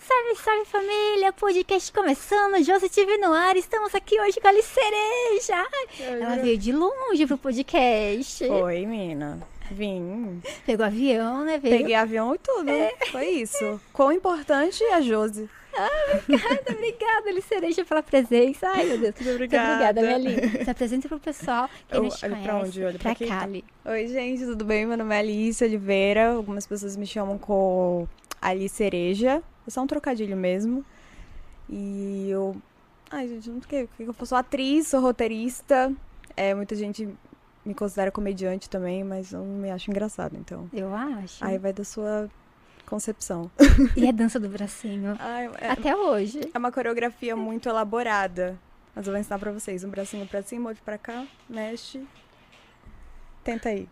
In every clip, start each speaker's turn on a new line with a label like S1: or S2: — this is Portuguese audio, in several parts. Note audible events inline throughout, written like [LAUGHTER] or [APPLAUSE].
S1: Salve, salve família! Podcast começando, Josi TV no ar, estamos aqui hoje com a Licereja! Ela veio de longe pro podcast.
S2: Oi, mina. Vim.
S1: Pegou avião, né? Veio.
S2: Peguei avião e tudo. Foi isso. Quão importante é a Josi.
S1: Obrigada, obrigada, Licereja, pela presença. Ai, meu Deus. Muito obrigada,
S2: obrigada.
S1: minha
S2: [LAUGHS]
S1: linda. Se apresenta pro pessoal, quem
S2: Eu
S1: não te
S2: olho pra
S1: conhece.
S2: onde? Eu olho pra quem? tá?
S1: Cali.
S2: Oi, gente, tudo bem? Meu nome é Alice Oliveira. Algumas pessoas me chamam com Alice Cereja. É só um trocadilho mesmo. E eu. Ai, gente, não sei o que que eu faço. Sou atriz, sou roteirista. É, muita gente me considera comediante também, mas eu não me acho engraçado, então.
S1: Eu acho.
S2: Aí vai da sua concepção.
S1: E a dança do bracinho.
S2: Ai, é,
S1: Até hoje.
S2: É uma coreografia muito elaborada. Mas eu vou ensinar pra vocês. Um bracinho pra cima, outro pra cá. Mexe. Tenta aí.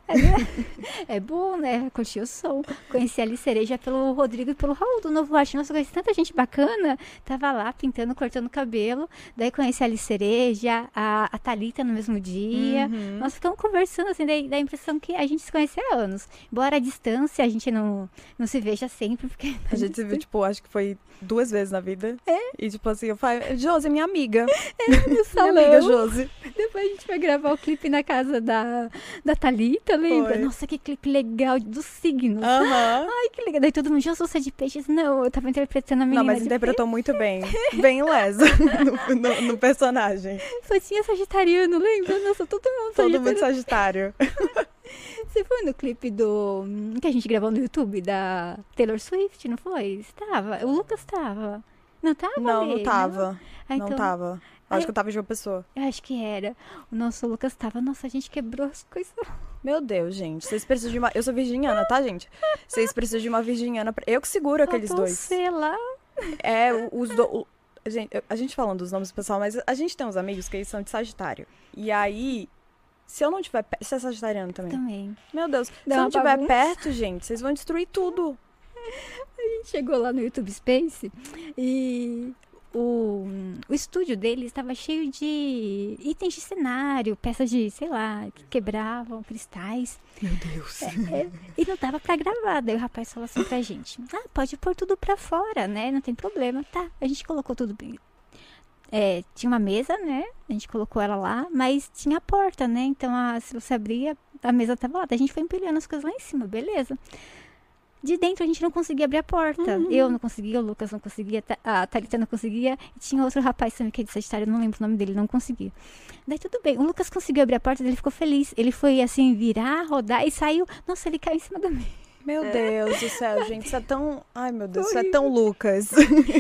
S1: É bom, né? Curtir o som. Conheci a Licereja pelo Rodrigo e pelo Raul do Novo Arte. Nossa, eu conheci tanta gente bacana. Tava lá pintando, cortando cabelo. Daí conheci a Licereja, a, a Thalita no mesmo dia.
S2: Uhum.
S1: Nós ficamos conversando, assim, daí dá a impressão que a gente se conhece há anos. Embora a distância a gente não, não se veja sempre, porque.
S2: [LAUGHS] A gente se viu, tipo, acho que foi duas vezes na vida. É? E, tipo assim, eu falei, Josi, minha amiga.
S1: [LAUGHS]
S2: Minha amiga, Josi.
S1: Depois a gente vai gravar o clipe na casa da, da Thalita, lembra?
S2: Foi.
S1: Nossa, que clipe legal dos signos.
S2: Aham.
S1: Ai, que legal. Daí todo mundo, Jesus, você é de peixes? Não, eu tava interpretando a menina
S2: Não, mas
S1: de
S2: interpretou muito bem. Bem lesa [LAUGHS] no, no- no personagem.
S1: Só tinha sagitariano, lembra? Nossa, todo mundo
S2: Todo mundo
S1: sagitariano.
S2: sagitário.
S1: Você foi no clipe do... hum, Que a gente gravou no YouTube, da Taylor Swift, não foi? Estava. O Lucas tava. Não tava,
S2: Não, não
S1: Lê?
S2: tava.
S1: Ah,
S2: Não
S1: então,
S2: tava.
S1: Aí-
S2: Acho que eu tava de uma pessoa.
S1: Eu acho que era. O nosso Lucas tava. Nossa, a gente quebrou as coisas.
S2: Meu Deus, gente. Vocês precisam de uma. Eu sou virginiana, tá, gente? Vocês precisam de uma virginiana. pra- Eu que seguro aqueles
S1: Faltou,
S2: dois.
S1: Sei lá.
S2: É, o- os do... o- a gente- eu- A gente falando dos nomes do pessoal, mas a gente tem uns amigos que eles são de Sagitário. E aí, se eu não tiver. pe- Você é Sagitariano também?
S1: Também.
S2: Meu Deus. Se
S1: Dá Então. uma
S2: eu não tiver
S1: bagunça.
S2: perto, gente, vocês vão destruir tudo.
S1: chegou lá no YouTube Space e o, o estúdio dele estava cheio de itens de cenário, peças de, sei lá, que quebravam, cristais.
S2: Meu Deus.
S1: É, e não dava pra gravar. Daí o rapaz falou assim pra gente: Ah, pode pôr tudo pra fora, né? Não tem problema. Tá, a gente colocou tudo bem. É, tinha uma mesa, né? A gente colocou ela lá, mas tinha a porta, né? Então, a- se você abria, a mesa tava lá. Daí a gente foi empilhando as coisas lá em cima, beleza. De dentro a gente não conseguia abrir a porta. Eu não conseguia, o Lucas não conseguia, Ta- a Thalita não conseguia. E tinha outro rapaz também que é de Sagitário, eu não lembro o nome dele, não conseguia. Daí tudo bem. O Lucas conseguiu abrir a porta, daí ele ficou feliz. Ele foi assim, virar, rodar e saiu. Nossa, ele caiu em cima da mesa.
S2: Meu Deus do céu, gente. Isso é tão. Ai, meu Deus, isso
S1: É.
S2: é
S1: Horrível. Então.
S2: tão Lucas.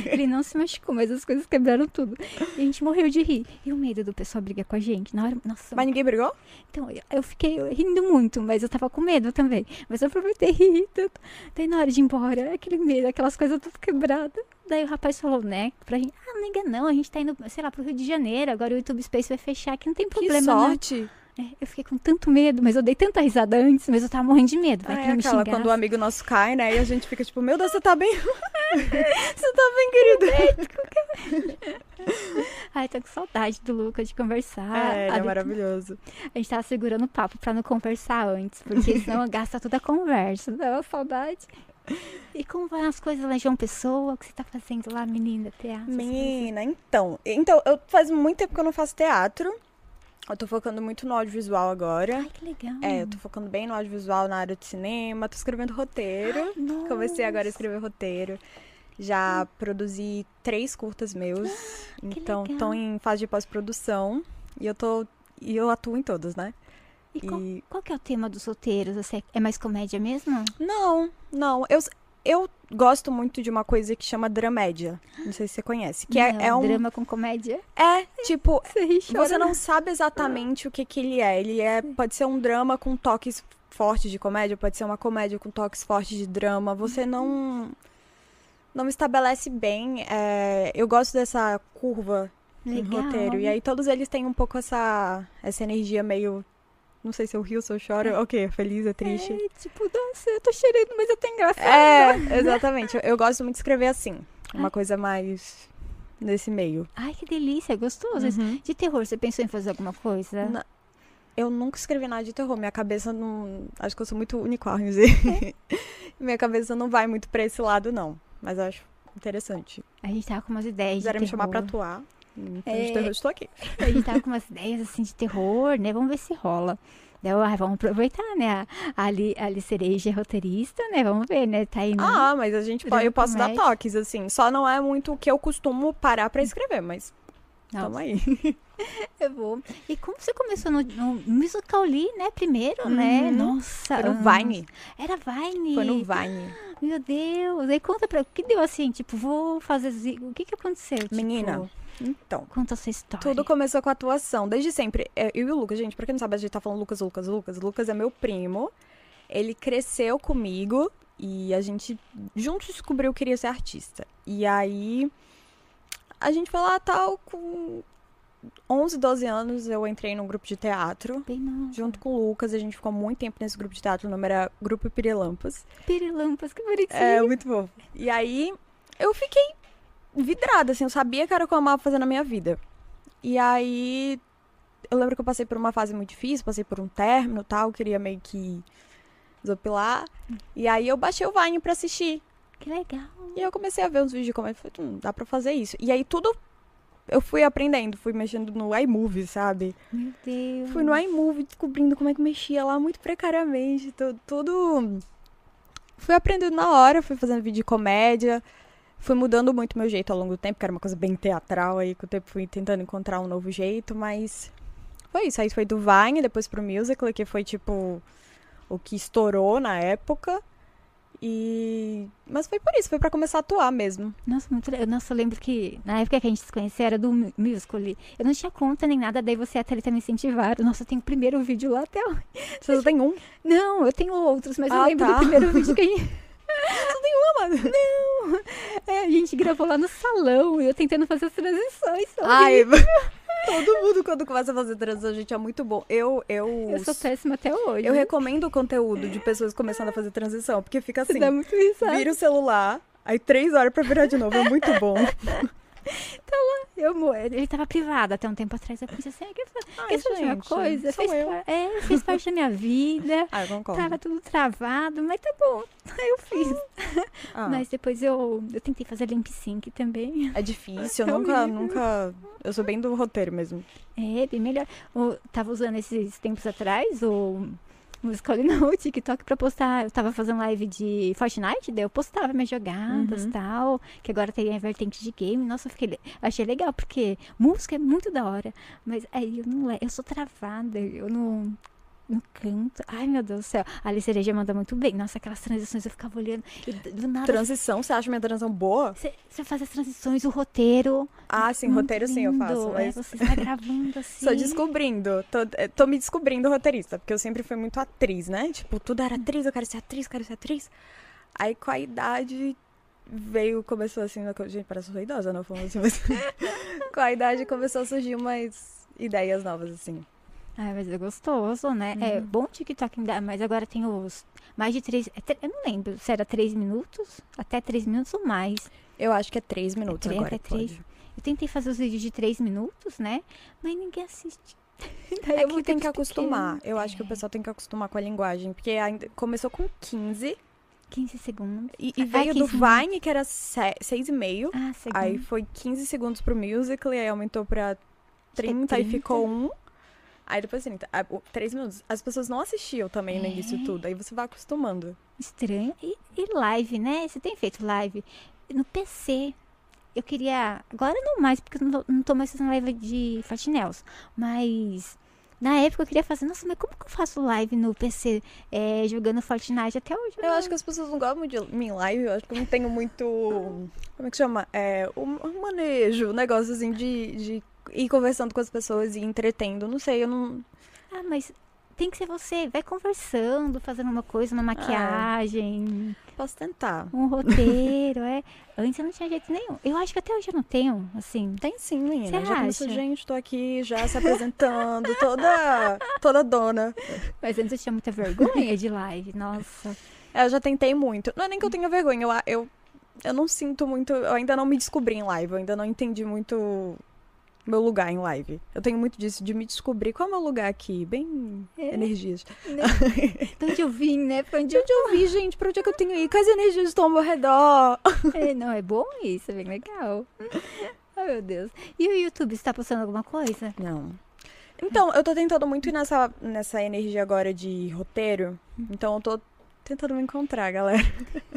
S1: Ele não se machucou, mas as coisas quebraram tudo. E a gente morreu de rir. E o medo do pessoal brigar com a gente. Na hora, nossa,
S2: Mas ninguém brigou?
S1: Então, eu- eu fiquei rindo muito, mas eu tava com medo também. Mas eu aproveitei e ri tanto. Daí, na hora de ir embora, aquele medo, aquelas coisas tudo quebrada. Daí o rapaz falou, né, pra gente, ah, não liga não, a gente tá indo, sei lá, pro Rio de Janeiro, agora o YouTube Space vai fechar, que não tem
S2: que
S1: problema, não.
S2: sorte.
S1: É, eu fiquei com tanto medo, mas eu dei tanta risada antes, mas eu tava morrendo de medo,
S2: Ah,
S1: vai que
S2: é
S1: não me
S2: aquela
S1: xingasse.
S2: quando o amigo nosso cai, né? E a gente fica tipo, meu Deus, você tá bem. [LAUGHS] tá
S1: Ai, tô com saudade do Lucas de conversar.
S2: é,
S1: A
S2: ele é
S1: Lu-
S2: maravilhoso.
S1: A gente tava segurando o papo pra não conversar antes,
S2: [LAUGHS]
S1: porque senão gasta toda a conversa. Dá uma saudade. E como vão as coisas lá em João Pessoa? O que você tá fazendo lá, menina? Teatro? essas coisas?
S2: Menina, então. Então, eu faz muito tempo que eu não faço teatro. Eu tô focando muito no audiovisual agora.
S1: Ai, que legal.
S2: É, eu tô focando bem no audiovisual, na área de cinema, tô escrevendo roteiro.
S1: Nossa.
S2: Comecei agora a escrever roteiro. Já produzi três curtas meus.
S1: que
S2: Então,
S1: legal.
S2: estão em fase de pós-produção. E eu tô. E eu atuo em todos, né?
S1: E qual,
S2: E-
S1: qual que é o tema dos roteiros? Você- é mais comédia mesmo?
S2: Não, não. Eu, eu gosto muito de uma coisa que chama dramédia. Não sei se você conhece. Que
S1: Não,
S2: é, é um.
S1: drama com comédia?
S2: É, tipo,
S1: Você ri,
S2: Você não sabe exatamente o que, que ele é. Ele é, pode ser um drama com toques fortes de comédia, pode ser uma comédia com toques fortes de drama. Você não não estabelece bem. é, eu gosto dessa curva no
S1: Legal.
S2: roteiro. E aí todos eles têm um pouco essa essa energia meio não sei se eu rio, se eu choro. Ok, é feliz, é triste.
S1: É, tipo, nossa, eu tô cheirando, mas eu tô engraçado.
S2: É, exatamente. Eu, eu gosto muito de escrever assim, uma coisa mais nesse meio.
S1: Ai, que delícia, é gostoso. isso. De terror, você pensou em fazer alguma coisa?
S2: Uhum. Não. Eu nunca escrevi nada de terror. Minha cabeça não. Acho que assim.
S1: [LAUGHS]
S2: eu sou muito unicórnio. Zê. Minha cabeça não vai muito pra esse lado, não. Mas eu acho Interessante.
S1: A gente tava com umas ideias
S2: Quiseram
S1: de
S2: me chamar pra
S1: terror.
S2: atuar. Então,
S1: É.
S2: eu estou aqui.
S1: A gente tava com umas ideias assim de terror, né? Vamos ver se rola. Daí, eu, ah, vamos aproveitar, né? A Ali, a Ali Cereja é roteirista, né? Vamos ver, né? Tá aí no-
S2: Ah, mas a gente
S1: é
S2: pode, eu posso dar toques, assim. Só não é muito o que eu costumo parar pra escrever, mas
S1: Hum. Não,
S2: tamo aí.
S1: eu vou. E como você começou no, no musical Lee, né? Primeiro, né?
S2: Uhum.
S1: Nossa.
S2: Foi no
S1: anos.
S2: Vine.
S1: Era Vine.
S2: Foi no Vine. Tipo,
S1: Meu Deus. Aí conta pra... O que deu assim? Tipo, vou fazer... zi- O que que aconteceu? Tipo,
S2: Menina, Então.
S1: Conta a sua história.
S2: Tudo começou com a atuação, desde sempre. É, Eu e o Lucas, gente, pra quem não sabe, a gente tá falando Lucas, Lucas, Lucas. Lucas é meu primo. Ele cresceu comigo e a gente juntos descobriu que queria ser artista. E aí a gente foi lá tal com 11, 12 anos, eu entrei num grupo de teatro.
S1: Bem nossa.
S2: Junto com o Lucas, a gente ficou muito tempo nesse grupo de teatro, o nome era Grupo Pirilampas.
S1: Pirilampas, que bonitinho.
S2: É, muito bom. E aí, eu fiquei vidrada, assim, eu sabia que era o que eu amava fazer na minha vida. E aí, eu lembro que eu passei por uma fase muito difícil, passei por um término e tal, eu queria meio que desopilar. E aí, eu baixei o Vine pra assistir.
S1: Que legal.
S2: E eu comecei a ver uns vídeos de comédia, falei, hum, dá pra fazer isso. E aí, tudo eu fui aprendendo, fui mexendo no iMovie, sabe?
S1: Meu Deus.
S2: Fui no iMovie descobrindo como é que mexia lá muito precariamente, tu- tudo. Fui aprendendo na hora, fui fazendo vídeo de comédia, fui mudando muito meu jeito ao longo do tempo, que era uma coisa bem teatral, aí com o tempo fui tentando encontrar um novo jeito, mas foi isso. Aí foi do Vine, depois pro Musical, que foi tipo o que estourou na época. E. Mas foi por isso, foi pra começar a atuar mesmo.
S1: Nossa, muito legal. Nossa, eu lembro que na época que a gente se conhecia era do mu- musical. Lee. Eu não tinha conta nem nada, daí você e a Thalita me incentivaram. Nossa, eu tenho o primeiro vídeo lá até. hoje.
S2: Vocês têm um?
S1: Não, eu tenho outros, mas eu
S2: Ah,
S1: lembro do
S2: tá.
S1: primeiro vídeo que a
S2: [LAUGHS]
S1: gente. Não tem uma, Não! É, a gente gravou lá no salão e eu tentando fazer as transições. só
S2: Ai, [LAUGHS] todo mundo quando começa a fazer transição, gente, é muito bom. Eu, eu,
S1: que Eu sou péssima até hoje.
S2: Eu recomendo o conteúdo de pessoas começando a fazer transição, porque fica
S1: Você
S2: assim,
S1: dá muito risada.
S2: vira o celular, aí três horas pra virar de novo, é muito
S1: [LAUGHS]
S2: bom. um
S1: Eu, mo- ele tava privado até um tempo atrás. Eu pensei assim, ah, quer fa-
S2: Ai,
S1: quer saber de uma
S2: gente,
S1: coisa?
S2: sou
S1: Fez,
S2: eu.
S1: par- é, fez parte da minha
S2: [LAUGHS]
S1: vida.
S2: Ah, eu concordo.
S1: Tava tudo travado, mas tá bom. Aí eu fiz.
S2: Ah,
S1: Mas depois eu, eu tentei fazer lip sync também. [LAUGHS]
S2: É difícil,
S1: É
S2: eu nunca,
S1: horrível.
S2: nunca... Eu sou bem do roteiro mesmo.
S1: É, bem melhor. Eu tava usando esses tempos atrás o musical no TikTok pra postar. Eu tava fazendo live de Fortnite, daí eu postava minhas jogadas e
S2: Uhum.
S1: tal. Que agora tem a vertente de game. Nossa, eu fiquei, le- achei legal, porque música é muito da hora. Mas aí eu não le- eu sou travada, eu não. No canto. Ai, meu Deus do céu. A Alice Cereja manda muito bem. Nossa, aquelas transições eu ficava olhando. E do- do nada.
S2: Transição, você acha minha transição boa?
S1: Você você faz as transições, o roteiro.
S2: Ah, sim,
S1: Muito
S2: roteiro sim eu faço,
S1: lindo. É,
S2: mas...
S1: você está
S2: [LAUGHS]
S1: gravando assim.
S2: Só descobrindo, tô, eh, tô me descobrindo roteirista, porque eu sempre fui muito atriz, né? Tipo, tudo era atriz, eu quero ser atriz, eu quero ser atriz. Aí com a idade veio, começou assim, uma coisa- gente, parece que eu sou idosa, não falando assim, mas [LAUGHS] com a idade começou a surgir umas ideias novas, assim.
S1: Ai, mas é gostoso, né? É
S2: Uhum.
S1: bom o TikTok ainda, mas agora tem os mais de três. é tre- Eu não lembro se era três minutos, até três minutos ou mais.
S2: Eu acho que é três minutos
S1: três,
S2: agora.
S1: é
S2: que pode.
S1: três. Eu tentei fazer os vídeos de três minutos, né? Mas ninguém
S2: [LAUGHS]
S1: assiste. Daí
S2: É
S1: eu
S2: que
S1: vou
S2: tem
S1: ter
S2: que É. acostumar.
S1: pequeno.
S2: Eu acho que o pessoal tem que acostumar com a linguagem, porque ainda começou com 15
S1: 15 segundos.
S2: e, e
S1: Ah,
S2: veio
S1: 15
S2: do Vine, que era se- seis e meio.
S1: Ah,
S2: Aí
S1: segundo.
S2: foi 15 segundos pro musical, e aí aumentou pra 30, e
S1: 30.
S2: ficou um. Aí depois 30. Ah, o- Três minutos. As pessoas não assistiam também no
S1: É.
S2: início tudo. Aí você vai acostumando.
S1: Estranho. E, e live, né? Você tem feito live no PC. Eu queria. Agora não mais, porque eu não tô, não tô mais fazendo live de Fortinels. Mas. Na época eu queria fazer. Nossa, mas como que eu faço live no PC é, jogando Fortnite até hoje?
S2: Eu acho que as pessoas não gostam muito de mim em live. Eu acho que eu não tenho muito. Como é que chama? É, o o manejo, o negócio assim de, de ir conversando com as pessoas e entretendo. Não sei, eu não.
S1: Ah, mas tem que ser você. Vai conversando, fazendo uma coisa,
S2: Ah.
S1: uma maquiagem,
S2: Posso tentar.
S1: um roteiro. é. Antes eu não tinha jeito nenhum. Eu acho que até hoje eu não tenho, assim.
S2: Tem sim, menina.
S1: Você
S2: já começou,
S1: acha?
S2: gente, tô aqui já se apresentando, toda, toda dona.
S1: Mas antes eu tinha muita vergonha de live. Nossa.
S2: É, Eu já tentei muito. Não é nem que eu tenha vergonha, eu, eu, eu não sinto muito. Eu ainda não me descobri em live, eu ainda não entendi muito meu lugar em live. Eu tenho muito disso, de me descobrir qual é o meu lugar aqui, bem
S1: É.
S2: energias.
S1: De onde eu vim, né? Pra onde
S2: De
S1: eu...
S2: onde eu vi, gente? Pra onde é que eu tenho ir? Quais energias estão ao meu redor?
S1: É, não, é bom isso, é bem legal. Ai, meu Deus. E o YouTube, você tá postando alguma coisa?
S2: Não. Então, eu tô tentando muito ir nessa, nessa energia agora de roteiro. Então, eu tô tentando me encontrar, galera. [LAUGHS]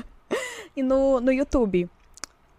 S2: e no, no YouTube,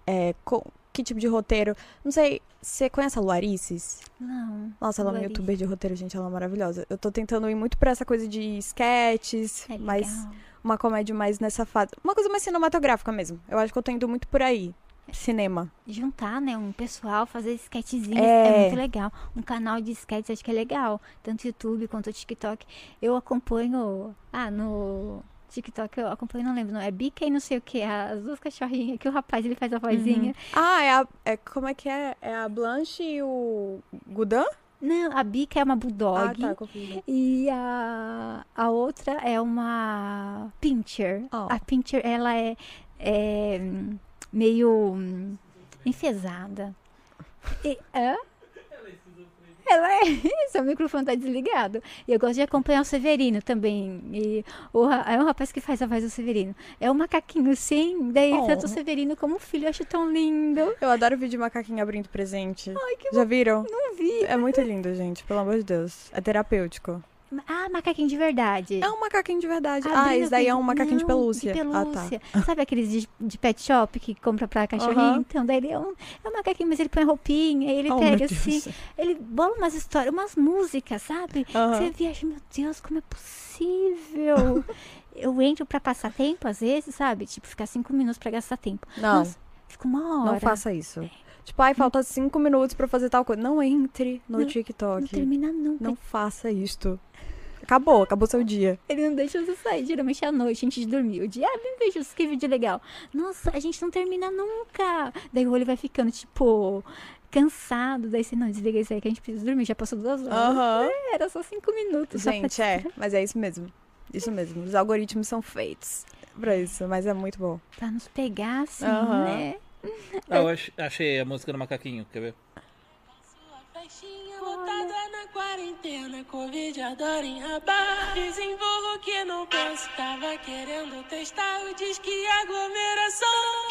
S2: é, co- que tipo de roteiro? Não sei, você conhece a Luarices?
S1: Não.
S2: Nossa, ela é uma
S1: Luarices.
S2: youtuber de roteiro, gente, ela é maravilhosa. Eu tô tentando ir muito pra essa coisa de sketches,
S1: É
S2: mas
S1: legal.
S2: uma comédia mais nessa fase. Uma coisa mais cinematográfica mesmo. Eu acho que eu tô indo muito por aí. Cinema.
S1: Juntar, né? Um pessoal, fazer sketchzinhos
S2: É.
S1: é muito legal. Um canal de sketches acho que é legal. Tanto YouTube quanto o TikTok. Eu acompanho. Ah, no. TikTok, eu acompanho, não lembro, não. É Bica e não sei o que, as duas cachorrinhas, que o rapaz ele faz a vozinha.
S2: Ah, é a. É, como é que é? É a Blanche e o Gudan?
S1: Não, a Bica é uma
S2: Uhum. Ah,
S1: bulldog.
S2: tá, confundi.
S1: E a, a outra é uma pincher.
S2: Ó.
S1: A pincher, ela é, é, hum, meio hum, enfesada. E- hã? Ela é Seu microfone tá desligado. E eu gosto de acompanhar o Severino também. E o, ra- é um rapaz que faz a voz do Severino. É um macaquinho, sim. Daí ele
S2: Oh.
S1: trata o Severino como um filho. Eu acho tão lindo.
S2: Eu adoro o vídeo de macaquinho abrindo presente.
S1: Ai, que
S2: Já viram?
S1: não vi.
S2: É muito lindo, gente, pelo amor de Deus. É terapêutico.
S1: Ah, macaquinho de verdade.
S2: É um macaquinho de verdade. ah,
S1: Abrindo
S2: esse daí é um
S1: assim,
S2: macaquinho de
S1: não,
S2: pelúcia.
S1: de
S2: Ah, tá.
S1: pelúcia. Sabe aqueles de, de pet shop que compra pra cachorrinho?
S2: Aham.
S1: Então, daí ele é um, é um macaquinho, mas ele põe roupinha, aí ele
S2: Oh, meu
S1: pega
S2: Deus.
S1: assim, ele bola umas histórias, umas músicas, sabe?
S2: Aham.
S1: Você viaja, meu Deus, como é
S2: [LAUGHS]
S1: possível? Eu entro pra passar tempo, às vezes, sabe? Tipo, ficar cinco minutos pra gastar tempo.
S2: Não,
S1: Nossa, fica uma hora.
S2: não faça isso. Tipo, ai, falta cinco minutos pra fazer tal coisa. Não entre no
S1: Não, Não
S2: TikTok.
S1: termina nunca.
S2: Não faça isto. Acabou, acabou seu dia.
S1: Ele não deixa você sair, geralmente é à noite, antes de dormir. O dia, ah, vem ver isso, que vídeo legal. Nossa, a gente não termina nunca. Daí o olho vai ficando, tipo, cansado. Daí você, não, desliga isso aí que a gente precisa dormir. Já passou duas horas.
S2: Aham.
S1: Era só cinco minutos. só pra
S2: Ah. Gente, é, [LAUGHS] mas é isso mesmo. Isso mesmo. Os algoritmos são feitos pra isso, mas é muito bom.
S1: Pra nos pegar, assim,
S2: Aham.
S1: né?
S3: Ah, eu ach- achei a música do macaquinho, quer ver?
S4: Sua festinha lotada na quarentena, Covid adora enrabar. Desenvolvo que não posso, tava querendo testar o disque e aglomeração.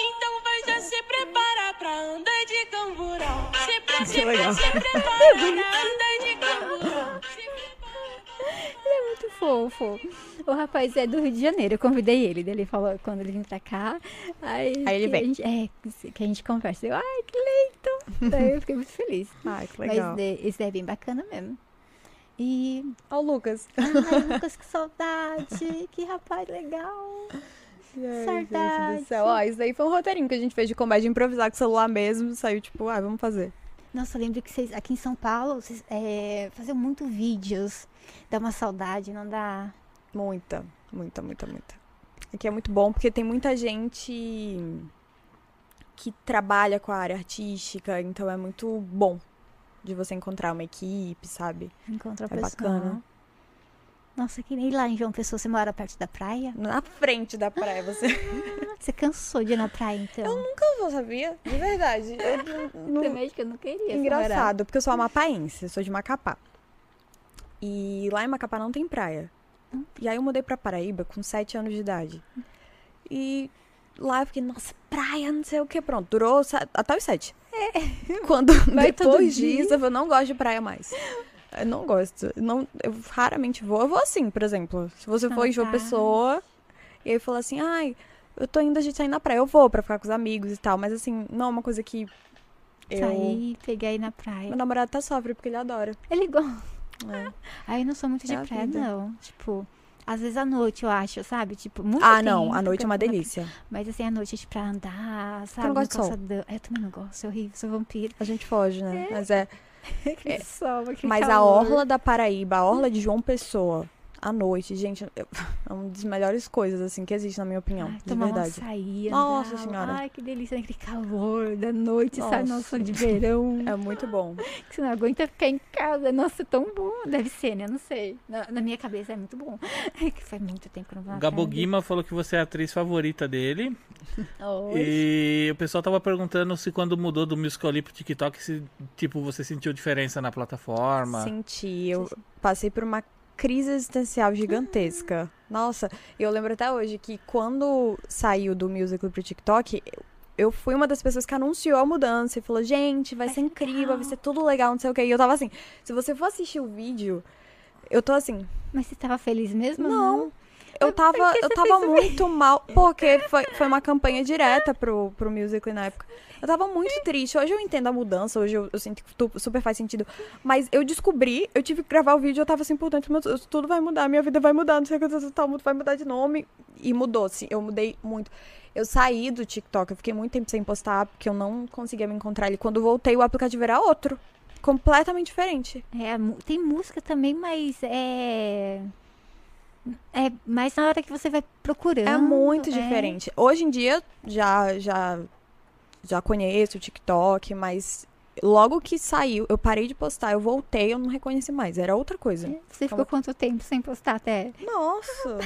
S4: Então vai já se preparar pra andar de camburão. Se, pre se, pre
S2: legal.
S4: se prepara pra andar de camburão. Se prepara pra
S1: Ele é muito fofo. O rapaz é do Rio de Janeiro, eu convidei ele. Daí ele falou quando ele vem pra cá. Aí,
S2: Aí ele
S1: que a
S2: vem.
S1: gente- é, que a gente conversa. Eu, ai, que
S2: [LAUGHS]
S1: leito. Daí eu fiquei muito feliz.
S2: Ai, que
S1: Mas de- esse daí é bem bacana mesmo. E.
S2: Ó, o Lucas.
S1: Ai, Lucas, que saudade! Que rapaz legal!
S2: Ai, gente
S1: Saudade.
S2: do céu. Ó, isso daí foi um roteirinho que a gente fez de comédia improvisar com o celular mesmo. Saiu tipo, ah, vamos fazer.
S1: Nossa, eu lembro que vocês aqui em São Paulo vocês, é, faziam muito vídeos. Dá uma saudade, não dá?
S2: Muita, muita, muita, muita. Aqui é muito bom porque tem muita gente que trabalha com a área artística, então é muito bom de você encontrar uma equipe, sabe?
S1: Encontrar
S2: É
S1: pessoa.
S2: bacana.
S1: Nossa, que nem lá em João Pessoa, você mora perto da praia?
S2: Na frente da praia você.
S1: Ah, Você cansou de ir na praia, então? Eu não
S2: [LAUGHS] Eu não sabia, de verdade. Eu não- não-
S1: que eu não queria.
S2: Engraçado, porque eu sou amapaense, eu sou de Macapá. E lá em Macapá não tem praia. E aí eu mudei pra Paraíba com 7 anos de idade. E lá eu fiquei, nossa, praia, não sei o que. Pronto, durou sa- até os 7. [LAUGHS] Quando
S1: É. Vai todo
S2: depois
S1: dia.
S2: disso, eu falei, não gosto de praia mais. Eu não gosto. Não, eu raramente vou. Eu vou assim, por exemplo. Se você for em João
S1: tá.
S2: Pessoa, e aí falar assim, ai, eu tô indo, a gente tá indo na praia. Eu vou pra ficar com os amigos e tal. Mas assim, não é uma coisa que. Eu...
S1: Saí, peguei aí na praia.
S2: Meu namorado até sofre porque ele adora.
S1: Ele gosta.
S2: Ah,
S1: Aí Ah, eu não sou muito de
S2: É a
S1: praia,
S2: vida.
S1: não. Tipo, às vezes à noite eu acho, sabe? Tipo, muito
S2: Ah, não,
S1: tempo
S2: a noite
S1: que
S2: é
S1: eu
S2: uma
S1: vou na
S2: delícia.
S1: praia. Mas assim, à noite, tipo, pra andar, sabe?
S2: não gosto de
S1: no
S2: sol.
S1: calçadão. É, Eu também não gosto, eu horrível, sou
S2: [LAUGHS]
S1: vampiro.
S2: A gente foge, né? Mas é.
S1: Aquele sol, aquele
S2: Mas a
S1: calor.
S2: orla da Paraíba, a orla de João Pessoa, à noite. Gente, [LAUGHS] eu- é uma das melhores coisas, assim, que existe, na minha opinião.
S1: Ai,
S2: de
S1: tomar uma
S2: verdade.
S1: açaí,
S2: Nossa
S1: andar.
S2: Senhora.
S1: Ai, que delícia, né, aquele calor da noite, sabe?
S2: Nossa.
S1: Nossa, de verão. [LAUGHS]
S2: É muito bom.
S1: Que você não aguenta ficar em casa. Nossa, é tão bom. Deve ser, né? Eu não sei. Na, na minha cabeça é muito bom. [LAUGHS] É que faz muito tempo que eu não vou na
S3: Gabo
S1: praia.
S3: Guima falou que você é a atriz favorita dele.
S1: Oi.
S3: E o pessoal tava perguntando se quando mudou do Musical.ly pro TikTok, se, tipo, você sentiu diferença na plataforma.
S2: Senti, eu passei por uma crise existencial gigantesca. Nossa, eu lembro até hoje que quando saiu do musical pro TikTok, eu- eu fui uma das pessoas que anunciou a mudança e falou: gente, vai,
S1: Vai
S2: ser
S1: ser
S2: incrível, vai
S1: legal."
S2: ser tudo legal, não sei o que. E eu tava assim: se você for assistir o vídeo, eu tô assim,
S1: Mas você tava feliz mesmo? ou
S2: Não. eu
S1: Mas por
S2: tava,
S1: que
S2: eu
S1: você
S2: tava
S1: fez o
S2: muito mal, porque foi, foi uma campanha direta pro, pro musical na época. Eu tava muito triste. Hoje eu entendo a mudança, hoje eu, eu sinto que tu- super faz sentido. Mas eu descobri, eu tive que gravar o vídeo, eu tava assim, puta, meu Deus, tudo vai mudar, minha vida vai mudar, não sei o que, tal, vai mudar de nome. E mudou, sim, eu mudei muito. Eu saí do TikTok, eu fiquei muito tempo sem postar, porque eu não conseguia me encontrar. E quando voltei, o aplicativo era outro. Completamente diferente.
S1: É, mu- tem música também, mas é. É mais na hora que você vai procurando.
S2: É muito
S1: é.
S2: diferente. Hoje em dia já já já conheço o TikTok, mas logo que saiu, eu parei de postar, eu voltei, eu não reconheci mais, era outra coisa.
S1: Você ficou quanto tempo sem postar até?
S2: Nossa.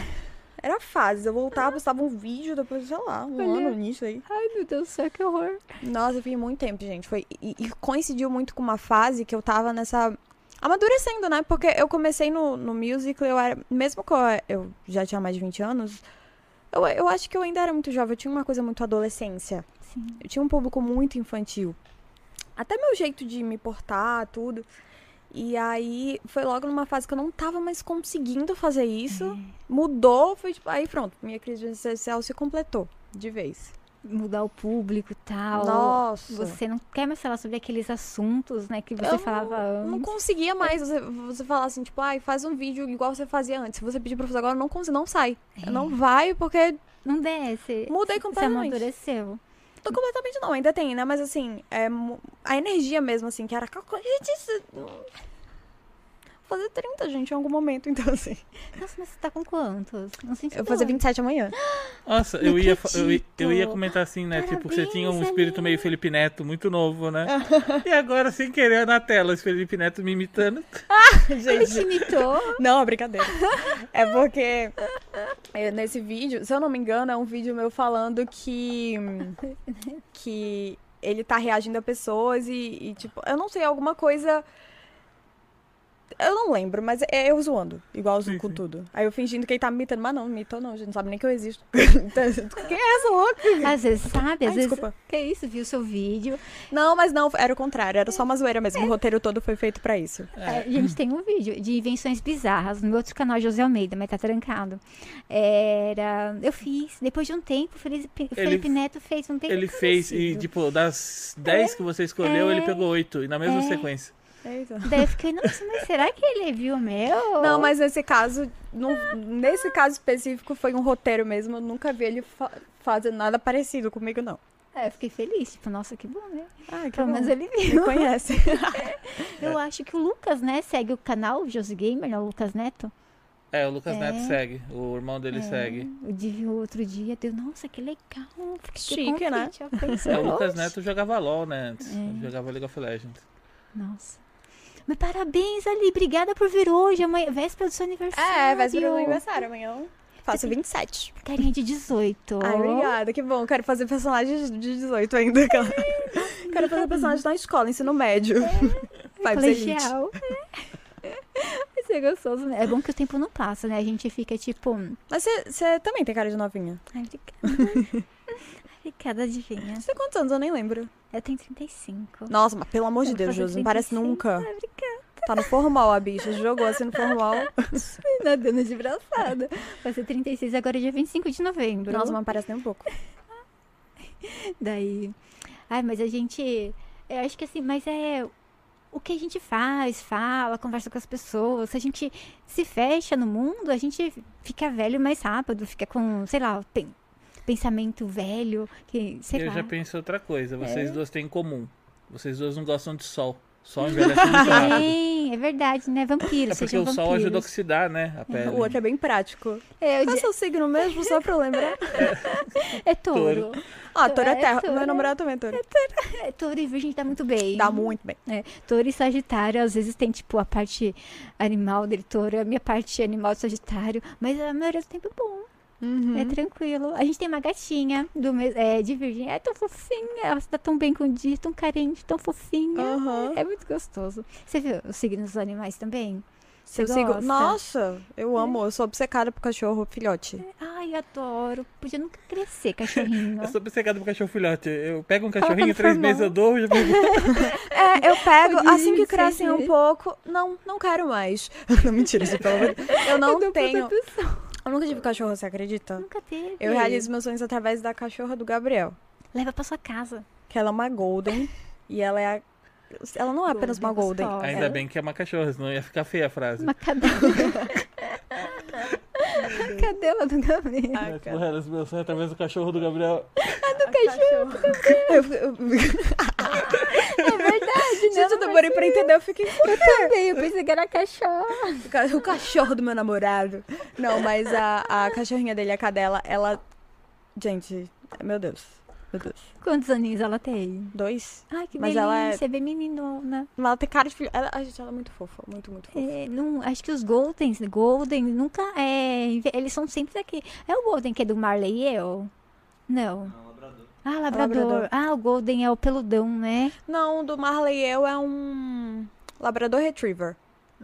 S2: Era fase, eu voltava, postava um vídeo, depois, sei lá, um
S1: Olha.
S2: ano nisso aí.
S1: Ai, meu Deus do céu, que horror.
S2: Nossa, eu fiquei muito tempo, gente. Foi, e, e coincidiu muito com uma fase que eu tava nessa. amadurecendo, né? Porque eu comecei no, no musical, eu era. Mesmo que eu, eu já tinha mais de 20 anos, eu, eu acho que eu ainda era muito jovem. Eu tinha uma coisa muito adolescência.
S1: Sim.
S2: Eu tinha um público muito infantil. Até meu jeito de me portar, tudo. E aí foi logo numa fase que eu não tava mais conseguindo fazer isso.
S1: É.
S2: Mudou, foi tipo, aí pronto, minha crise existencial se completou de vez.
S1: Mudar o público e tal.
S2: Nossa.
S1: Você não quer mais falar sobre aqueles assuntos, né, que
S2: Eu
S1: você
S2: não-
S1: falava antes.
S2: Não conseguia mais você, você falar assim, tipo, ai, faz um vídeo igual você fazia antes. Se você pedir pra fazer agora, não consigo, não sai. Não vai, porque
S1: Não desce.
S2: mudei
S1: Você
S2: completamente.
S1: amadureceu.
S2: Tô completamente não, ainda tem, né? Mas assim, é, mu- a energia mesmo, assim, que era. calcul- Gente, isso- Vou fazer 30, gente, em algum momento, então assim.
S1: Nossa, mas você tá com quantos? Não senti
S2: Eu vou fazer
S1: dor.
S2: 27 amanhã.
S3: Nossa,
S1: Não
S3: eu ia, fa- eu, i- eu ia
S1: acredito.
S3: comentar assim, né? tipo, que você
S1: Parabéns,
S3: tinha um espírito meio
S1: Aline.
S3: Felipe Neto, muito
S1: [LAUGHS]
S3: novo, né? e agora, sem querer, na tela, o Felipe Neto me imitando.
S1: Ele te imitou.
S2: [LAUGHS] Não, é brincadeira. É porque é, nesse vídeo, se eu não me engano, é um vídeo meu falando que. que ele tá reagindo a pessoas e, e, tipo, eu não sei, alguma coisa. Eu não lembro, mas é eu zoando, igual eu zoo
S3: Sim,
S2: com
S3: sim.
S2: tudo. Aí eu fingindo que ele tá me imitando, mas não, me imitou não, gente não sabe nem que eu
S1: [LAUGHS]
S2: existo. Então, Quem é essa louca?
S1: Às vezes, sabe? Às
S2: Ai,
S1: vezes.
S2: desculpa.
S1: Que isso, viu seu vídeo.
S2: Não, mas não, era o contrário, era só uma zoeira mesmo. O roteiro todo foi feito pra isso.
S1: É, a gente tem um vídeo de invenções bizarras no meu outro canal, José Almeida, mas tá trancado. Era. Eu fiz. Depois de um tempo, o Felipe, o
S3: Ele-
S1: Felipe Neto fez um tempo.
S3: ele fez, e tipo, das 10 que você escolheu, ele pegou 8, e na mesma
S1: É.
S3: sequência.
S2: Eita.
S1: Daí eu fiquei, nossa, mas será que ele é viu o meu?
S2: Não, mas nesse caso, não- nesse caso específico foi um roteiro mesmo. Eu nunca vi ele fa fazendo nada parecido comigo, não.
S1: É, eu fiquei feliz. Tipo, nossa, que bom, né?
S2: Ah,
S1: Pelo menos ele viu.
S2: [LAUGHS] me conhece.
S1: [LAUGHS] Eu acho que o Lucas, né, segue o canal Josi Gamer, né, o Lucas Neto.
S3: É, o Lucas
S1: É.
S3: Neto segue, o irmão dele segue.
S1: Eu vi o outro dia, deu, nossa, que legal. Fiquei
S2: Chique, né?
S1: contente, eu pensei,
S3: [LAUGHS] É, o Lucas
S1: "Oxe".
S3: Neto jogava LOL, né? Antes.
S1: Tá É.
S3: Jogava League of Legends.
S1: Nossa. Mas parabéns, Ali. Obrigada por vir hoje. Amanhã, véspera do seu aniversário.
S2: É, véspera do aniversário, amanhã eu faço 27.
S1: Carinha de 18.
S2: Ai, obrigada, que bom. Quero fazer personagens de 18 ainda. [LAUGHS] Quero fazer personagens na escola, ensino médio. [LAUGHS] Vai ser elite.
S1: Colegial.
S2: [LAUGHS]
S1: É. Vai ser gostoso, né? É bom que o tempo não passa, né? A gente fica tipo.
S2: Mas você- você também tem cara de novinha.
S1: Ai, obrigada.
S2: [LAUGHS]
S1: obrigada, adivinha.
S2: Você tem quantos anos? Eu nem lembro.
S1: Eu tenho 35.
S2: Nossa, mas pelo amor de
S1: Eu vou
S2: Deus,
S1: fazer
S2: Josi, não parece
S1: 35.
S2: nunca.
S1: Ai, obrigada.
S2: Tá no formal a bicha, jogou assim no formal.
S1: Nadando de braçada. [LAUGHS] Vai ser 36 agora, dia 25 de novembro.
S2: Nossa, mas não parece nem um pouco.
S1: Daí. Ai, mas a gente. Eu acho que assim, mas é. O que a gente faz, fala, conversa com as pessoas. Se a gente se fecha no mundo, a gente fica velho mais rápido, fica com, sei lá, pen- pensamento velho, que, sei
S3: eu
S1: lá. É?
S3: já pensei outra coisa, vocês duas têm em comum. Vocês duas não gostam de sol. Sol envelhece muito rápido.
S1: Tem, é verdade, né? Vampiro,
S3: É porque
S1: sejam
S3: o sol ajuda a
S1: vampiros.
S3: oxidar, né? A pele.
S2: O outro é bem prático.
S1: É, eu
S2: Qual é o
S1: di-
S2: seu signo mesmo, só pra eu lembrar?
S1: é touro.
S2: Ó, touro é
S1: É
S2: terra.
S1: touro.
S2: Meu namorado também é touro.
S1: É, touro e virgem tá muito bem.
S2: Dá muito bem.
S1: É, touro e Sagitário, às vezes tem, tipo, a parte animal dele, touro, a minha parte animal de Sagitário, mas a maioria do tempo é bom,
S2: Uhum.
S1: é tranquilo. A gente tem uma gatinha do mes- é, de virgem, é tão fofinha, ela está tão bem condida, tão carente, tão fofinha.
S2: Aham.
S1: É muito gostoso. Você viu os signos dos animais também?
S2: Seu
S1: Você
S2: signo.
S1: gosta?
S2: Nossa, eu amo. Eu sou obcecada por cachorro filhote.
S1: Ai, adoro. Podia nunca crescer, cachorrinho.
S3: Eu sou obcegado pro cachorro filhote. Eu pego um
S1: tá
S3: cachorrinho,
S1: no
S3: três
S1: formal.
S3: meses eu dou, já pego...
S2: [LAUGHS] É, eu pego,
S1: Tadinho,
S2: assim que
S1: gente.
S2: crescem um pouco, não, não quero mais. Não, mentira, gente, pelo amor de Deus. Eu não
S1: dou pra
S2: tenho.
S1: outra pessoa.
S2: Eu nunca tive cachorro, você acredita?
S1: Nunca teve.
S2: Eu realizo meus sonhos através da cachorra do Gabriel,
S1: Leva pra sua casa.
S2: que ela é uma golden e ela é a... Ela não é apenas uma
S1: Golden
S2: golden.
S1: gostosa.
S3: Ainda bem que é uma cachorra, senão ia ficar feia a frase.
S1: Uma cadela. cadela do Gabriel.
S2: Ah,
S3: Mas,
S2: cara.
S3: porra, elas me lançam tipo, através do cachorro do Gabriel.
S2: cachorro. Eu, eu,
S1: É verdade, né?
S2: gente, eu demorei pra entender, eu fiquei. "Por quê?"
S1: entender. [LAUGHS] Eu pensei que era cachorro.
S2: O ca- O cachorro do meu namorado. Não, mas a, a cachorrinha dele, a cadela, ela. Gente, meu Deus. Meu Deus.
S1: Quantos aninhos ela tem?
S2: Dois?
S1: Ai, que
S2: Mas
S1: delícia.
S2: ela é-
S1: é bem meninona.
S2: Mas ela tem cara de filho. Ela, ai, gente, ela é muito fofa. Muito, muito fofa.
S1: É, não, acho que os Goldens, Golden, nunca é... inve- Eles são sempre daqui. É o Golden que é do Marley e eu? Não. Ah, labrador.
S2: Labrador.
S1: Ah, o Golden é o peludão, né?
S2: Não, o do Marley e eu é um Labrador Retriever.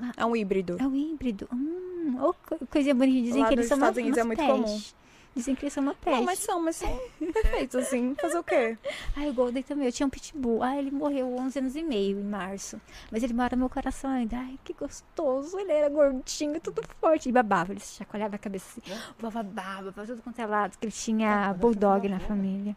S1: Ah.
S2: É um híbrido.
S1: É o híbrido. Hum, ô, co- coisinha bonita. Dizem
S2: Lá
S1: que
S2: nos
S1: eles são uma,
S2: Estados Unidos
S1: umas
S2: é muito
S1: peste.
S2: comum.
S1: Dizem que eles são uma peste.
S2: Não, mas são, mas [LAUGHS] são perfeitos, assim. Fazer o quê? [LAUGHS]
S1: Ai, o Golden também. Ah, Eu tinha um pitbull. Ah, ele morreu 11 anos e meio em março. Mas ele mora no meu coração ainda. Ai, que gostoso. Ele era gordinho, tudo forte. E babava. Ele chacoalhava a cabeça assim. Baba, baba, pra tudo quanto é lado. Que ele tinha bulldog na família.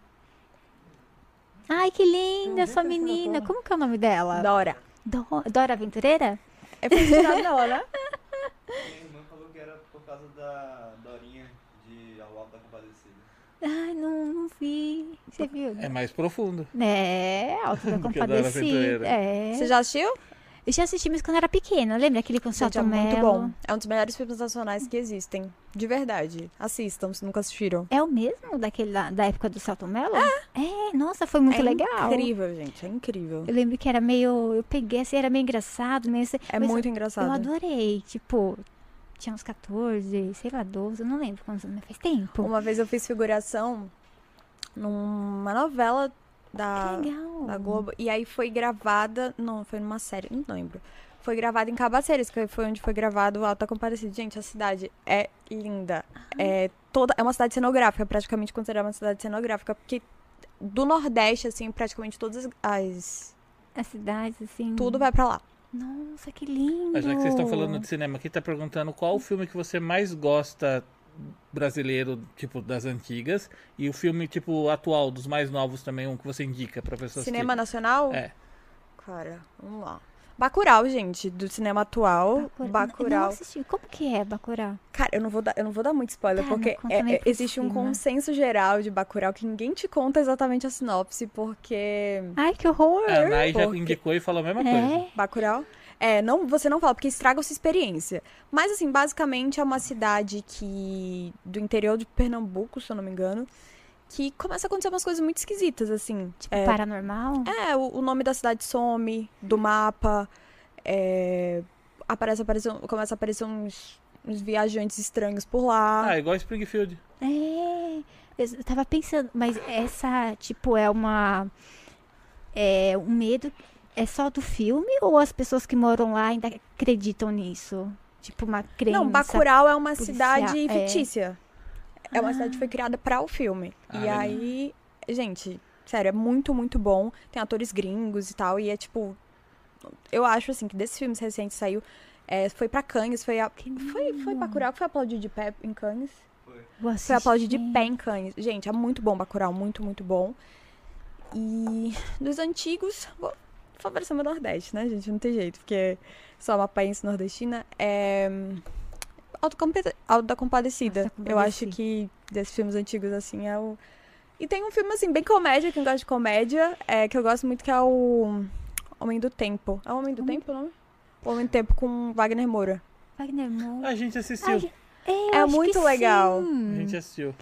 S1: Ai, que linda sua menina. Como que é o nome dela?
S2: Dora.
S1: Do- Dora Aventureira?
S2: É funcionado Dora.
S5: Minha irmã falou que era por causa da Dorinha de Ao Alto da Compadecida.
S1: Ai, não, não vi. Você viu?
S3: É mais profundo.
S1: É, Alto da
S3: Que Dora Aventureira.
S1: Compadecida. É.
S2: [LAUGHS] Você já assistiu?
S1: Eu já assisti, mas quando eu era pequena. Lembra aquele com o
S2: Gente,
S1: Celto
S2: é muito
S1: Mello?
S2: bom. É um dos melhores filmes nacionais que existem. De verdade. Assistam, se nunca assistiram.
S1: É o mesmo daquele da, da época do Celto Mello? É. nossa, foi muito
S2: é
S1: legal.
S2: incrível, gente. É incrível.
S1: Eu lembro que era meio. Eu peguei assim, era meio engraçado, meio assim,
S2: É
S1: mas
S2: muito
S1: Eu
S2: engraçado.
S1: adorei. Tipo, tinha uns 14, sei lá, 12, eu não lembro quantos anos, mas faz tempo.
S2: Uma vez eu fiz figuração numa novela da,
S1: que legal.
S2: da Globo. E aí foi gravada. Não, foi numa série, não lembro. Foi gravada em Cabaceiras, que foi onde foi gravado o Alta Comparecida. Gente, a cidade é linda.
S1: Ah.
S2: É, toda, é uma cidade cenográfica, praticamente considerada uma cidade cenográfica, porque do Nordeste, assim, praticamente todas as. as-
S1: As cidades, assim.
S2: tudo vai pra lá.
S1: Nossa, que lindo.
S3: Mas já que vocês estão falando de cinema aqui, tá perguntando qual o filme que você mais gosta brasileiro, tipo, das antigas, e o filme, tipo, atual, dos mais novos também, um que você indica pra pessoas
S2: Cinema
S3: que...
S2: nacional?
S3: É.
S2: Cara, vamos lá. Bacurau, gente, do cinema atual.
S1: Bacurau. Não
S2: Bacurau.
S1: assisti. Como que é Bacurau?
S2: Cara, eu não vou dar, eu não vou dar muito spoiler,
S1: Tá,
S2: porque
S1: não conta
S2: é-
S1: meio
S2: é-
S1: por
S2: existe um
S1: cima.
S2: consenso geral de Bacurau que ninguém te conta exatamente a sinopse, porque...
S1: Ai, que horror.
S3: A Nai já
S2: Porque-
S3: indicou e falou a mesma É, coisa.
S1: é.
S2: Bacurau? É, não, você não fala, porque estraga a sua experiência. Mas, assim, basicamente é uma cidade que... do interior de Pernambuco, se eu não me engano, que começa a acontecer umas coisas muito esquisitas, assim.
S1: Tipo, paranormal?
S2: É, o, o nome da cidade some do mapa. É, aparece, aparece, um, começa a aparecer uns, uns viajantes estranhos por lá.
S3: Ah, igual Springfield.
S1: É, eu tava pensando, mas essa, tipo, é uma. É um medo. É só do filme ou as pessoas que moram lá ainda acreditam nisso? Tipo, uma crença.
S2: não, Bacurau é uma
S1: policial, é.
S2: cidade
S1: Ah.
S2: fictícia. É uma cidade que foi criada para o filme.
S3: Ah,
S2: e
S3: legal.
S2: aí, gente, sério, é muito, muito bom. Tem atores gringos e tal. E é tipo. Eu acho assim que desses filmes recentes saiu. é, foi pra Cannes, foi a. Foi, foi Bacurau que foi aplaudido de pé em Cannes.
S1: Vou
S2: Foi aplaudir de
S1: assistir.
S2: pé em Cannes. Gente, é muito bom Bacurau, muito, muito bom. E dos antigos, vou favorecer o meu Nordeste, né, gente? Não tem jeito, porque sou amapaense nordestina. É... Autocompe- Auto da Compadecida.
S1: Auto da
S2: Eu acho
S1: Compadecida.
S2: que desses filmes antigos, assim, é o... E tem um filme, assim, bem comédia, quem gosta de comédia, é, que eu gosto muito, que é o Homem do Tempo. É o Homem do Tempo o nome? Ou em tempo com Wagner Moura.
S1: Wagner Moura.
S3: A gente assistiu.
S1: Ah, gente- Eu
S2: É
S1: acho que
S2: muito legal.
S1: sim.
S3: A
S2: hum.
S3: gente assistiu.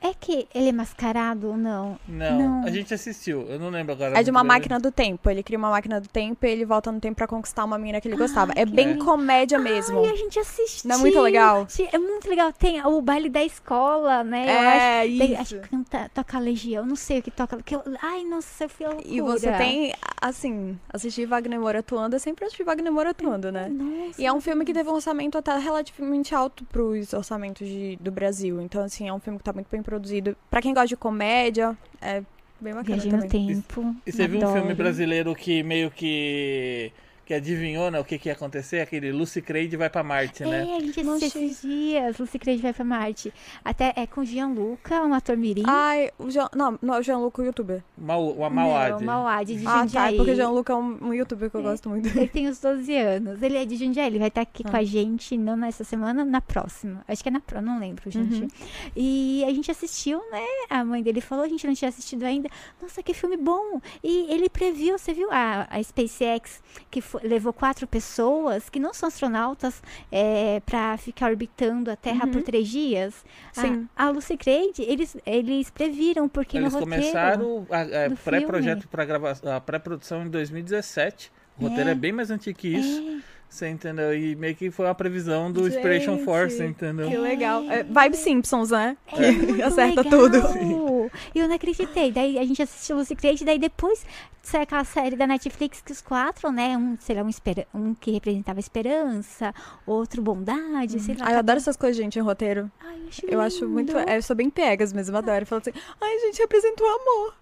S1: É que ele é mascarado ou não?
S3: Não,
S1: Não.
S3: a gente assistiu. Eu não lembro agora.
S2: É de
S3: muito
S2: uma
S3: bem.
S2: máquina do tempo. Ele cria uma máquina do tempo e ele volta no tempo pra conquistar uma menina que ele gostava. É bem
S3: legal.
S2: comédia mesmo.
S1: Ai, a gente assistiu.
S2: Não é muito legal?
S1: Sim, É muito legal. Tem o baile da escola, né? Eu acho-
S2: É,
S1: tem-
S2: isso.
S1: acho que canta, toca Legião, não sei o que toca. que eu- ai, nossa, eu fui à
S2: E
S1: loucura.
S2: você tem, assim, assistir Wagner Moura atuando, eu sempre assisti Wagner Moura atuando, né?
S1: Nossa.
S2: E é um filme que teve um orçamento até relativamente alto pros orçamentos de- do Brasil. Então, assim, é um filme que tá muito bem produzido. Pra quem gosta de comédia, é bem bacana
S1: Viajei
S2: também.
S1: no tempo.
S3: E você viu um
S1: adoro.
S3: filme brasileiro que meio que. que adivinhou, né? O que, que ia acontecer? Aquele Lucy Craig vai pra Marte, né?
S1: É, a gente
S2: Nossa.
S1: assistiu esses dias. Lucy Creed vai pra Marte. Até é com o Gianluca, um ator mirim.
S3: Ah,
S2: Ai, o Jean... Não, não é o Jean-Luc, o youtuber.
S3: Mau- Uma
S1: Não,
S3: Mauad.
S1: Mauad, de
S2: Ah, tá.
S1: Jundiaí.
S2: É porque o Jean-Luc é um, um youtuber que eu gosto muito.
S1: Ele tem os 12 anos. Ele é de Jundiaí. Ele vai estar aqui com
S3: Ah.
S1: a gente, não nessa semana, na próxima. Acho que é na próxima, não lembro, gente.
S3: Uhum.
S1: E a gente assistiu, né? A mãe dele falou, a gente não tinha assistido ainda. Nossa, que filme bom! E ele previu, você viu a, a SpaceX, que fo- levou quatro pessoas, que não são astronautas, é, para ficar orbitando a Terra
S3: Uhum.
S1: por três dias? A-
S2: Sim.
S1: A, Lucy Creed, eles, eles previram, porque
S3: Eles
S1: no roteiro...
S3: começaram a, a
S1: do
S3: pré-projeto
S1: filme.
S3: para gravação, a pré-produção em 2017. O roteiro é.
S1: É.
S3: bem mais antigo que isso,
S1: É.
S3: você entendeu? E meio que foi uma previsão do
S2: Gente.
S3: Inspiration Force, entendeu?
S2: Que legal. É, vibe Simpsons, né? [LAUGHS]
S1: É muito
S2: Acerta
S1: legal.
S2: tudo.
S1: E eu não acreditei. Daí a gente assistiu Lucy Creed, daí depois sai aquela série da Netflix que os quatro, né? Um, sei lá, um, espera- um que representava esperança, outro bondade, sei lá.
S2: Ai, Hum. Ah, eu adoro essas coisas, gente, em roteiro.
S1: Ai, eu acho,
S2: Eu acho muito.
S1: lindo.
S2: é, eu sou bem piegas mesmo, eu adoro. Eu falo assim, ai, gente, representou amor.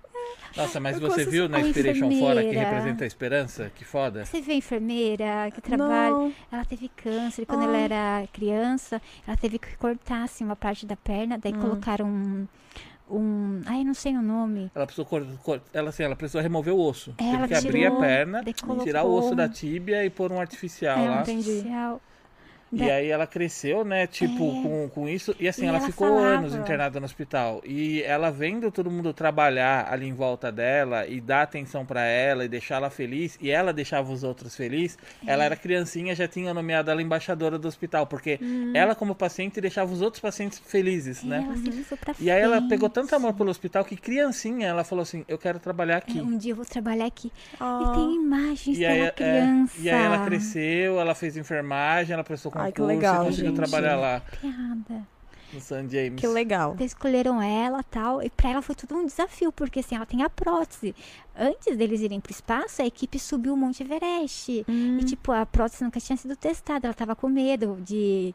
S3: Nossa, mas
S2: Eu
S3: você
S2: gosto
S3: viu na
S1: dessa- A
S3: Inspiration Fora que
S1: enfermeira.
S3: representa a esperança? Que foda.
S1: Você vê a enfermeira que trabalha.
S2: Não.
S1: Ela teve câncer. e Quando ela
S2: Ai.
S1: era criança, ela teve que cortar assim, uma parte da perna.
S2: Hum.
S1: Daí colocaram um. um ai, não sei o nome.
S3: Ela precisou, cor- cor- ela, assim, ela precisou remover o osso.
S1: É,
S3: Teve
S1: ela
S3: que abrir a
S1: tirou,
S3: perna,
S1: daí colocou
S3: tirar o osso
S1: um-
S3: da tíbia e pôr um artificial
S1: é, um
S3: lá.
S2: entendi.
S1: artificial.
S3: E
S1: Da-
S3: aí ela cresceu, né, tipo, com, com isso. E assim,
S1: E
S3: ela,
S1: ela
S3: ficou
S1: falava.
S3: anos internada no hospital. E ela vendo todo mundo trabalhar ali em volta dela e dar atenção pra ela e deixar ela feliz, e ela deixava os outros felizes, ela era criancinha, já tinha nomeado ela embaixadora do hospital, porque ela, como paciente, deixava os outros pacientes felizes,
S1: É,
S3: né?
S1: Ela se lançou pra
S3: E aí ela
S1: frente.
S3: pegou tanto amor pelo hospital que criancinha ela falou assim, eu quero trabalhar
S1: É,
S3: aqui.
S1: Um dia eu vou trabalhar aqui.
S2: Ah.
S1: E tem imagens
S3: E aí,
S1: dela
S3: é,
S1: criança.
S3: e aí ela cresceu, ela fez enfermagem, ela prestou concurso
S2: Ai, que legal,
S3: e conseguiu
S2: gente.
S3: trabalhar lá
S1: Piada.
S3: no San James.
S2: Que legal.
S1: Então escolheram ela tal. E pra ela foi tudo um desafio, porque assim, ela tem a prótese. Antes deles irem pro espaço, a equipe subiu o Monte Everest. E
S3: Hum.
S1: tipo, a prótese nunca tinha sido testada. Ela tava com medo de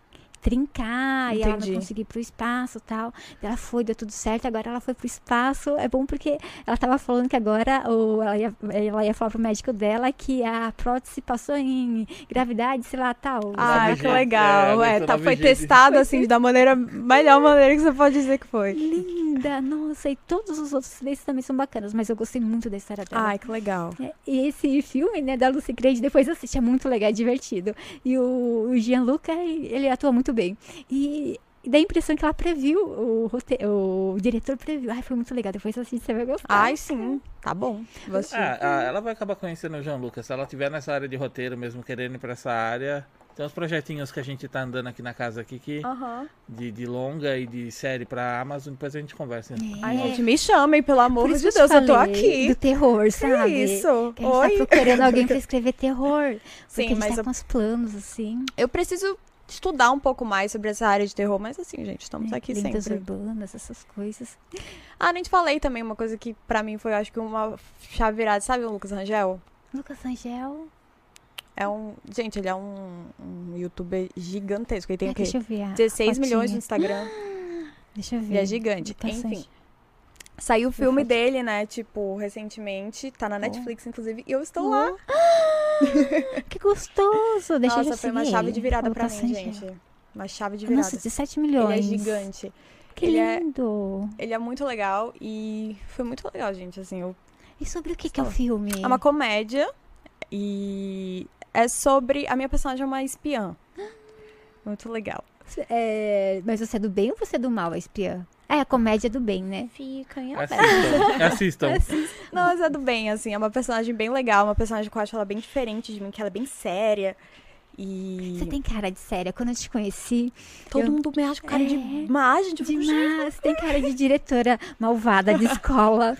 S1: trincar e ela não
S2: Entendi.
S1: conseguir ir pro espaço tal. Ela foi, deu tudo certo, agora ela foi pro espaço. É bom porque ela tava falando que agora ou ela, ia, ela ia falar pro médico dela que a prótese passou em gravidade, sei lá, tal.
S2: Ah, que
S3: Nove
S2: legal.
S3: jeitos, é,
S2: É,
S3: muito
S2: tá,
S3: nove
S2: foi
S3: jeitos.
S2: testado assim, da maneira, melhor maneira que você pode dizer que foi.
S1: Linda, nossa, e todos os outros três também são bacanas, mas eu gostei muito da história dela.
S2: Ai, que legal.
S1: É, E esse filme, né, da Lucy Creed, depois assiste, é muito legal, é divertido. E o, o Gianluca, ele atua muito bem. E dá a impressão que ela previu, o, rote- o diretor previu. Ai, foi muito legal, depois assiste, você vai gostar.
S2: Ai, sim. Tá bom. Vou assistir.
S3: Ah, ah, ela vai acabar conhecendo o Jean Lucas. Se ela tiver nessa área de roteiro mesmo, querendo ir pra essa área. Tem uns projetinhos que a gente tá andando aqui na casa aqui que,
S1: Ah.
S2: Aham.
S3: de, de longa e de série pra Amazon, depois a gente
S1: É,
S3: conversa.
S2: Ai, gente, me chamem, pelo amor
S1: Por
S2: de
S1: isso que
S2: Deus,
S1: eu te
S2: eu tô
S1: falei
S2: aqui.
S1: Do terror,
S2: Que
S1: sabe?
S2: isso?
S1: Que a gente
S2: Oi?
S1: tá procurando alguém
S2: [LAUGHS]
S1: pra escrever terror. Porque
S2: Sim,
S1: a gente
S2: mas
S1: tá
S2: eu-
S1: com os planos, assim.
S2: Eu preciso estudar um pouco mais sobre essa área de terror, mas assim, gente, estamos
S1: né,
S2: aqui
S1: lendas
S2: sempre.
S1: urbanas, essas coisas.
S2: Ah, nem te falei também uma coisa que pra mim foi, acho que uma chave virada. Sabe o Lucas Rangel?
S1: Lucas Angel.
S2: É um. Gente, ele é um, um youtuber gigantesco. Ele tem
S1: Ah,
S2: o quê?
S1: Deixa eu ver. a
S2: 16 milhões
S1: fotinha.
S2: no Instagram.
S1: Deixa eu ver. Tá
S2: Ele é gigante.
S1: Lucas
S2: Enfim.
S1: Angel.
S2: Saiu o filme
S1: foto.
S2: dele, né? Tipo, recentemente. Tá na Netflix, inclusive. E eu estou lá.
S1: Que gostoso! Deixa eu
S2: Nossa,
S1: já
S2: foi uma
S1: seguir
S2: chave
S1: ele.
S2: de virada
S1: Vou
S2: pra
S1: colocar
S2: mim,
S1: Sangel.
S2: gente. Uma chave de virada.
S1: Nossa, 17
S2: ele
S1: milhões.
S2: é gigante.
S1: Que
S2: Ele é-
S1: lindo!
S2: Ele é muito legal e foi muito legal, gente. Assim, eu
S1: E sobre o que, que é o filme?
S2: É uma comédia e é sobre. A minha personagem é uma [GASPS] espiã. Muito legal.
S1: É, Mas você é do bem ou você é do mal, a espiã? É a comédia do bem, né?
S6: Fica em
S3: Assistam.
S1: [LAUGHS]
S3: Assistam.
S2: Não, mas é do bem, assim. É uma personagem bem legal, uma personagem que eu acho ela bem diferente de mim, que ela é bem séria. E
S1: Você tem cara de séria. Quando eu te conheci,
S2: todo
S1: eu-
S2: mundo me acha com cara de
S1: É.
S2: imagem, de
S1: demais. Você tem cara de diretora malvada de escola.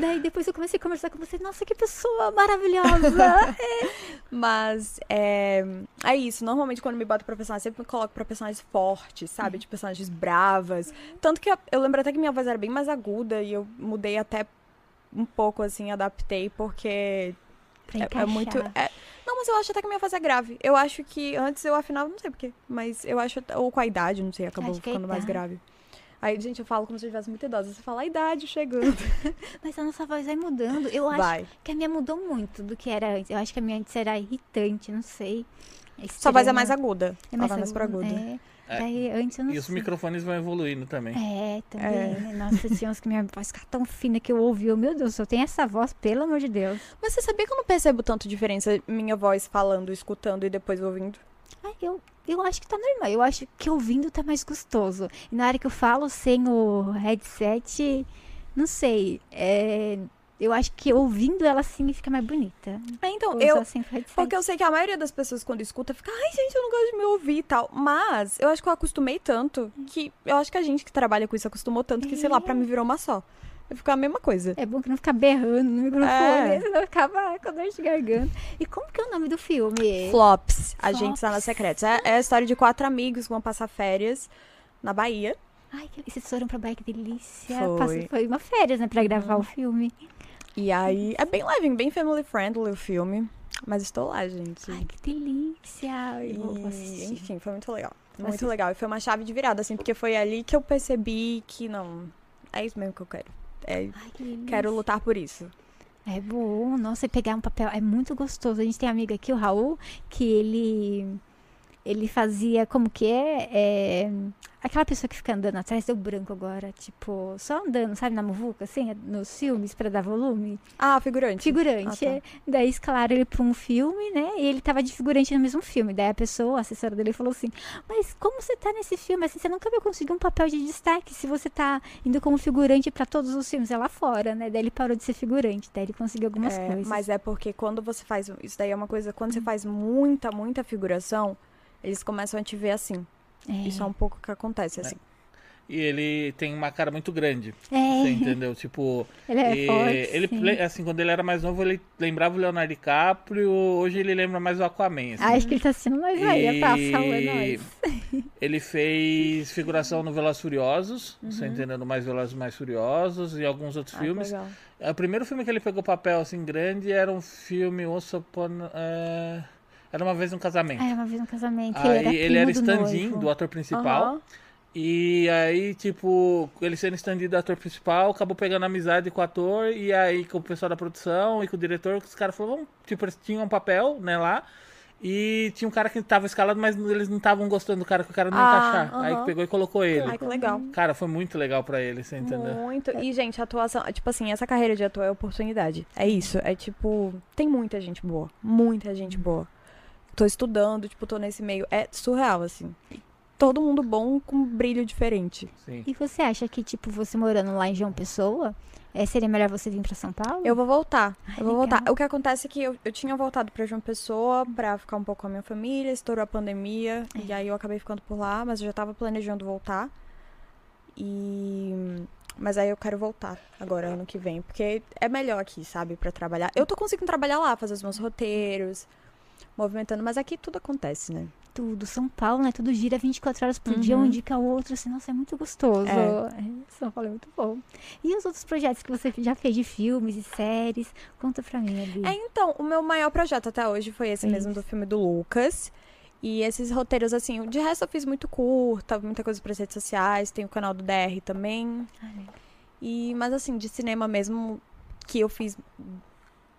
S1: Daí depois eu comecei a conversar com você. Nossa, que pessoa maravilhosa.
S2: [LAUGHS] Mas é, é isso. Normalmente, quando me boto pra personagem, sempre me coloco pra personagens fortes, sabe? De personagens bravas. Tanto que eu, eu lembro até que minha voz era bem mais aguda e eu mudei até um pouco, assim, adaptei, porque
S1: pra
S2: é, é
S1: encaixar.
S2: muito. é- Não, mas eu acho até que minha voz é grave. Eu acho que antes eu afinava, não sei porquê, mas eu acho. até- Ou com a idade, não sei, acabou
S1: Acho que é a
S2: ficando mais
S1: idade.
S2: grave. Aí, gente, eu falo como se eu tivesse muito idosa. Você fala a idade chegando.
S1: Mas a nossa voz vai mudando. Eu acho
S2: Vai.
S1: que a minha mudou muito do que era antes. Eu acho que a minha antes era irritante, não sei.
S2: Sua voz é
S1: Estranha.
S2: mais aguda.
S1: É
S2: Ela vai mais pra
S1: aguda,
S2: aguda.
S1: É.
S3: É.
S1: Daí antes eu não
S3: E os
S1: sei.
S3: microfones vão evoluindo também.
S1: É, também, né? Nossa, tinha uns que minha voz ficava tão fina que eu ouvi. eu, Meu Deus, eu tenho essa voz, pelo amor de Deus.
S2: Mas você sabia que eu não percebo tanto diferença minha voz falando, escutando e depois ouvindo?
S1: Ai, eu, eu acho que tá normal. Eu acho que ouvindo tá mais gostoso. E na hora que eu falo sem o headset, não sei. é, eu acho que ouvindo ela assim fica mais bonita.
S2: Ah, então,
S1: Ou
S2: eu.
S1: só sem o headset.
S2: Porque eu sei que a maioria das pessoas, quando escuta, fica, ai, gente, eu não gosto de me ouvir e tal. Mas eu acho que eu acostumei tanto que eu acho que a gente que trabalha com isso acostumou tanto que, sei lá, pra mim virou uma só. Ficou a mesma coisa.
S1: É bom que não fica berrando no microfone,
S2: É.
S1: senão eu ficava com dor de garganta. E como que é o nome do filme?
S2: Flops, a
S1: Flops.
S2: gente está na secreta. É, é a história de quatro amigos que vão passar férias na Bahia.
S1: Ai, que... vocês foram pra Bahia, que delícia.
S2: Foi.
S1: Passou- foi uma férias, né, pra gravar o filme.
S2: E aí é bem levinho, bem family friendly o filme. Mas estou lá, gente.
S1: Ai, que delícia. Eu vou
S2: E,
S1: assistir.
S2: enfim, foi muito legal.
S1: Vou
S2: Muito
S1: assistir.
S2: legal. E foi uma chave de virada, assim, porque foi ali que eu percebi que não. É isso mesmo que eu quero. É,
S1: Ai, que delícia.
S2: quero lutar por isso.
S1: É bom, nossa, e pegar um papel é muito gostoso. A gente tem um amigo aqui, o Raul, que ele ele fazia como que é, É, aquela pessoa que fica andando atrás deu branco agora, tipo, só andando, sabe, na muvuca assim, nos filmes pra dar volume.
S2: Ah,
S3: Uhum.
S2: figurante.
S1: Figurante.
S3: tá.
S2: Ah,
S1: é. Daí escalaram ele pra um filme, né? E ele tava de figurante no mesmo filme. Daí a pessoa, a assessora dele falou assim: "Mas como você tá nesse filme? Assim, você nunca vai conseguir um papel de destaque se você tá indo como figurante pra todos os filmes é lá fora, né?" Daí ele parou de ser figurante, daí ele conseguiu algumas
S2: É,
S1: coisas.
S2: mas é porque quando você faz. Isso daí é uma coisa. Quando você faz muita, muita figuração, eles começam a te ver assim. Isso é um pouco o que acontece, assim.
S3: E ele tem uma cara muito grande.
S1: [LAUGHS] É.
S3: Você entendeu? Tipo,
S1: Ele é
S3: e-
S1: forte,
S3: ele
S1: sim.
S3: ple- assim, quando ele era mais novo, ele lembrava o Leonardo DiCaprio, hoje ele lembra mais o Aquaman. assim.
S1: Acho que ele tá assistindo nós aí, é pra
S3: E-
S1: salva nós.
S2: [LAUGHS]
S3: Ele fez figuração no Velozes Furiosos, você entendendo mais Velozes e mais Furiosos e alguns outros
S2: Uhum. Ah, que
S3: É, filmes.
S2: legal.
S3: O primeiro filme que ele pegou papel assim grande era um filme Once Upon, eh, era uma vez um casamento.
S1: Ah, é uma vez no casamento.
S3: Aí
S1: ele era,
S3: ele era
S1: primo do
S3: stand-in
S1: noivo.
S3: do ator principal.
S2: Aham.
S3: E aí, tipo, ele sendo estendido do ator principal, acabou pegando amizade com o ator, e aí com o pessoal da produção e com o diretor, que os caras falaram, "Vamos", tipo, eles tinham um papel, né, lá, e tinha um cara que tava escalado, mas eles não estavam gostando do cara, que o cara não ia
S2: Ah,
S3: encaixar. Aí
S2: aham.
S3: pegou e colocou ele.
S2: Ai, que legal.
S3: Cara, foi muito legal pra ele, você entendeu?
S2: Muito. E, gente, atuação. Tipo assim, essa carreira de ator é oportunidade. É isso. É tipo. Tem muita gente boa. Muita gente boa. Tô estudando, tipo, tô nesse meio. É surreal, assim. Todo mundo bom com um brilho diferente.
S3: Sim.
S1: E você acha que, tipo, você morando lá em João Pessoa, é, seria melhor você vir pra São Paulo?
S2: Eu vou voltar. eu vou
S1: legal.
S2: voltar. O que acontece é que eu, eu tinha voltado pra João Pessoa pra ficar um pouco com a minha família, estourou a pandemia. E aí eu acabei ficando por lá, mas eu já tava planejando voltar. E. Mas aí eu quero voltar agora, ano que vem, porque é melhor aqui, sabe, pra trabalhar. Eu tô conseguindo trabalhar lá, fazer os meus roteiros, movimentando, mas aqui tudo acontece, né?
S1: Tudo, São Paulo, né? Tudo gira 24 horas por dia, um
S2: Uhum.
S1: indica o outro, assim, nossa, é muito gostoso.
S2: É.
S1: É, São Paulo é muito bom. E os outros projetos que você já fez de filmes e séries? Conta pra mim, Abi.
S2: É, então, o meu maior projeto até hoje foi esse
S1: Isso.
S2: mesmo do filme do Lucas. E esses roteiros, assim, de resto eu fiz muito curta, muita coisa pras redes sociais, tem o canal do DR também.
S1: Ah, legal.
S2: E, mas assim, de cinema mesmo, que eu fiz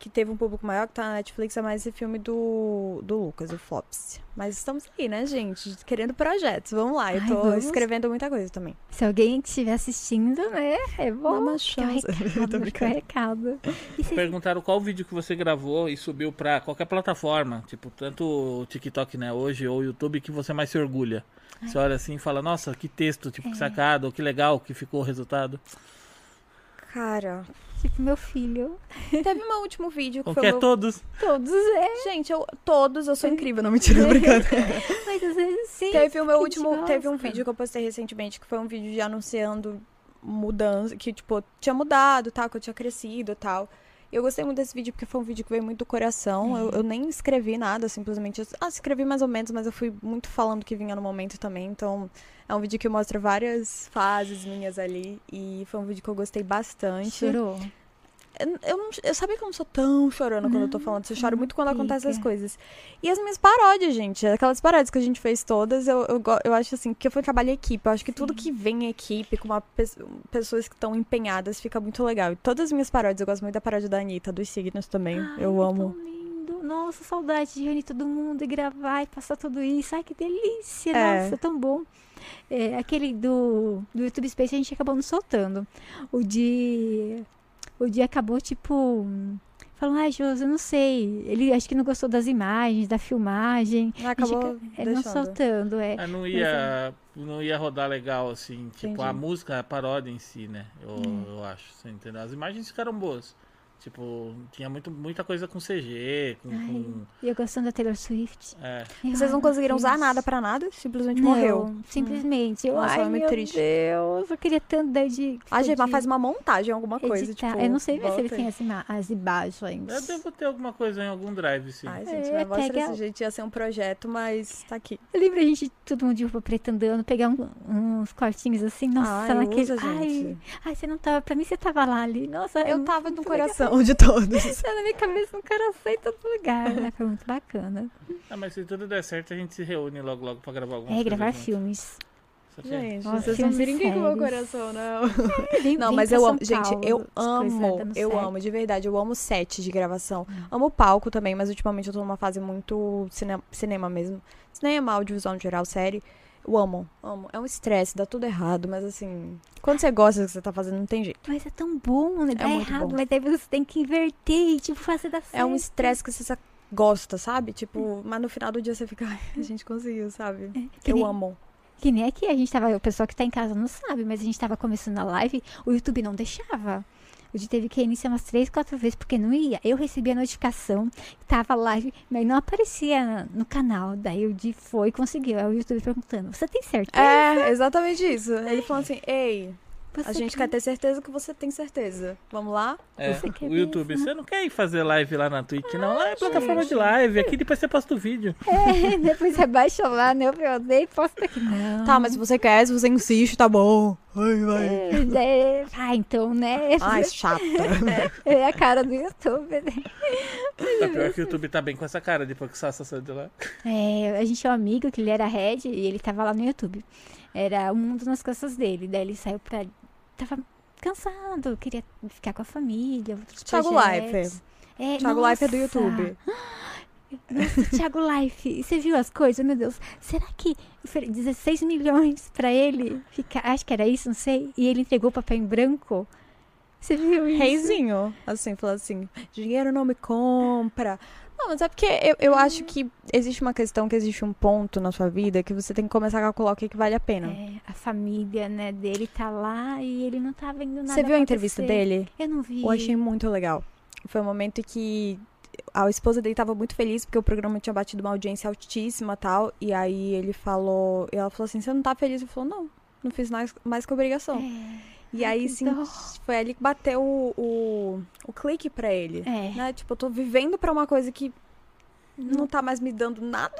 S2: que teve um público maior que tá na Netflix é mais esse filme do, do Lucas, o Flops. Mas estamos aí, né, gente? Querendo projetos. Vamos lá, eu
S1: Ai,
S2: tô
S1: vamos.
S2: escrevendo muita coisa também.
S1: Se alguém estiver assistindo, né? É bom.
S2: Dá uma
S1: fica o
S2: chance.
S1: recado, fica
S2: [LAUGHS] Tô
S1: o
S2: brincando.
S1: recado. E vocês
S3: Perguntaram qual vídeo que você gravou e subiu pra qualquer plataforma, tipo, tanto o TikTok, né, hoje, ou o YouTube, que você mais se orgulha.
S1: É.
S3: Você olha assim e fala, nossa, que texto, tipo, que sacada, ou que legal que ficou o resultado.
S2: Cara,
S1: Tipo, meu filho.
S2: teve meu último vídeo que
S3: Ou
S2: foi
S3: que é
S2: o meu...
S3: todos.
S1: Todos é.
S2: Gente, eu, todos, eu sou incrível, não mentira, tô brincando.
S1: Mas às vezes sim.
S2: Teve o meu
S1: que
S2: último, teve um
S1: gosta.
S2: vídeo que eu postei recentemente que foi um vídeo de anunciando mudança, que tipo, eu tinha mudado, tal, que eu tinha crescido, tal. Eu gostei muito desse vídeo porque foi um vídeo que veio muito do coração. Eu, eu nem escrevi nada, simplesmente. Ah, escrevi mais ou menos, mas eu fui muito falando o que vinha no momento também. Então, é um vídeo que mostra várias fases minhas ali. E foi um vídeo que eu gostei bastante.
S1: Chorou.
S2: Eu, eu, não- eu sabia que eu não sou tão chorona quando eu tô falando. isso. Eu choro muito quando
S1: fica.
S2: acontecem essas coisas. E as minhas paródias, gente. Aquelas paródias que a gente fez todas, eu, eu, go- eu acho assim, que foi um trabalho em equipe. Eu acho que tudo que vem em equipe, com uma pe- pessoas que estão empenhadas, fica muito legal. E todas as minhas paródias, eu gosto muito da paródia da Anitta, dos signos também.
S1: Ai, é
S2: eu amo.
S1: Tão lindo. Nossa, saudade de reunir todo mundo e gravar e passar tudo isso. Ai, que delícia.
S2: É.
S1: Nossa, tão bom. É, aquele do, do YouTube Space a gente acabou não soltando. O de. O de acabou, tipo. Falando, ai, Josi, eu não sei. Ele acho que não gostou das imagens, da filmagem.
S2: Ah,
S1: A gente
S2: Acabou
S1: É, não
S2: deixando.
S1: soltando, é.
S3: Ah, não ia, não ia rodar legal, assim, tipo,
S2: Entendi.
S3: a música, a paródia em si, né, eu,
S1: Hum.
S3: eu acho, você entendeu? As imagens ficaram boas. Tipo, tinha muito, muita coisa com CG, com...
S1: Ai.
S3: com-
S1: E eu gostando da Taylor Swift.
S3: é.
S2: Vocês não
S1: Ai,
S2: conseguiram usar
S1: Deus.
S2: nada pra nada, simplesmente
S1: Não,
S2: morreu.
S1: Simplesmente. Eu,
S2: Nossa,
S1: ai,
S2: é muito
S1: meu
S2: triste.
S1: Deus, eu queria tanto dar de.
S2: A Gemma
S1: de-
S2: faz uma montagem, alguma coisa.
S1: editar.
S2: Tipo,
S1: tá, eu não sei ver se ele
S2: volta aí.
S1: tem as, ima- as imagens.
S3: Eu devo ter alguma coisa em algum drive, sim.
S2: Ai, gente,
S1: É,
S2: minha voz
S1: pega-
S2: desse jeito ia ser um projeto, mas tá aqui.
S1: Lembra É a gente, todo mundo de roupa preta andando, pegar um- uns cortinhos assim, nossa,
S2: Ai,
S1: naquele.
S2: usa,
S1: ai,
S2: Ah, gente.
S1: ai, você não tava. Pra mim você tava lá ali. Nossa, é
S2: Eu
S1: muito
S2: tava no
S1: legal.
S2: coração de todos.
S1: Tá na minha cabeça, um cara sai em todo lugar, né? Foi muito bacana.
S3: Ah, mas se tudo der certo, a gente se reúne logo, logo pra gravar alguma
S1: É,
S3: coisa.
S1: gravar
S3: junto.
S1: filmes.
S3: Só
S2: [LAUGHS]
S3: que- é
S2: Gente,
S1: Nossa,
S2: vocês não
S1: filmes
S2: brinquem com o meu
S1: sérios.
S2: coração, não.
S1: É, vem-
S2: Não,
S1: vem
S2: mas
S1: pra
S2: eu
S1: São
S2: amo, gente,
S1: Paulo,
S2: eu amo,
S1: coisada tá no
S2: eu
S1: set. Hum.
S2: amo, de verdade, eu amo set de gravação. Amo palco também, mas ultimamente eu tô numa fase muito cine- cinema mesmo. Cinema, audiovisual no geral, série. Eu amo, amo. É um estresse, dá tudo errado, mas assim, quando você gosta do que você tá fazendo, não tem jeito.
S1: Mas é tão bom, né? Dá
S2: muito
S1: errado,
S2: bom.
S1: mas daí você tem que inverter e, tipo, fazer dar certo.
S2: É um estresse que você só gosta, sabe? Tipo, mas no final do dia você fica, ai, a gente conseguiu, sabe?
S1: Hum. É, que
S2: Eu
S1: nem-
S2: amo.
S1: Que nem aqui, a gente tava, o pessoal que tá em casa não sabe, mas a gente tava começando a live, o YouTube não deixava. O de teve que iniciar umas três, quatro vezes, porque não ia. Eu recebi a notificação, tava live, mas não aparecia na- no canal. Daí o de foi e conseguiu. Aí o YouTube perguntando, você tem certeza?
S2: É, exatamente isso. Ele falou assim, ei,
S1: Você
S2: a gente
S1: quer-
S2: quer ter certeza que você tem certeza. Vamos lá?
S3: É,
S1: Você quer Ah,
S3: o YouTube, você não quer ir fazer live lá na Twitch, não? Lá é plataforma
S2: gente.
S3: de live, aqui depois você posta o vídeo.
S1: É, [LAUGHS] depois você baixa lá, né? Eu perguntei, posta aqui. Não.
S2: Tá, mas se você quer, se você insiste, tá bom. Ai, vai.
S1: É, daí- ah, então, né?
S2: Ai, chata.
S1: É a cara do YouTube, né?
S3: É pior que o YouTube tá bem com essa cara depois que o Sassa saiu de lá.
S1: É, a gente é um amigo que ele era head e ele tava lá no YouTube. Era o mundo nas costas dele. Daí ele saiu pra. Tava cansado, queria ficar com a família, outros
S2: Thiago
S1: projetos. É,
S2: Thiago
S1: nossa,
S2: Life é do YouTube.
S1: Nossa, Thiago Life. E Você viu as coisas? Meu Deus. Será que ofere- 16 milhões pra ele ficar? Acho que era isso, não sei. E ele entregou o papel em branco. Você viu isso?
S2: Reizinho. Assim, falou assim: dinheiro não me compra. Não, mas é porque eu, eu acho que existe uma questão, que existe um ponto na sua vida que você tem que começar a calcular o que, que vale a pena.
S1: É, a família, né, dele tá lá e ele não tá vendo nada
S2: você viu a entrevista
S1: acontecer.
S2: dele?
S1: Eu não vi.
S2: Eu achei muito legal. Foi um momento em que a esposa dele tava muito feliz porque o programa tinha batido uma audiência altíssima e tal. E aí ele falou. E ela falou assim: Você não tá feliz? Ele falou: Não, não fiz mais, mais que obrigação.
S1: É.
S2: E
S1: Ai,
S2: aí
S1: que
S2: sim,
S1: dó.
S2: foi ali que bateu o, o, o clique pra ele.
S1: É.
S2: Né? Tipo, eu tô vivendo pra uma coisa que não tá mais me dando nada.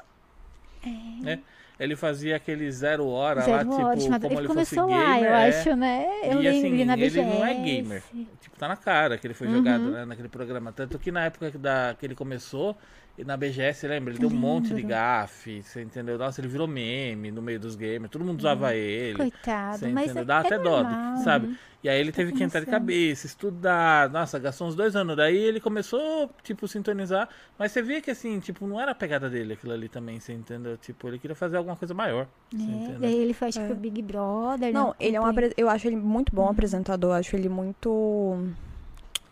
S3: Ele fazia aquele zero hora lá,
S1: Zero
S3: tipo,
S1: hora, chamada-
S3: como
S1: ele
S3: ele fosse
S1: começou
S3: gamer.
S1: lá, eu
S3: é.
S1: acho, né? Eu
S3: e
S1: lembro
S3: assim,
S1: ele na BGS.
S3: ele não é gamer. Tipo, tá na cara que ele foi jogado
S1: Uhum.
S3: né, naquele programa. Tanto que na época que da, que ele começou, e na BGS, lembra? Ele deu um monte de gafe, você entendeu? Nossa, ele virou
S1: Uhum.
S3: meme no meio dos gamers, todo mundo usava ele.
S1: Coitado,
S3: Você
S1: mas
S3: entendeu?
S1: é,
S3: Dá
S1: é
S3: até dó,
S1: normal. Tá
S3: sabe? E aí ele teve que entrar de
S1: começando.
S3: cabeça, estudar. Nossa, gastou uns dois anos. Daí ele começou, tipo, sintonizar. Mas você via que, assim, tipo, não era a pegada dele aquilo ali também, você entendeu? Tipo, ele queria fazer alguma coisa maior. Você
S1: né?
S3: entendeu?
S1: Daí ele foi, acho que
S2: É.
S1: pro Big Brother.
S2: Não,
S1: né?
S2: ele é um apre- Eu acho ele muito
S1: Uhum.
S2: bom apresentador, acho ele muito.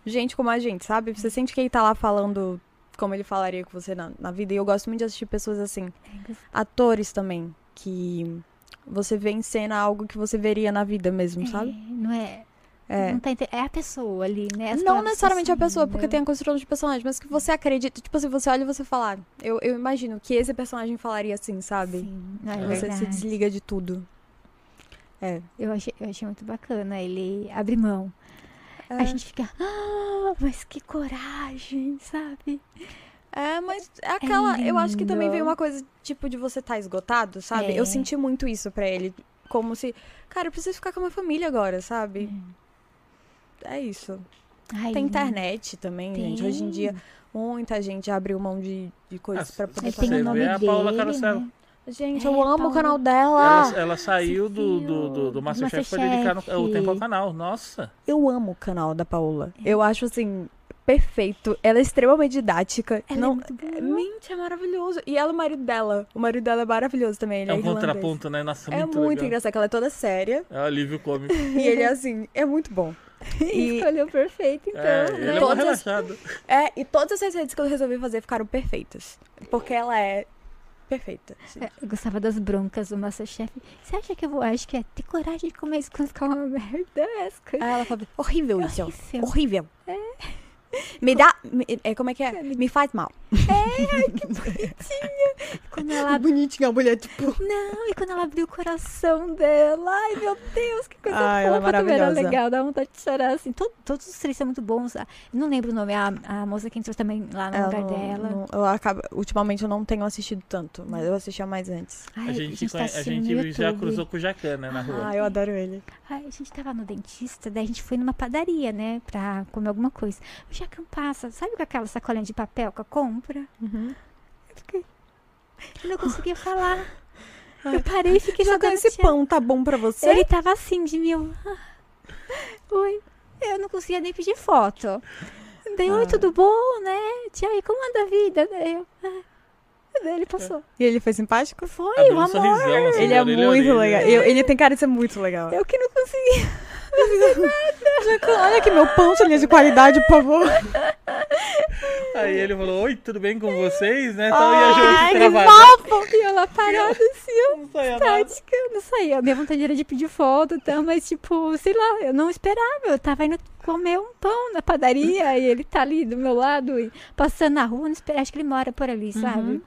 S2: Gente como a gente, sabe? Você sente que ele tá lá falando como ele falaria com você na, na vida. E eu gosto muito de assistir pessoas assim. Atores também, que você vê em cena algo que você veria na vida mesmo,
S1: É,
S2: sabe?
S1: não é.
S2: É.
S1: Não tá inte- é a pessoa ali, né? As né?
S2: não
S1: palavras
S2: necessariamente a
S1: são
S2: pessoa, porque
S1: saindo.
S2: tem a construção de personagem, mas que você acredita. Tipo, se você olha e você falar, eu, eu imagino que esse personagem falaria assim, sabe?
S1: Sim, não é
S2: Você se
S1: verdade.
S2: desliga de tudo.
S1: Eu achei, eu achei muito bacana ele abrir mão.
S2: É.
S1: A gente fica, ah, mas que coragem, sabe?
S2: É, mas é aquela. eu acho que também
S1: lindo.
S2: veio uma coisa, tipo, de você estar esgotado, sabe?
S1: É.
S2: Eu senti muito isso pra ele. Como se. Cara, eu preciso ficar com a minha família agora, sabe? É isso.
S1: Ai,
S2: Tem internet também, gente. Hoje em
S1: É Tem.
S2: dia, muita gente abriu mão de, de coisas
S3: Ah,
S2: pra
S3: se-
S2: poder
S1: Aí
S3: Você
S1: tem
S2: fazer.
S1: o nome
S3: vê a
S1: dele,
S3: Paula Carosella.
S1: né?
S2: Gente,
S1: É,
S2: eu amo
S1: Paula.
S2: o canal dela.
S3: Ela, ela saiu do, do, do, do
S1: Do
S3: Masterchef pra
S1: Masterchef.
S3: dedicar no- o tempo ao canal. Nossa.
S2: Eu amo o canal da Paula.
S1: É.
S2: Eu acho assim. Perfeito, ela é extremamente didática.
S1: Ela é
S2: não,
S1: muito boa.
S2: Mente, é maravilhoso. E ela, é o marido dela. O marido dela é maravilhoso também. Ele
S3: É
S2: é,
S3: um
S2: irlandês.
S3: contraponto, né? Nossa,
S2: É
S3: muito,
S2: muito,
S3: legal.
S2: engraçado, que ela é toda séria.
S3: É um alívio
S1: [LAUGHS]
S3: cômico.
S2: e ele [LAUGHS] é assim, é muito [LAUGHS] bom. E,
S1: Escolheu perfeito, então,
S3: é,
S1: né?
S3: ele é uma
S2: Todas-
S3: relaxada.
S2: é, e todas as receitas que eu resolvi fazer ficaram perfeitas. Porque ela é perfeita. assim.
S1: É, Eu gostava das broncas do Masterchef. Você acha que eu vou, acho que é ter coragem de comer isso quando ficar uma merda? É As coisas.
S2: Aí Ah, ela fala, horrível isso.
S1: Horrível.
S2: Horrível. Me dá. me- é, como é que é? Me faz mal.
S1: Quando ela abre-
S2: Bonitinha a mulher, tipo.
S1: Não, e quando ela abriu o coração dela. Ai, meu Deus, que coisa
S2: Ai, ela é
S1: fofa. também era
S2: maravilhosa.
S1: legal, dá vontade de chorar, assim. To- todos os três são muito bons. Ah, Não lembro o nome, a, a moça que entrou também lá no
S2: Ah, Ela
S1: lugar
S2: não-
S1: dela.
S2: não- eu acabo, ultimamente eu não tenho assistido tanto, mas eu assistia mais antes.
S1: Ai, tá
S3: A gente, conhe- a
S1: assistindo no
S3: gente já
S1: YouTube.
S3: cruzou com o Jacan, né? Na rua.
S2: Ah, eu adoro ele.
S1: Ai, a gente tava no dentista, daí a gente foi numa padaria, né? Pra comer alguma coisa. O Jacão passa, sabe com aquela sacolinha de papel que eu compra?
S2: Uhum.
S1: Eu fiquei. Eu não conseguia falar. Eu parei e fiquei
S2: Já
S1: só dando
S2: esse
S1: tchau.
S2: pão, tá bom pra você?
S1: Ele tava assim de mil. Oi. Eu não conseguia nem pedir foto. Daí, oi, tudo bom, né? Tia, e como anda a vida? Daí, eu, ah. Daí ele passou.
S2: E ele foi simpático?
S1: Foi,
S3: Abriu
S1: o
S3: um
S1: amor.
S3: sorrisão, assim,
S2: Ele
S3: da
S2: é
S3: orelha a
S2: muito
S3: orelha.
S2: legal. Eu- ele tem cara de ser muito legal.
S1: Eu que não conseguia.
S2: Olha aqui, meu pão, linha [LAUGHS] de qualidade, por favor.
S3: Aí ele falou, oi, tudo bem com vocês, né? Então, e a Joyce travada.
S1: fofo! E ela parada assim, eu
S3: Não saía nada.
S1: tática, eu não saía. Minha vontade era de pedir foto, então, mas tipo, sei lá, eu não esperava. Eu tava indo comer um pão na padaria e ele tá ali do meu lado e passando na rua, não esperava. Acho que ele mora por ali, sabe?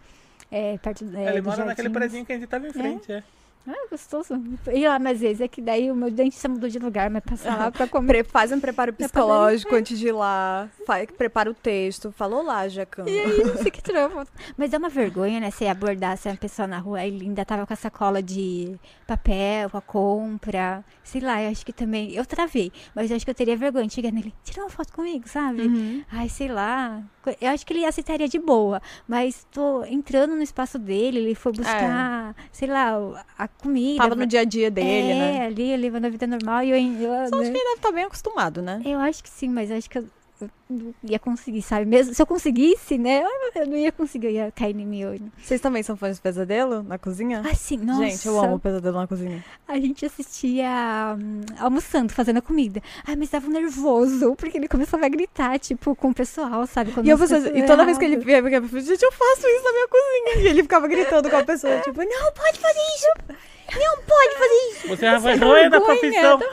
S1: É, perto é,
S3: Ele
S1: do
S3: mora naquele
S1: Jardins.
S3: prédio que a gente tava em
S1: [LAUGHS]
S3: frente, é.
S1: Ah, gostoso. E lá, mas às vezes é que daí o meu dentista mudou de lugar, mas passar lá pra comer.
S2: Pre- faz um preparo é. psicológico antes de ir lá. Fa- prepara o texto. Falou lá, Jacan.
S1: E aí, não sei que tirou a foto. Mas é uma vergonha, né? Você abordar essa pessoa na rua e ainda tava com a sacola de papel, com a compra. Sei lá, eu acho que também. Eu travei, mas eu acho que eu teria vergonha de chegar nele. Tira uma foto comigo, sabe?
S2: Uhum.
S1: Ai, sei lá. Co- Eu acho que ele aceitaria de boa, mas tô entrando no espaço dele, ele foi buscar, sei lá, o- a comida.
S2: É. Tava no dia a dia dele,
S1: é,
S2: né?
S1: ali, levando a vida normal e eu. eu
S2: Só acho
S1: né?
S2: que ele deve estar bem acostumado, né?
S1: Eu acho que sim, mas eu acho que eu eu não ia conseguir, sabe? Mesmo se eu conseguisse, né? eu- Eu não ia conseguir, eu ia cair em miolho.
S2: Vocês também são fãs de pesadelo na cozinha?
S1: Assim, nossa.
S2: Ah. Gente, eu amo pesadelo na cozinha.
S1: A gente assistia hum, almoçando, fazendo a comida. Ai, mas tava nervoso, porque ele começava a gritar, tipo, com o pessoal, sabe? Quando
S2: E, eu
S1: as
S2: pensava-
S1: pessoas-
S2: e toda vez que ele via, eu ficava, gente, eu faço isso na minha cozinha. E ele ficava gritando com a pessoa, tipo, não pode fazer isso! Não pode fazer isso!
S3: Você é a vergonha da profissão.
S1: tá?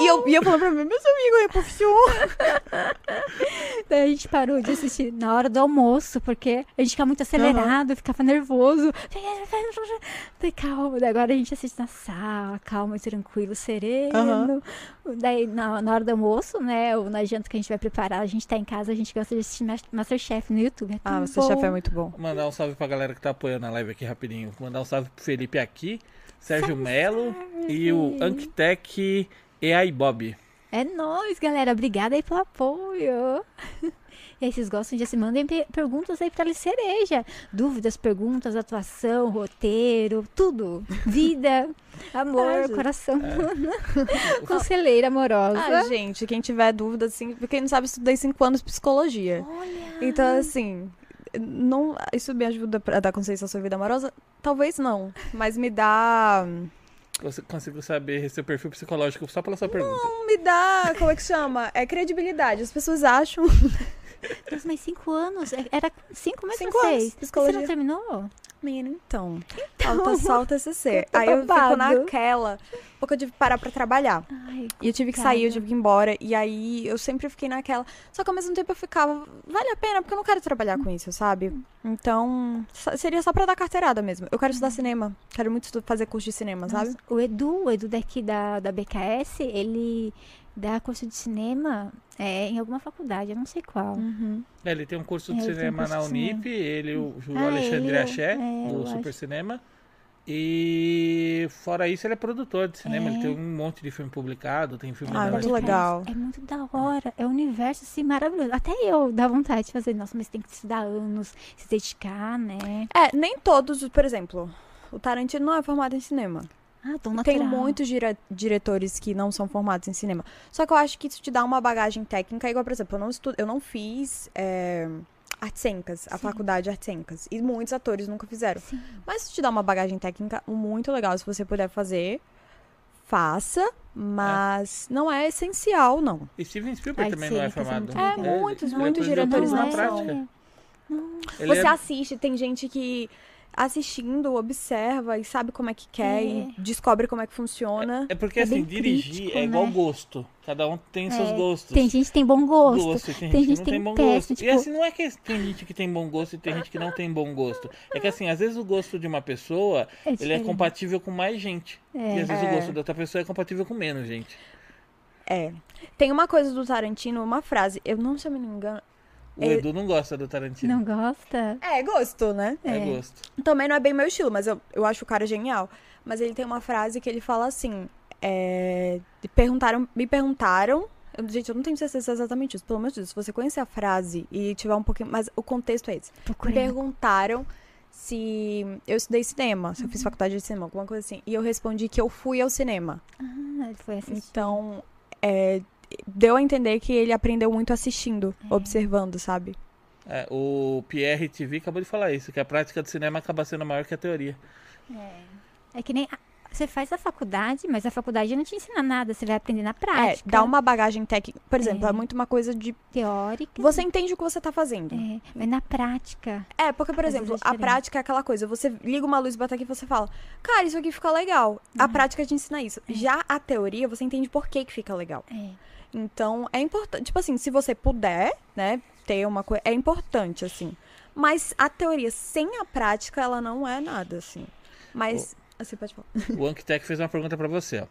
S2: E eu, e eu falando pra mim, meus amigos, é profissional.
S1: Daí a gente parou de assistir na hora do almoço, porque a gente ficava muito acelerado, ficava nervoso. Daí, calma, daí agora a gente assiste na sala, calma e tranquilo, sereno. Daí na, na hora do almoço, né, ou na janta que a gente vai preparar, a gente tá em casa, a gente gosta de assistir Mas- Masterchef no YouTube. É
S2: Ah,
S1: tão
S2: você chefe é
S1: bom.
S2: muito bom.
S3: Mandar um salve pra galera que tá apoiando a live aqui rapidinho. Mandar um salve pro Felipe aqui, Sérgio Melo e o Anktec EAI Bob.
S1: É nóis, galera. Obrigada aí pelo apoio. [LAUGHS] E aí, vocês gostam de se mandem pe- perguntas aí pra Cereja. Dúvidas, perguntas, atuação, roteiro,
S2: [LAUGHS]
S1: tudo. Vida,
S2: É,
S1: amor,
S2: gente.
S1: coração. [LAUGHS] Conselheira amorosa.
S2: Ah, gente, quem tiver dúvida, assim, quem não sabe, estudei cinco anos psicologia.
S1: Olha.
S2: Então, assim, não, isso me ajuda pra dar consciência sobre vida amorosa? Talvez não, mas me dá.
S3: Eu consigo saber seu perfil psicológico só pela sua pergunta.
S2: Me dá, como é que chama? É credibilidade. As pessoas acham.
S1: Deus, mas cinco anos? É- Era cinco, mas
S2: Cinco
S1: não
S2: anos,
S1: seis.
S2: psicologia.
S1: Você não terminou?
S2: Menina, então. Falta só o TCC.
S1: tô
S2: Aí [LAUGHS] eu fico
S1: babado.
S2: naquela. Porque eu tive que parar pra trabalhar.
S1: Ai,
S2: E eu tive que sair, eu
S1: complicado.
S2: tive que ir embora. E aí eu sempre fiquei naquela. Só que ao mesmo tempo eu ficava, vale a pena, porque eu não quero trabalhar com isso, sabe? Então, só- seria só pra dar carteirada mesmo. Eu quero estudar cinema. Quero muito estu- fazer curso de cinema, sabe?
S1: Nossa, O Edu, o Edu daqui da, da BKS, ele dá curso de cinema é, em alguma faculdade, eu não sei qual.
S2: Uhum.
S3: É, ele tem um curso de
S1: É, ele tem um
S3: cinema
S1: curso
S3: na
S1: de cinema.
S3: Unip, ele, o Ju
S1: Ah,
S3: Alexandre
S1: ele é-
S3: Axé,
S1: é, eu
S3: do
S1: acho.
S3: Super Cinema. E fora isso, ele é produtor de cinema. Ele tem um monte de filme publicado, tem filme
S2: Ah,
S3: da
S2: muito
S3: Netflix.
S2: legal.
S1: É muito da hora, é um universo assim maravilhoso. Até eu dá vontade de fazer, nossa, mas tem que estudar anos, se dedicar, né?
S2: É, nem todos, por exemplo. O Tarantino não é formado em cinema.
S1: Ah, tão
S2: Tem
S1: natural.
S2: muitos dire- diretores que não são formados em cinema. Só que eu acho que isso te dá uma bagagem técnica. Igual, por exemplo, eu não, estu... eu não fiz é... artes cênicas, a faculdade de artes cênicas. E muitos atores nunca fizeram.
S1: Sim.
S2: Mas isso te dá uma bagagem técnica muito legal. Se você puder fazer, faça. Mas não é essencial, não.
S3: E Steven
S1: Ai,
S3: Spielberg também
S1: sim,
S3: não é
S1: ele tá sendo
S3: formado.
S1: muito É, legal.
S3: Ele-
S2: muitos,
S3: ele é
S2: muitos
S3: produtor
S2: diretores
S3: na
S2: não
S1: é.
S2: são.
S3: prática. Ele
S2: Você
S3: é-
S2: assiste, tem gente que assistindo, observa e sabe como é que quer
S1: É.
S2: e descobre como é que funciona.
S3: É porque
S1: É
S3: assim,
S1: bem
S3: dirigir
S1: crítico,
S3: é igual
S1: né?
S3: gosto. Cada um tem seus
S1: É,
S3: gostos.
S1: Tem gente que tem bom gosto.
S3: Gosto, e Tem,
S1: tem
S3: gente que
S1: gente
S3: não
S1: que
S3: tem
S1: tem
S3: bom
S1: péssimo,
S3: gosto. E
S1: tipo-
S3: assim, não é que tem gente que tem bom gosto e tem gente que não tem bom gosto. É que assim, às vezes o gosto de uma pessoa,
S1: É
S3: ele é
S1: diferente.
S3: compatível com mais gente. E às vezes
S2: É.
S3: o gosto da outra pessoa é compatível com menos gente.
S2: É. Tem uma coisa do Tarantino, uma frase. Eu não, se eu me não engano.
S3: O
S2: É.
S3: Edu não gosta do Tarantino.
S1: Não gosta?
S2: É, gosto, né?
S3: É,
S1: É.
S3: gosto.
S2: Também não é bem meu estilo, mas eu, eu acho o cara genial. Mas ele tem uma frase que ele fala assim. É, de- perguntaram, me perguntaram. eu- gente, eu não tenho certeza se é exatamente isso. Pelo menos Deus, se você conhecer a frase e tiver um pouquinho. Mas o contexto é esse. Me
S1: Procurei.
S2: perguntaram se eu estudei cinema, se eu fiz faculdade de cinema, alguma coisa assim. E eu respondi que eu fui ao cinema.
S1: Ah, ele foi assistir.
S2: Então, é, deu a entender que ele aprendeu muito assistindo, observando, sabe?
S3: É, o Pierre TV acabou de falar isso, que a prática do cinema acaba sendo maior que a teoria.
S1: É que nem. a- Você faz a faculdade, mas a faculdade não te ensina nada. Você vai aprender na
S2: É,
S1: prática.
S2: dá uma bagagem técnica. Por exemplo, é.
S1: É.
S2: muito uma coisa de.
S1: Teórica.
S2: Você entende o que você tá fazendo.
S1: É, mas na prática.
S2: É, porque, por
S1: Às
S2: exemplo,
S1: vezes é
S2: a
S1: diferente.
S2: prática é aquela coisa. Você liga uma luz, bota aqui e você fala, cara, isso aqui fica legal. A
S1: Uhum.
S2: prática te ensina isso. Já a teoria, você entende por que, que fica legal.
S1: É.
S2: Então, é importante. Tipo assim, se você puder, né, ter uma coisa. É importante, assim. Mas a teoria sem a prática, ela não é nada, assim. Mas. Assim, pode falar.
S3: O Anktech fez uma pergunta pra você, ó.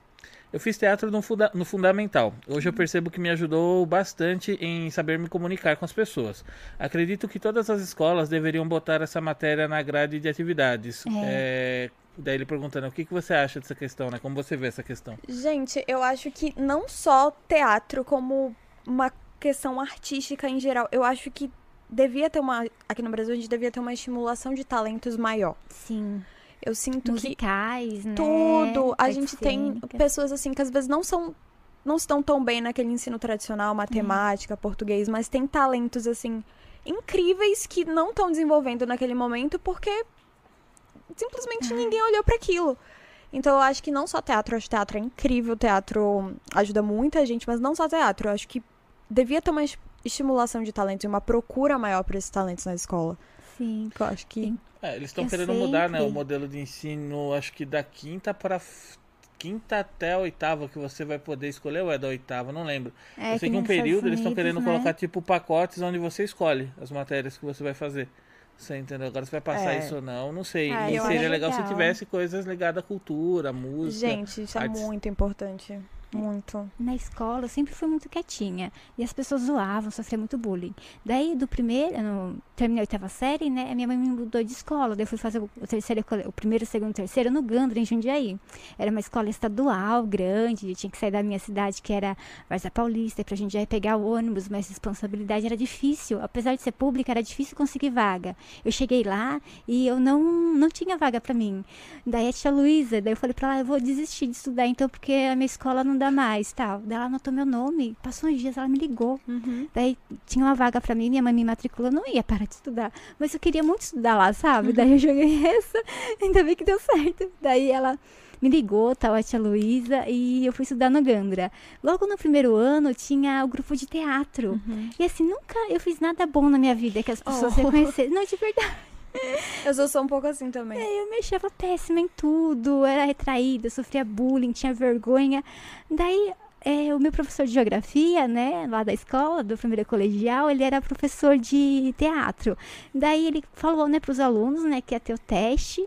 S3: Eu fiz teatro no, funda- no Fundamental. Hoje eu percebo que me ajudou bastante em saber me comunicar com as pessoas. Acredito que todas as escolas deveriam botar essa matéria na grade de atividades. É, Daí ele perguntando, o que, que você acha dessa questão, né? Como você vê essa questão?
S2: Gente, eu acho que não só teatro, como uma questão artística em geral, eu acho que devia ter uma. Aqui no Brasil, a gente devia ter uma estimulação de talentos maior.
S1: Sim.
S2: Eu sinto que
S1: Musicais, né?
S2: tudo. A
S1: artes
S2: gente tem
S1: cênicas.
S2: pessoas assim que às vezes não são. Não se dão tão bem naquele ensino tradicional, matemática, português, mas tem talentos, assim, incríveis que não estão desenvolvendo naquele momento porque simplesmente ninguém olhou para aquilo. Então eu acho que não só teatro, eu acho que teatro é incrível, teatro ajuda muita gente, mas não só teatro, eu acho que devia ter uma es- estimulação de talentos e uma procura maior para esses talentos na escola.
S1: Sim.
S2: Que eu acho que
S1: Sim.
S3: É, eles estão
S1: Eu
S3: querendo mudar, né? O
S1: sempre-
S3: modelo de ensino, acho que da quinta para quinta até a oitava que você vai poder escolher ou é da oitava, não lembro.
S1: É,
S3: eu sei que
S1: nem
S3: um
S1: nos
S3: período
S1: Estados
S3: eles estão querendo
S1: Unidos, né?
S3: colocar tipo pacotes onde você escolhe as matérias que você vai fazer. Você entendeu? Agora você vai passar
S2: É.
S3: isso ou não, não sei.
S2: É,
S3: e
S2: eu
S3: seria
S1: Ah, acho
S3: legal, se
S1: legal.
S3: tivesse coisas ligadas à cultura, à música.
S2: Gente, isso é
S3: artes.
S2: muito importante. Muito.
S1: na escola, eu sempre fui muito quietinha. E as pessoas zoavam, sofria muito bullying. Daí, do primeiro, no, terminei a oitava série, né? a Minha mãe me mudou de escola. Daí, eu fui fazer o, o terceiro, cole- o primeiro, o segundo, o terceiro no Gandra, em Jundiaí. Era uma escola estadual, grande. Eu tinha que sair da minha cidade, que era Varza Paulista, pra Jundiaí pegar o ônibus. Mas a responsabilidade era difícil. Apesar de ser pública, era difícil conseguir vaga. Eu cheguei lá e eu não, não tinha vaga pra mim. Daí a tia Luísa, daí eu falei pra ela, "Ah, eu vou desistir de estudar então, porque a minha escola não dá mais, tal. Daí ela anotou meu nome, passou uns dias, ela me ligou. Daí tinha uma vaga pra mim, minha mãe me matriculou, eu não ia parar de estudar. Mas eu queria muito estudar lá, sabe? Daí eu joguei [LAUGHS] essa, ainda bem que deu certo. Daí ela me ligou, tal, a tia Luísa, e eu fui estudar no Gandra. Logo no primeiro ano, tinha o grupo de teatro. E assim, nunca eu fiz nada bom na minha vida que as pessoas
S2: Oh.
S1: reconhecessem. Não, de verdade.
S2: Eu sou só um pouco assim também.
S1: Eu me achava péssima em tudo, era retraída, sofria bullying, tinha vergonha. Daí, é, o meu professor de geografia, né, lá da escola, do primeiro colegial, ele era professor de teatro. Daí ele falou, né, pros alunos, né, que ia ter o teste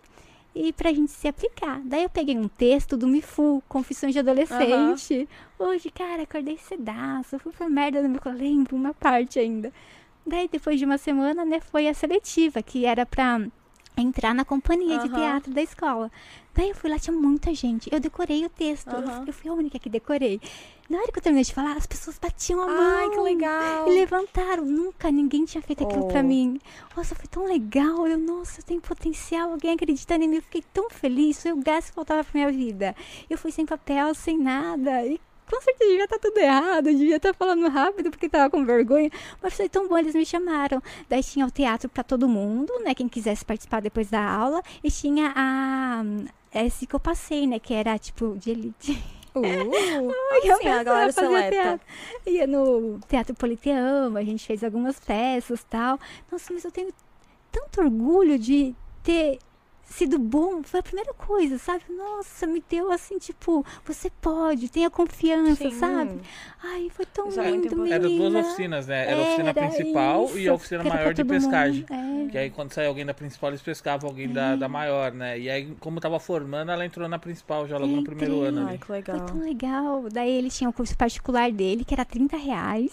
S1: e pra gente se aplicar. Daí eu peguei um texto do Mifu, Confissões de Adolescente. Hoje, cara, acordei cedaço, fui pra merda no meu colégio, lembro uma parte ainda. Daí, depois de uma semana, né, foi a seletiva, que era pra entrar na companhia de
S2: Aham.
S1: teatro da escola. Daí eu fui lá, tinha muita gente. Eu decorei o texto. Eu-
S2: Aham.
S1: Eu, fui a única que decorei. Na hora que eu terminei de falar, as pessoas batiam a mão.
S2: Ai, que legal.
S1: E levantaram. Nunca ninguém tinha feito aquilo pra
S2: Oh.
S1: mim. Nossa, foi tão legal. Eu, nossa, eu tenho potencial. Alguém acredita em mim. Eu fiquei tão feliz. Foi o gás que faltava pra minha vida. Eu fui sem papel, sem nada. E com certeza devia estar tudo errado. Eu devia estar falando rápido porque tava com vergonha. Mas foi tão bom, eles me chamaram. Daí tinha o teatro pra todo mundo, né? Quem quisesse participar depois da aula. E tinha a... Esse que eu passei, né? Que era, tipo, de elite. é
S2: [LAUGHS] Uh,
S1: Ai, eu
S2: assim, a
S1: pensava
S2: galera
S1: fazer
S2: seleta.
S1: né, teatro. Ia no Teatro Politeama, a gente fez algumas peças tal. Nossa, mas eu tenho tanto orgulho de ter sido bom. Foi a primeira coisa, sabe? Nossa, me deu assim, tipo, você pode, tenha confiança,
S2: Sim.
S1: sabe? Ai, foi tão
S2: Isso é muito
S1: lindo,
S2: importante.
S1: menina.
S3: Era duas oficinas, né? Era a oficina
S1: Era
S3: principal e
S1: isso,
S3: a oficina
S1: que era pra
S3: maior de
S1: todo mundo.
S3: pescagem.
S1: É.
S3: Que aí quando saía alguém da principal, eles pescavam alguém da, da maior, né? E aí, como tava formando, ela entrou na principal já logo no primeiro
S1: Entrei.
S3: ano né?
S2: Ai,
S3: ali.
S2: que
S1: Foi
S2: legal.
S1: tão legal. Daí ele tinha o curso particular dele, que era 30 reais.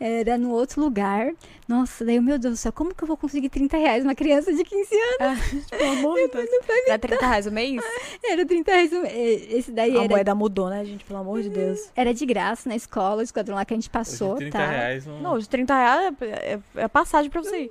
S1: Era no outro lugar. Nossa, daí, eu, meu Deus do céu, como que eu vou conseguir 30 reais uma criança de 15 anos? tipo,
S2: Pelo amor de Deus. Dá 30 reais o mês?
S1: Era 30 reais. um- é, Esse daí
S2: A
S1: era, Uhum.
S2: moeda mudou, né, gente? Pelo amor de Deus.
S1: era de graça na escola, o esquadrão lá que a gente passou,
S3: Hoje, 30
S1: tá?
S3: reais um- não...
S2: Não, de 30 reais é, é, é passagem pra você ir.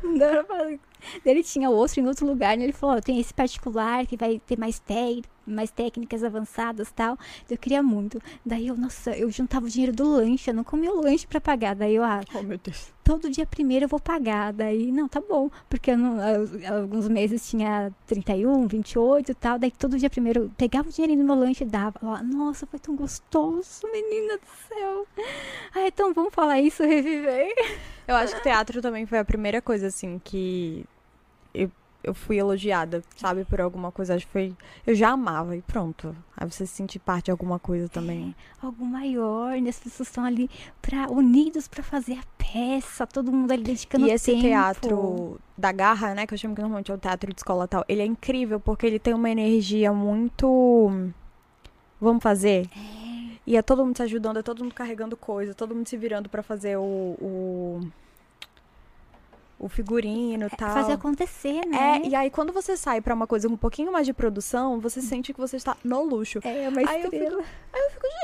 S1: Não dá pra falar. Daí ele tinha outro em outro lugar, né? Ele falou, ó, tem esse particular que vai ter mais, tec- mais técnicas avançadas tal. Eu queria muito. Daí eu, nossa, eu juntava o dinheiro do lanche, eu não comia o lanche pra pagar. Daí eu, ah,
S2: Oh, meu Deus.
S1: todo dia primeiro eu vou pagar. Daí, não, tá bom. Porque eu não- al- alguns meses tinha 31, 28 e tal. Daí todo dia primeiro eu pegava o dinheirinho no meu lanche e dava. Ó, Nossa, foi tão gostoso, menina do céu. Ai, é tão bom falar isso, reviver.
S2: Eu acho que teatro também foi a primeira coisa, assim, que eu, eu fui elogiada, sabe, por alguma coisa. Acho que foi. Eu já amava e pronto. Aí você se sente parte de alguma coisa também.
S1: Algo maior, né? As pessoas estão ali pra, unidos pra fazer a peça. Todo mundo ali dedicando
S2: e esse
S1: tempo.
S2: teatro da garra, né, que eu chamo que normalmente é o teatro de escola tal, ele é incrível porque ele tem uma energia muito. Vamos fazer? E é todo mundo se ajudando, é todo mundo carregando coisa, todo mundo se virando pra fazer o. o... O figurino e tal.
S1: É, Fazer acontecer, né?
S2: É, e aí quando você sai pra uma coisa com um pouquinho mais de produção,
S1: Hum.
S2: você sente que você está no luxo.
S1: É, uma
S2: Aí eu
S1: estrela.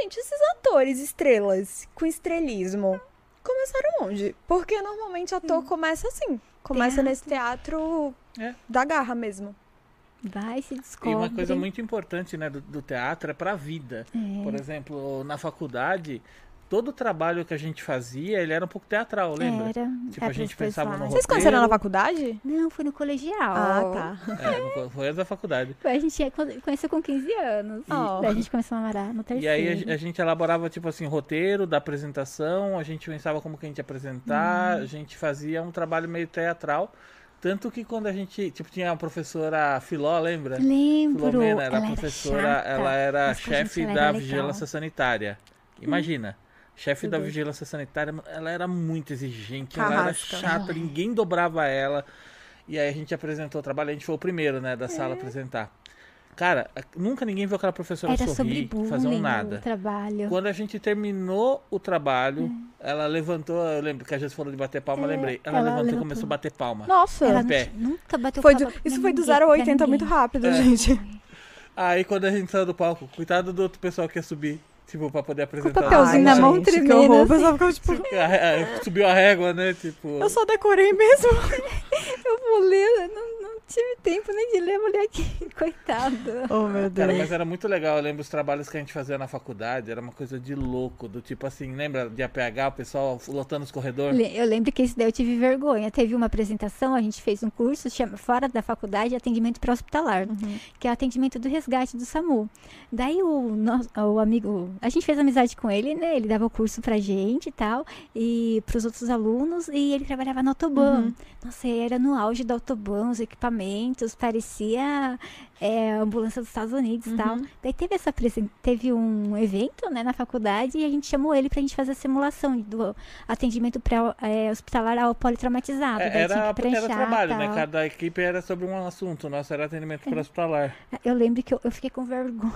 S2: Gente, esses atores estrelas com estrelismo começaram onde? Porque normalmente ator começa assim, começa
S1: Teatro.
S2: nesse teatro
S3: É.
S2: da garra mesmo.
S1: Vai, se descobre.
S3: E uma coisa muito importante, né, do, do teatro é pra vida.
S1: É.
S3: Por exemplo, na faculdade, todo o trabalho que a gente fazia, ele era um pouco
S1: É.
S3: teatral, lembra?
S1: Era.
S3: Tipo, a
S1: era
S3: gente
S1: pros dois
S3: pensava no
S1: lados.
S2: Vocês
S3: Roteiro.
S2: conheceram na faculdade?
S1: Não, foi no colegial.
S2: tá.
S3: É, não foi- foi antes da faculdade.
S1: A gente ia- conheceu com 15 anos.
S2: Oh.
S1: Daí a gente começou a namorar no
S3: E
S1: terceiro.
S3: aí a gen- a, gente elaborava, tipo assim, roteiro da apresentação, a gente pensava como que a gente ia apresentar, a gente fazia um trabalho meio teatral. Tanto que quando a gente, tipo, tinha a professora Filó, lembra?
S1: Lembro.
S3: Filomena era
S1: ela
S3: professora,
S1: era chata,
S3: ela era
S1: mas com a
S3: chefe
S1: gente ela
S3: da
S1: era legal. Hum.
S3: vigilância sanitária. Imagina. Chefe
S2: Meu
S3: da
S2: Deus.
S3: vigilância sanitária, ela era muito exigente, ela era
S2: Carrasca.
S3: chata, ninguém
S1: É.
S3: dobrava ela. E aí a gente apresentou o trabalho, a gente foi o primeiro, né, da sala a apresentar. Cara, nunca ninguém viu aquela professora
S1: Era sobre
S3: sorrir,
S1: bullying
S3: fazer
S1: então.
S3: um
S1: o
S3: nada.
S1: trabalho.
S3: Quando a gente terminou o trabalho, ela levantou. Eu lembro que às vezes foram de bater palma, eu lembrei. Ela,
S1: É. ela
S3: levantou e
S1: levantou.
S3: começou a bater palma.
S2: Nossa!
S1: Ela
S3: pé.
S1: nu- nunca bateu
S2: É, Foi do-
S1: palma pra
S2: isso foi do
S1: ninguém,
S2: 0 a
S1: pra
S2: 80 muito
S1: ninguém.
S2: rápido, gente.
S3: Aí quando a gente saiu do palco, cuidado do outro pessoal que ia subir, tipo, pra poder
S2: [LAUGHS]
S3: apresentar. o
S1: papelzinho na
S3: trabalho.
S1: mão,
S2: gente, que
S1: tremendo,
S2: horror. O
S1: assim.
S2: pessoal ficava, tipo,
S3: A ré- Subiu a régua, né? Tipo.
S2: eu só decorei mesmo.
S1: Eu vou ler, eu não, não tive tempo nem de ler, eu vou ler aqui, [LAUGHS] coitado.
S2: Oh, meu
S3: Cara,
S2: Deus.
S3: mas era muito legal. Eu lembro os trabalhos que a gente fazia na faculdade, era uma coisa de louco. Do tipo assim, lembra de APH, o pessoal lotando os corredores?
S1: Le- Eu lembro que esse daí eu tive vergonha. Teve uma apresentação, a gente fez um curso chama, fora da faculdade, atendimento para hospitalar, que é o atendimento do resgate do SAMU. Daí o, nosso, o amigo, a gente fez amizade com ele, né? Ele dava o curso pra gente e tal, e pros outros alunos, e ele trabalhava no Autobahn. Nossa, e era no auge do Autobahn, os equipamentos, parecia é, a ambulância dos Estados Unidos e tal. Daí teve essa presen- teve um evento, né, na faculdade, e a gente chamou ele pra gente fazer a simulação do atendimento pré é, hospitalar ao politraumatizado.
S3: É,
S1: Daí tinha
S3: era,
S1: que pranchar,
S3: era trabalho, né?
S1: tal. É.
S3: Cada equipe era sobre um assunto. O nosso era atendimento para hospitalar.
S1: Eu lembro que eu, eu fiquei com vergonha.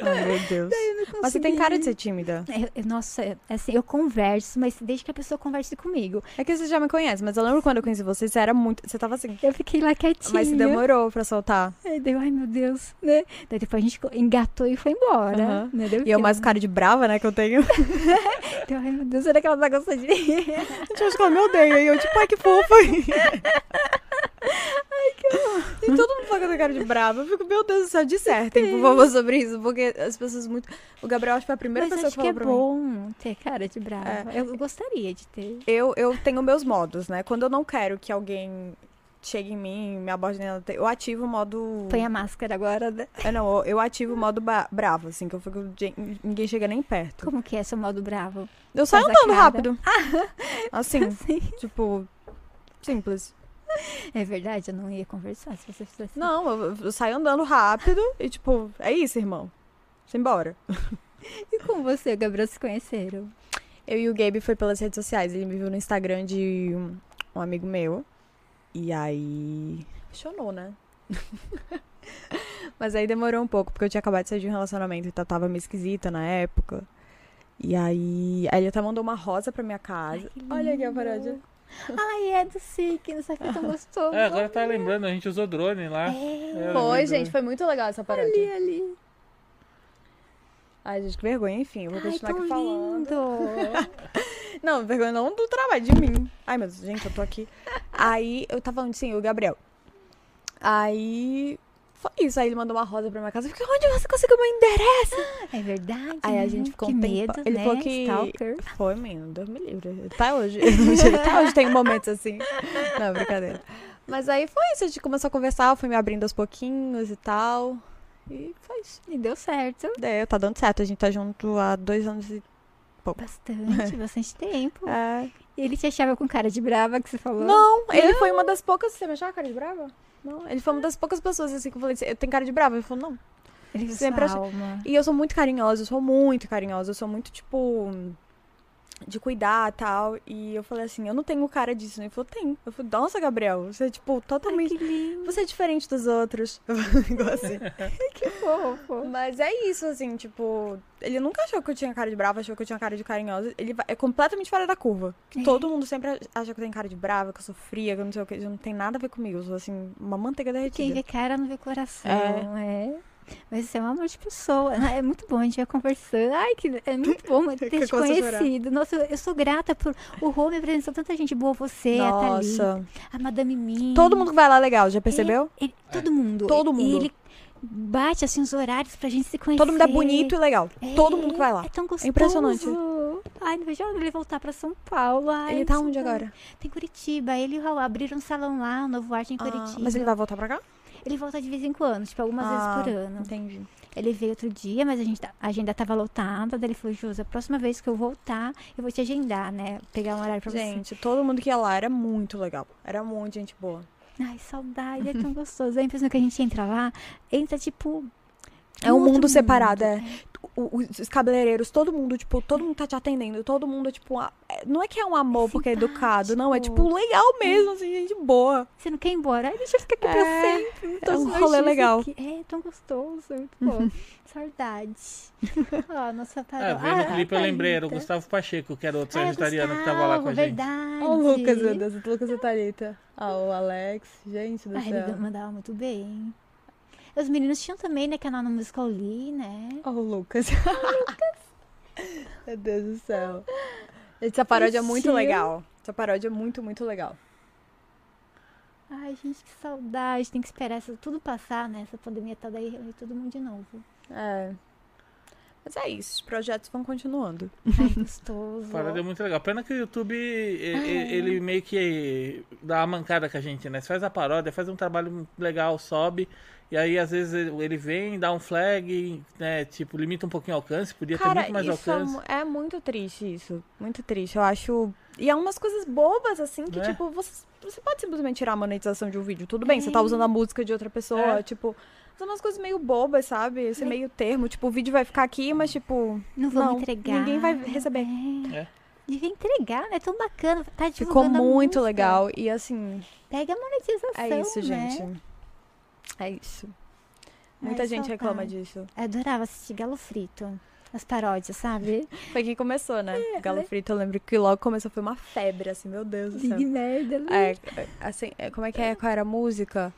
S1: [LAUGHS]
S2: Ai, meu Deus. Mas você tem cara de ser tímida.
S1: Eu- eu- nossa, é- assim, eu converso, mas desde que a pessoa converse comigo.
S2: É que você já me conhece, mas eu lembro quando eu conheci você, você era muito. Você tava assim.
S1: Eu fiquei lá quietinha.
S2: Mas se demorou pra soltar.
S1: Aí deu, ai meu Deus, né? Daí depois a gente co- engatou e foi embora.
S2: Aham.
S1: né? Deu
S2: E eu
S1: tempo.
S2: mais cara de brava, né, que eu [LAUGHS] tenho. Então,
S1: Deu, ai meu Deus, será que ela tá gostando de mim?
S2: Gente, eu acho que ela me odeia. E eu, tipo, ai, que fofa. [LAUGHS] Ai, que E todo mundo fala que eu tenho cara de brava. Eu fico, meu Deus do céu, dissertem, por favor, sobre isso. Porque as pessoas muito... O Gabriel, acho que foi a
S1: [LAUGHS]
S2: primeira
S1: Mas
S2: pessoa
S1: acho que
S2: falou
S1: é
S2: pra mim. É.
S1: bom ter cara de brava. Eu gostaria de ter.
S2: Eu, eu tenho meus modos, né? Quando eu não quero que alguém chegue em mim, me aborde, nem nada, eu ativo o modo...
S1: Põe a máscara agora. né?
S2: Eu não, eu- eu ativo o modo ba- bravo, assim, que eu fico... "Gente, Ninguém chega nem perto.
S1: Como que é seu modo bravo?
S2: Eu saio
S1: Faz a
S2: andando
S1: cara.
S2: rápido. [LAUGHS] Assim,
S1: Sim.
S2: tipo... Simples.
S1: É verdade, eu não ia conversar se você fizesse.
S2: Não, eu, eu saio andando rápido e, tipo, é isso, irmão. Simbora.
S1: E com você, Gabriel, se conheceram?
S2: Eu e o Gabe foi pelas redes sociais. Ele me viu no Instagram de um, um amigo meu. E aí. Apaixonou, né? [LAUGHS] Mas aí demorou um pouco, porque eu tinha acabado de sair de um relacionamento e tá- tava meio esquisita na época. E aí. Aí ele até mandou uma rosa pra minha casa.
S1: que
S2: Olha aqui a
S1: lindo.
S2: paródia.
S1: Ai, é do signo, sabe
S2: [LAUGHS]
S1: que tão gostoso.
S3: É, agora tá lembrando, a gente usou drone lá. É,
S2: Foi,
S3: eu
S2: gente,
S3: lembro.
S2: foi muito legal essa paródia.
S1: Ali, ali.
S2: Ai, gente, que vergonha, enfim, eu vou
S1: Ai,
S2: continuar
S1: tão
S2: aqui falando.
S1: lindo.
S2: [LAUGHS] Não, vergonha não do trabalho, de mim. Ai, meu Deus, gente, eu tô aqui. Aí, eu tava onde, sim, o Gabriel. Aí, foi isso. Aí ele mandou uma rosa pra minha casa. Eu fiquei, onde você conseguiu meu endereço?
S1: É verdade.
S2: Aí a
S1: né?
S2: gente ficou
S1: que
S2: um tempo.
S1: medo,
S2: Ele
S1: né?
S2: falou que-
S1: Stalker.
S2: Foi, menino, Deus me livre. Até hoje. [LAUGHS] Até hoje tem momentos assim. Não, brincadeira. Mas aí foi isso, a gente começou a conversar, foi me abrindo aos pouquinhos e tal. E foi isso.
S1: E deu certo.
S2: Daí, tá dando certo, a gente tá junto há dois anos e... [LAUGHS]
S1: Bastante, bastante tempo.
S2: É,
S1: Ele te achava com cara de brava que você falou.
S2: Não, ele foi uma das poucas. Você me achava cara de brava? Não, ele foi uma das poucas pessoas assim que eu falei, eu tenho cara de brava. Ele falou, não.
S1: Ele
S2: sempre
S1: sempre
S2: achei-
S1: alma.
S2: E eu sou muito carinhosa, eu sou muito carinhosa, eu sou muito, tipo, de cuidar tal. E eu falei assim, eu não tenho cara disso. né? Ele falou, tem. Eu falei, nossa, Gabriel, você é, tipo,
S1: Ai,
S2: totalmente.
S1: que lindo.
S2: Você é diferente dos outros. [LAUGHS] Eu falei, um
S1: [LAUGHS]
S2: negócio assim.
S1: Que fofo.
S2: Mas é isso, assim, tipo, ele nunca achou que eu tinha cara de brava, achou que eu tinha cara de carinhosa. Ele va- é completamente fora da curva. Que
S1: É.
S2: Todo mundo sempre a- acha que eu tenho cara de brava, que eu sou fria, que eu não sei o que. Não tem nada a ver comigo. Eu sou, assim, uma manteiga
S1: Quem é
S2: derretida.
S1: vê cara não vê coração, é. Mas isso é um amor de pessoa. né? É muito bom, a gente vai conversando. Ai, que é muito [LAUGHS] bom ter
S2: Que
S1: te
S2: coisa chorar.
S1: conhecido. Nossa, eu sou grata por. O Rô me apresentou tanta gente boa, você, a Thalita,
S2: Nossa.
S1: a Madame Mim.
S2: Todo mundo que vai lá é legal, já percebeu? É.
S1: Ele- todo mundo.
S2: Todo
S1: E
S2: mundo.
S1: ele bate assim os horários pra gente se conhecer.
S2: Todo mundo é bonito e legal.
S1: É,
S2: Todo mundo que vai lá.
S1: É tão gostoso.
S2: impressionante.
S1: Ai, não vejo a hora dele voltar pra São Paulo. Ai,
S2: Ele tá
S1: São
S2: onde
S1: Paulo.
S2: agora?
S1: Tem Curitiba. Ele e o Raul abriram um salão lá, o Novo Arte em
S2: Ah,
S1: Curitiba.
S2: mas ele vai voltar pra cá?
S1: Ele volta de vez em quando, tipo, algumas
S2: Ah,
S1: vezes por ano.
S2: Entendi.
S1: Ele veio outro dia, mas a, gente tá- a agenda tava lotada. Daí ele falou, Jus, a próxima vez que eu voltar, eu vou te agendar, né? Pegar um horário pra você.
S2: Gente, todo mundo que ia lá era muito legal. Era muito gente boa.
S1: Ai, saudade, é tão gostoso. É a impressão que a gente entra lá, entra tipo.
S2: É um
S1: outro
S2: mundo, separado, é. O- o- Os cabeleireiros, todo mundo, tipo, todo mundo tá te atendendo, todo mundo, tipo, a- é, não é que é um amor porque é educado, não, é tipo
S1: simpático.
S2: legal mesmo, assim, gente boa.
S1: Você não quer ir embora? Ai, deixa eu ficar aqui pra
S2: É,
S1: sempre. Então, não
S2: é
S1: tô
S2: um
S1: com meus
S2: rolê
S1: dias
S2: legal.
S1: aqui. É, tão gostoso. Muito bom.
S2: [LAUGHS]
S1: Saudade. Ó, nossa
S3: É,
S1: parola.
S3: vendo o
S1: Ah,
S3: clipe eu lembrei, era o
S1: Thalita.
S3: Gustavo Pacheco, que era outro
S1: Ah, é o
S3: sagitariano que tava lá com a
S1: Gustavo,
S3: gente.
S1: verdade.
S2: Ó o Lucas, meu Deus, o Lucas e a Thalita. Ah, o Alex, gente do
S1: Ah, ele
S2: céu.
S1: mandava muito bem. Os meninos tinham também, né, canal no Musical Lee, né?
S2: Ó o Lucas. [LAUGHS] Meu Deus do céu. Gente, Essa paródia é muito
S1: Tio.
S2: legal. Essa paródia é muito, muito legal.
S1: Ai, gente, que saudade. Tem que esperar isso tudo passar, né? Essa pandemia tá daí reunir todo mundo de novo.
S2: É. Mas é isso, os projetos vão continuando. [LAUGHS]
S1: Ai, gostoso.
S3: Parada é muito legal. Pena que o YouTube, e-
S2: Ah, é.
S3: e- ele meio que dá uma mancada com a gente, né? Você faz a paródia, faz um trabalho legal, sobe. E aí, às vezes, ele ele vem, dá um flag, né? Tipo, limita um pouquinho o alcance, podia ter
S2: Cara,
S3: muito mais
S2: isso é
S3: alcance.
S2: mu- é, muito triste isso. Muito triste. Eu acho. E é umas coisas bobas, assim, que,
S3: É.
S2: tipo, você, você pode simplesmente tirar a monetização de um vídeo. Tudo bem, você tá usando a música de outra pessoa,
S3: É.
S2: tipo. São umas coisas meio bobas, sabe? Esse meio termo. Tipo, o vídeo vai ficar aqui, mas, tipo.
S1: Não vamos
S2: não,
S1: entregar.
S2: Ninguém vai receber.
S1: É.
S3: É.
S1: Devia entregar, né? Tão bacana. Tá
S2: Ficou
S1: divulgando a
S2: muito
S1: música.
S2: legal. E, assim,
S1: Pega a monetização,
S2: é isso,
S1: né?
S2: gente. É isso. Muita
S1: Ai,
S2: gente reclama
S1: saudade.
S2: disso.
S1: Eu adorava assistir Galo Frito. As paródias, sabe?
S2: Foi quem começou, né?
S1: É,
S2: Galo Frito, eu lembro que logo começou, foi uma febre, assim, meu Deus do céu.
S1: merda, né?
S2: É, é, assim, é, como é que é? Qual era a música?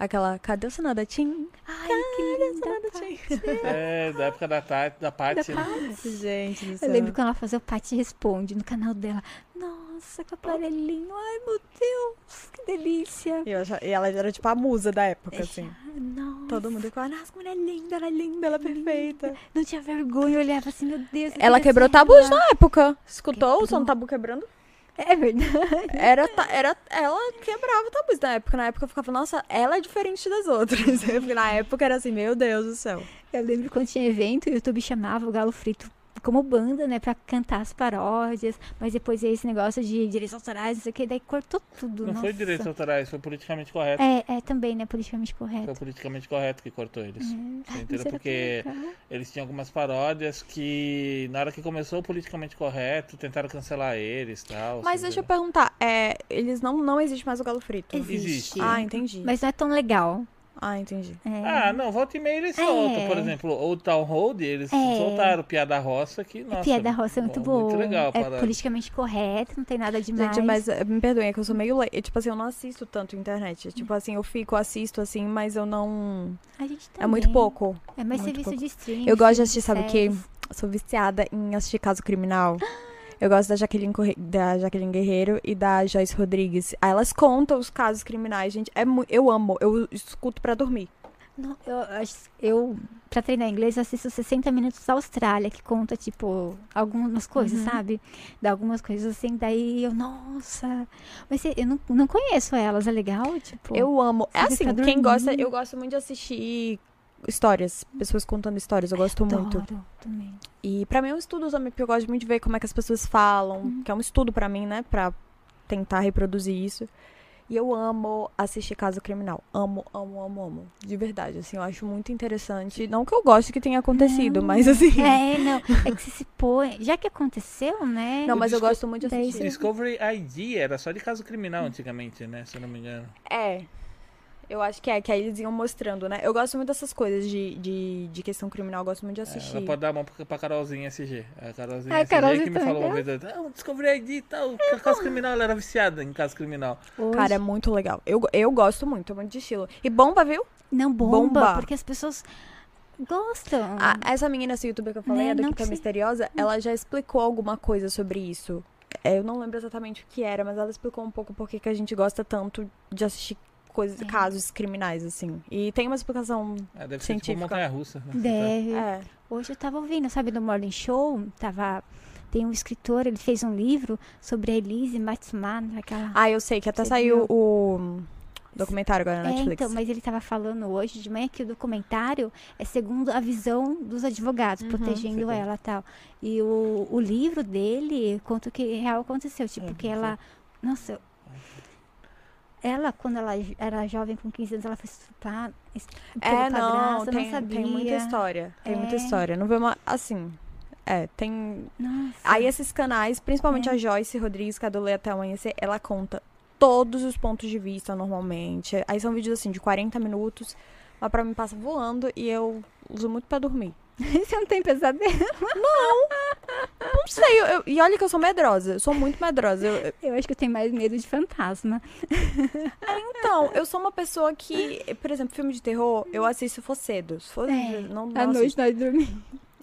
S2: Aquela, cadê o Sonada Tim?
S1: Ai, que linda.
S3: É, da época da, ta- da Paty. né?
S2: [LAUGHS] Gente do
S1: Eu lembro quando ela fazia o Paty Responde no canal dela. Nossa, que aparelhinho. Ai, meu Deus, que delícia.
S2: E, eu achava- e ela era tipo a musa da época, assim.
S1: Ah, Nossa,
S2: Todo mundo ficava, nossa, como ela é linda, ela é linda, ela é perfeita.
S1: não tinha vergonha, eu olhava assim, meu Deus. eu
S2: Ela
S1: queria
S2: quebrou
S1: ser
S2: tabus
S1: ela.
S2: na época. Escutou o
S1: Quebrou.
S2: som do tabu quebrando?
S1: É verdade.
S2: Era, ta- era, ela quebrava tabus na época. Na época eu ficava, nossa, ela é diferente das outras. [LAUGHS] Porque na época era assim, meu Deus do céu.
S1: Eu lembro quando tinha evento, o YouTube chamava o Galo Frito como banda, né, pra cantar as paródias, mas depois ia esse negócio de direitos autorais, não sei o que, daí cortou tudo.
S3: Não foi
S1: nossa.
S3: direitos autorais, foi politicamente correto.
S1: É, é também, né, politicamente
S2: É.
S1: correto. É,
S3: Foi politicamente correto que cortou eles.
S2: Uhum.
S3: Você
S1: Ai,
S3: entendeu?
S1: mas era
S3: Porque
S1: tão legal.
S3: eles tinham algumas paródias que, na hora que começou o politicamente correto, tentaram cancelar eles e tal.
S2: Mas
S3: você
S2: deixa eu
S3: entendeu?
S2: perguntar, é, eles não, não existe mais o galo frito.
S3: Existe.
S2: Ah, entendi.
S1: Mas não é tão legal.
S2: Ah, entendi.
S1: É.
S3: Ah, não, volta e meia eles
S1: É.
S3: soltam. Por exemplo, o Town Road, eles
S1: É.
S3: soltaram Piada Roça, que, nossa...
S1: Piada roça é muito boa.
S3: Muito legal a
S1: é
S3: parada.
S1: politicamente correto, não tem nada demais.
S2: Gente, mas eh, me perdoem, é que eu sou meio leiga. Tipo assim, eu não assisto tanto internet. Tipo assim, eu fico, assisto assim, mas eu não.
S1: A gente
S2: É muito
S1: também.
S2: pouco.
S1: É mais
S2: muito
S1: serviço
S2: pouco.
S1: de streaming.
S2: Eu gosto de assistir, sabe o quê?
S1: séries.
S2: Eu Sou viciada em assistir Caso Criminal. Eu gosto da Jaqueline, Corre... da Jaqueline Guerreiro e da Joyce Rodrigues. Aí elas contam os casos criminais, gente. É mu... Eu amo. Eu escuto pra dormir.
S1: Não, eu, acho- eu, pra treinar inglês, eu assisto 60 Minutos da Austrália, que conta, tipo, algumas
S2: Uhum.
S1: coisas, sabe? Dá algumas coisas assim, daí eu, nossa. Mas eu não, não conheço elas, é legal? Tipo,
S2: Eu amo. É
S1: Você
S2: assim,
S1: fica
S2: quem gosta.
S1: dormindo.
S2: Eu gosto muito de assistir histórias. Pessoas contando histórias. Eu gosto
S1: adoro
S2: muito.
S1: também.
S2: E pra mim é um estudo também, porque eu gosto muito de ver como é que as pessoas falam,
S1: Uhum.
S2: que é um estudo pra mim, né, Pra tentar reproduzir isso. E eu amo assistir Caso Criminal. Amo, amo, amo, amo. De verdade, assim, eu acho muito interessante. Não que eu goste que tenha acontecido, mas assim.
S1: [LAUGHS] É, não. É que você se põe. Já que aconteceu, né?
S2: Não, mas eu gosto muito de
S1: Daí
S2: assistir.
S3: Discovery ID era só de caso criminal antigamente, né? Se eu não me engano.
S2: É. Eu acho que é, que aí eles iam mostrando, né? Eu gosto muito dessas coisas de, de, de questão criminal, eu gosto muito de assistir.
S3: É, Ela pode dar a mão pra, pra Carolzinha SG. A Carolzinha
S1: Ah, a
S3: SG que
S1: Carolzinha
S3: me
S1: também É
S3: falou uma vez, ah, o Discovery ID e tal, caso criminal, ela era viciada em caso criminal.
S1: Hoje-
S2: Cara, é muito legal. Eu, eu gosto muito, é muito de estilo. E bomba, viu?
S1: Não bomba,
S2: Bomba. Ah,
S1: porque as pessoas gostam.
S2: A- essa menina, essa youtuber que eu falei,
S1: Né,
S2: a do
S1: não Hum.
S2: Quinta
S1: que se-
S2: Misteriosa, ela já explicou alguma coisa sobre isso. É, Eu não lembro exatamente o que era, mas ela explicou um pouco por que que a gente gosta tanto de assistir
S1: É.
S2: coisas, casos criminais, assim. E tem uma explicação.
S3: Ah, deve ser
S2: Científica.
S3: tipo montanha russa. Né?
S1: Deve.
S2: É.
S1: Hoje eu tava ouvindo, sabe, do Morning Show, tava... Tem um escritor, ele fez um livro sobre a Elise Matsumana, aquela...
S2: Ah, eu sei que até
S1: Você
S2: saiu
S1: viu?
S2: o documentário agora na
S1: é,
S2: Netflix.
S1: então, mas ele tava falando hoje de manhã que o documentário é segundo a visão dos advogados,
S2: Uhum.
S1: protegendo
S3: Segundo.
S1: ela e tal. E o, o livro
S2: Uhum,
S1: dele conta o que real aconteceu, tipo, que ela... Nossa, eu- Ela, quando ela jo- era jovem, com 15 anos, ela foi estuprar, estuprada
S2: É,
S1: pra
S2: não,
S1: graça,
S2: tem,
S1: não sabia.
S2: tem muita história. Tem muita
S1: É.
S2: história. Não vê uma. Assim. É, tem.
S1: Nossa.
S2: Aí esses canais,
S1: Uhum.
S2: principalmente a Joyce Rodrigues, que é do Lê Até Amanhecer, ela conta todos os pontos de vista normalmente. Aí são vídeos assim de 40 minutos. Lá pra mim passa voando e eu uso muito pra dormir.
S1: Você não tem pesadelo?
S2: Não sei, eu- eu- e olha que eu sou medrosa. Eu sou muito medrosa. Eu- eu-
S1: Eu acho que eu tenho mais medo de fantasma.
S2: então, eu sou uma pessoa que, por exemplo, filme de terror, eu assisto se for cedo. Se for,
S1: É,
S2: não, não
S1: à noite
S2: assisto.
S1: nós dormimos.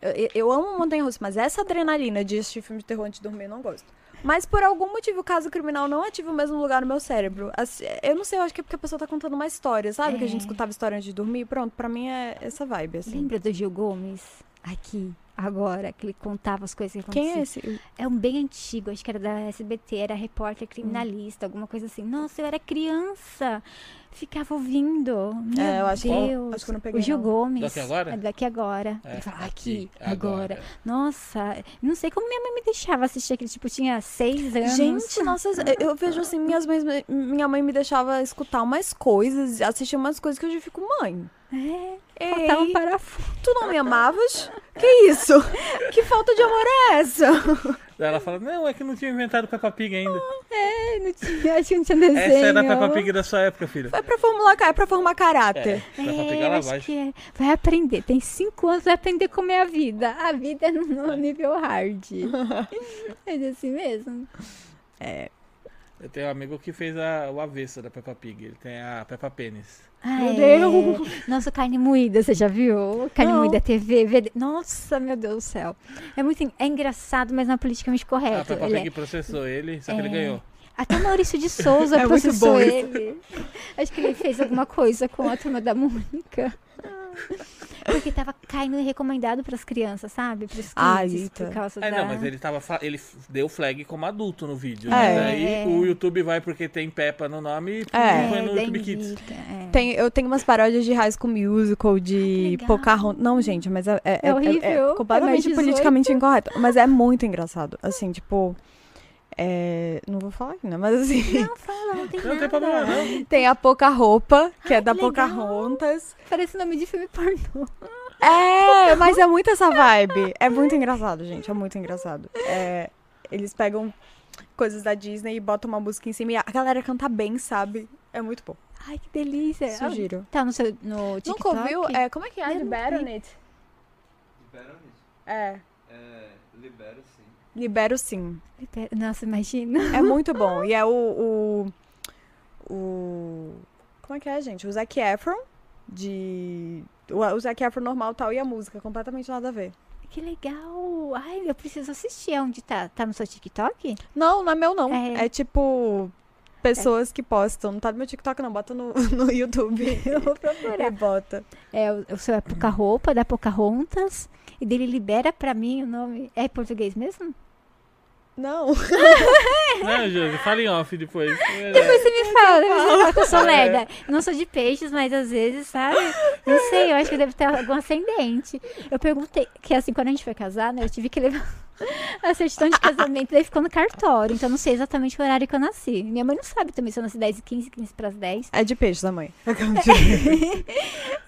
S2: Eu, eu amo Montanha Russa, mas essa adrenalina de assistir filme de terror antes de dormir eu não gosto. Mas por algum motivo, o caso criminal não ativa o mesmo lugar no meu cérebro. Assim, Eu não sei, eu acho que é porque a pessoa tá contando uma história, sabe? Que a gente escutava história antes de dormir. Pronto, pra mim é essa vibe, assim.
S1: Lembra do Gil Gomes? Aqui, agora, que ele contava as coisas que aconteciam.
S2: Quem é esse?
S1: É um bem antigo, acho que era da SBT, era repórter criminalista, alguma coisa assim. Nossa, eu era criança, ficava ouvindo. Meu
S2: É, eu acho que-
S1: Deus.
S2: acho que eu não peguei,
S1: O Gil
S2: não.
S1: Gomes.
S3: Daqui agora?
S1: É, daqui agora.
S3: É,
S1: Ele fala,
S3: aqui,
S1: aqui,
S3: agora.
S1: agora. Nossa, não sei como minha mãe me deixava assistir aquele, tipo, tinha seis anos.
S2: Gente, nossa, eu eu vejo assim, minhas mães, minha mãe me deixava escutar umas coisas, assistir umas coisas que hoje eu fico, mãe. É. Ei,
S1: faltava um parafuso.
S2: tu não me amavas? Que isso? Que falta de amor é essa?
S3: Daí ela fala, não, é que não tinha inventado Peppa Pig ainda.
S1: É, não tinha, acho que não tinha desenho.
S3: Essa era a Peppa Pig da sua época, filha.
S2: É pra formular, é pra formar caráter.
S3: Peppa Pig
S1: É,
S3: é
S1: eu acho
S3: lavagem.
S1: que é. Vai aprender. Tem cinco anos, vai aprender como é a vida. A vida é no-
S2: [LAUGHS]
S1: no nível hard. é assim mesmo.
S3: Eu tenho um amigo que fez a- o avesso da Peppa Pig. Ele tem a Peppa Pênis.
S1: Ai,
S2: Deus.
S1: Nossa, carne moída, você já viu? Carne
S2: Não.
S1: moída TV, VD. Nossa, meu Deus do céu. É muito en- é engraçado, mas não é politicamente
S3: a
S2: Ah,
S1: correto.
S3: Peppa
S1: Ele é-
S3: Pig processou ele, só que ele
S1: É.
S3: ganhou.
S1: Até o Maurício
S2: [LAUGHS]
S1: de Souza
S2: É muito
S1: processou
S2: bom isso.
S1: ele. Acho que ele fez alguma coisa com a turma da
S2: [LAUGHS]
S1: Mônica. Porque tava caindo recomendado pras crianças, sabe? Pros kids,
S2: Ah, eita.
S1: por causa
S3: É,
S1: da...
S3: não, mas ele tava fa- ele f- deu flag como adulto no
S2: É.
S3: vídeo. Né? Daí
S1: É.
S3: o YouTube vai porque tem Peppa no nome e
S2: É.
S3: põe no
S1: da
S3: YouTube Kids.
S1: Anitta, é.
S2: Tem, eu tenho umas paródias de High School Musical, de
S1: legal.
S2: Pocahontas. Não, gente, mas Ah, é, é,
S1: É horrível, é mais
S2: completamente
S1: 18.
S2: politicamente incorreto. Mas é muito engraçado. Assim, tipo. é, não vou falar aqui, né? Mas assim.
S1: Não, fala, não tem
S3: Não
S1: nada.
S3: tem problema, não.
S2: [LAUGHS] Tem a Poca-Roupa, que é da
S1: que legal.
S2: Pocahontas.
S1: Parece nome de filme pornô.
S2: É, mas é muito essa vibe. É muito engraçado, gente. É muito engraçado. É, eles pegam coisas da Disney e botam uma música em cima e a galera canta bem, sabe? É muito bom.
S1: Ai, que delícia.
S2: Sugiro.
S1: Tá no seu no TikTok?
S2: Nunca ouviu? É, como é que é?
S1: Eu não
S2: Libera,
S1: vi.
S2: Nate?
S5: Liberam isso.
S2: É.
S5: É, libero sim.
S2: Libero sim.
S1: Pera- Nossa, imagina. [LAUGHS]
S2: É muito bom. E é o, o. o- Como é que é, gente? O Zac Efron. De. O, o Zac Efron normal tal. E a música. Completamente nada a ver.
S1: Que legal. Ai, eu preciso assistir. É Onde tá? Tá no seu TikTok?
S2: Não, não é meu, não. É,
S1: É.
S2: tipo. Pessoas que postam. Não tá no meu TikTok, não. Bota no, [LAUGHS] no YouTube. Eu vou procurar. E bota.
S1: É, o, o seu é Pouca Roupa, da Pocahontas. E dele libera pra mim o nome. É em português mesmo?
S2: Não.
S3: Não, né, Josi, fala em off depois. É,
S1: Você me fala, depois você fala que
S2: É.
S1: eu sou lerda. Eu Não sou de peixes, mas às vezes, sabe? Não sei, eu acho que deve ter algum ascendente. Eu perguntei, que assim, quando a gente foi casar, né, eu tive que levar [LAUGHS] a certidão de casamento, daí ficou no cartório, então eu não sei exatamente o horário que eu nasci. Minha mãe não sabe também se eu nasci 10 e 15, 15 pras 10.
S2: É de peixe da mãe.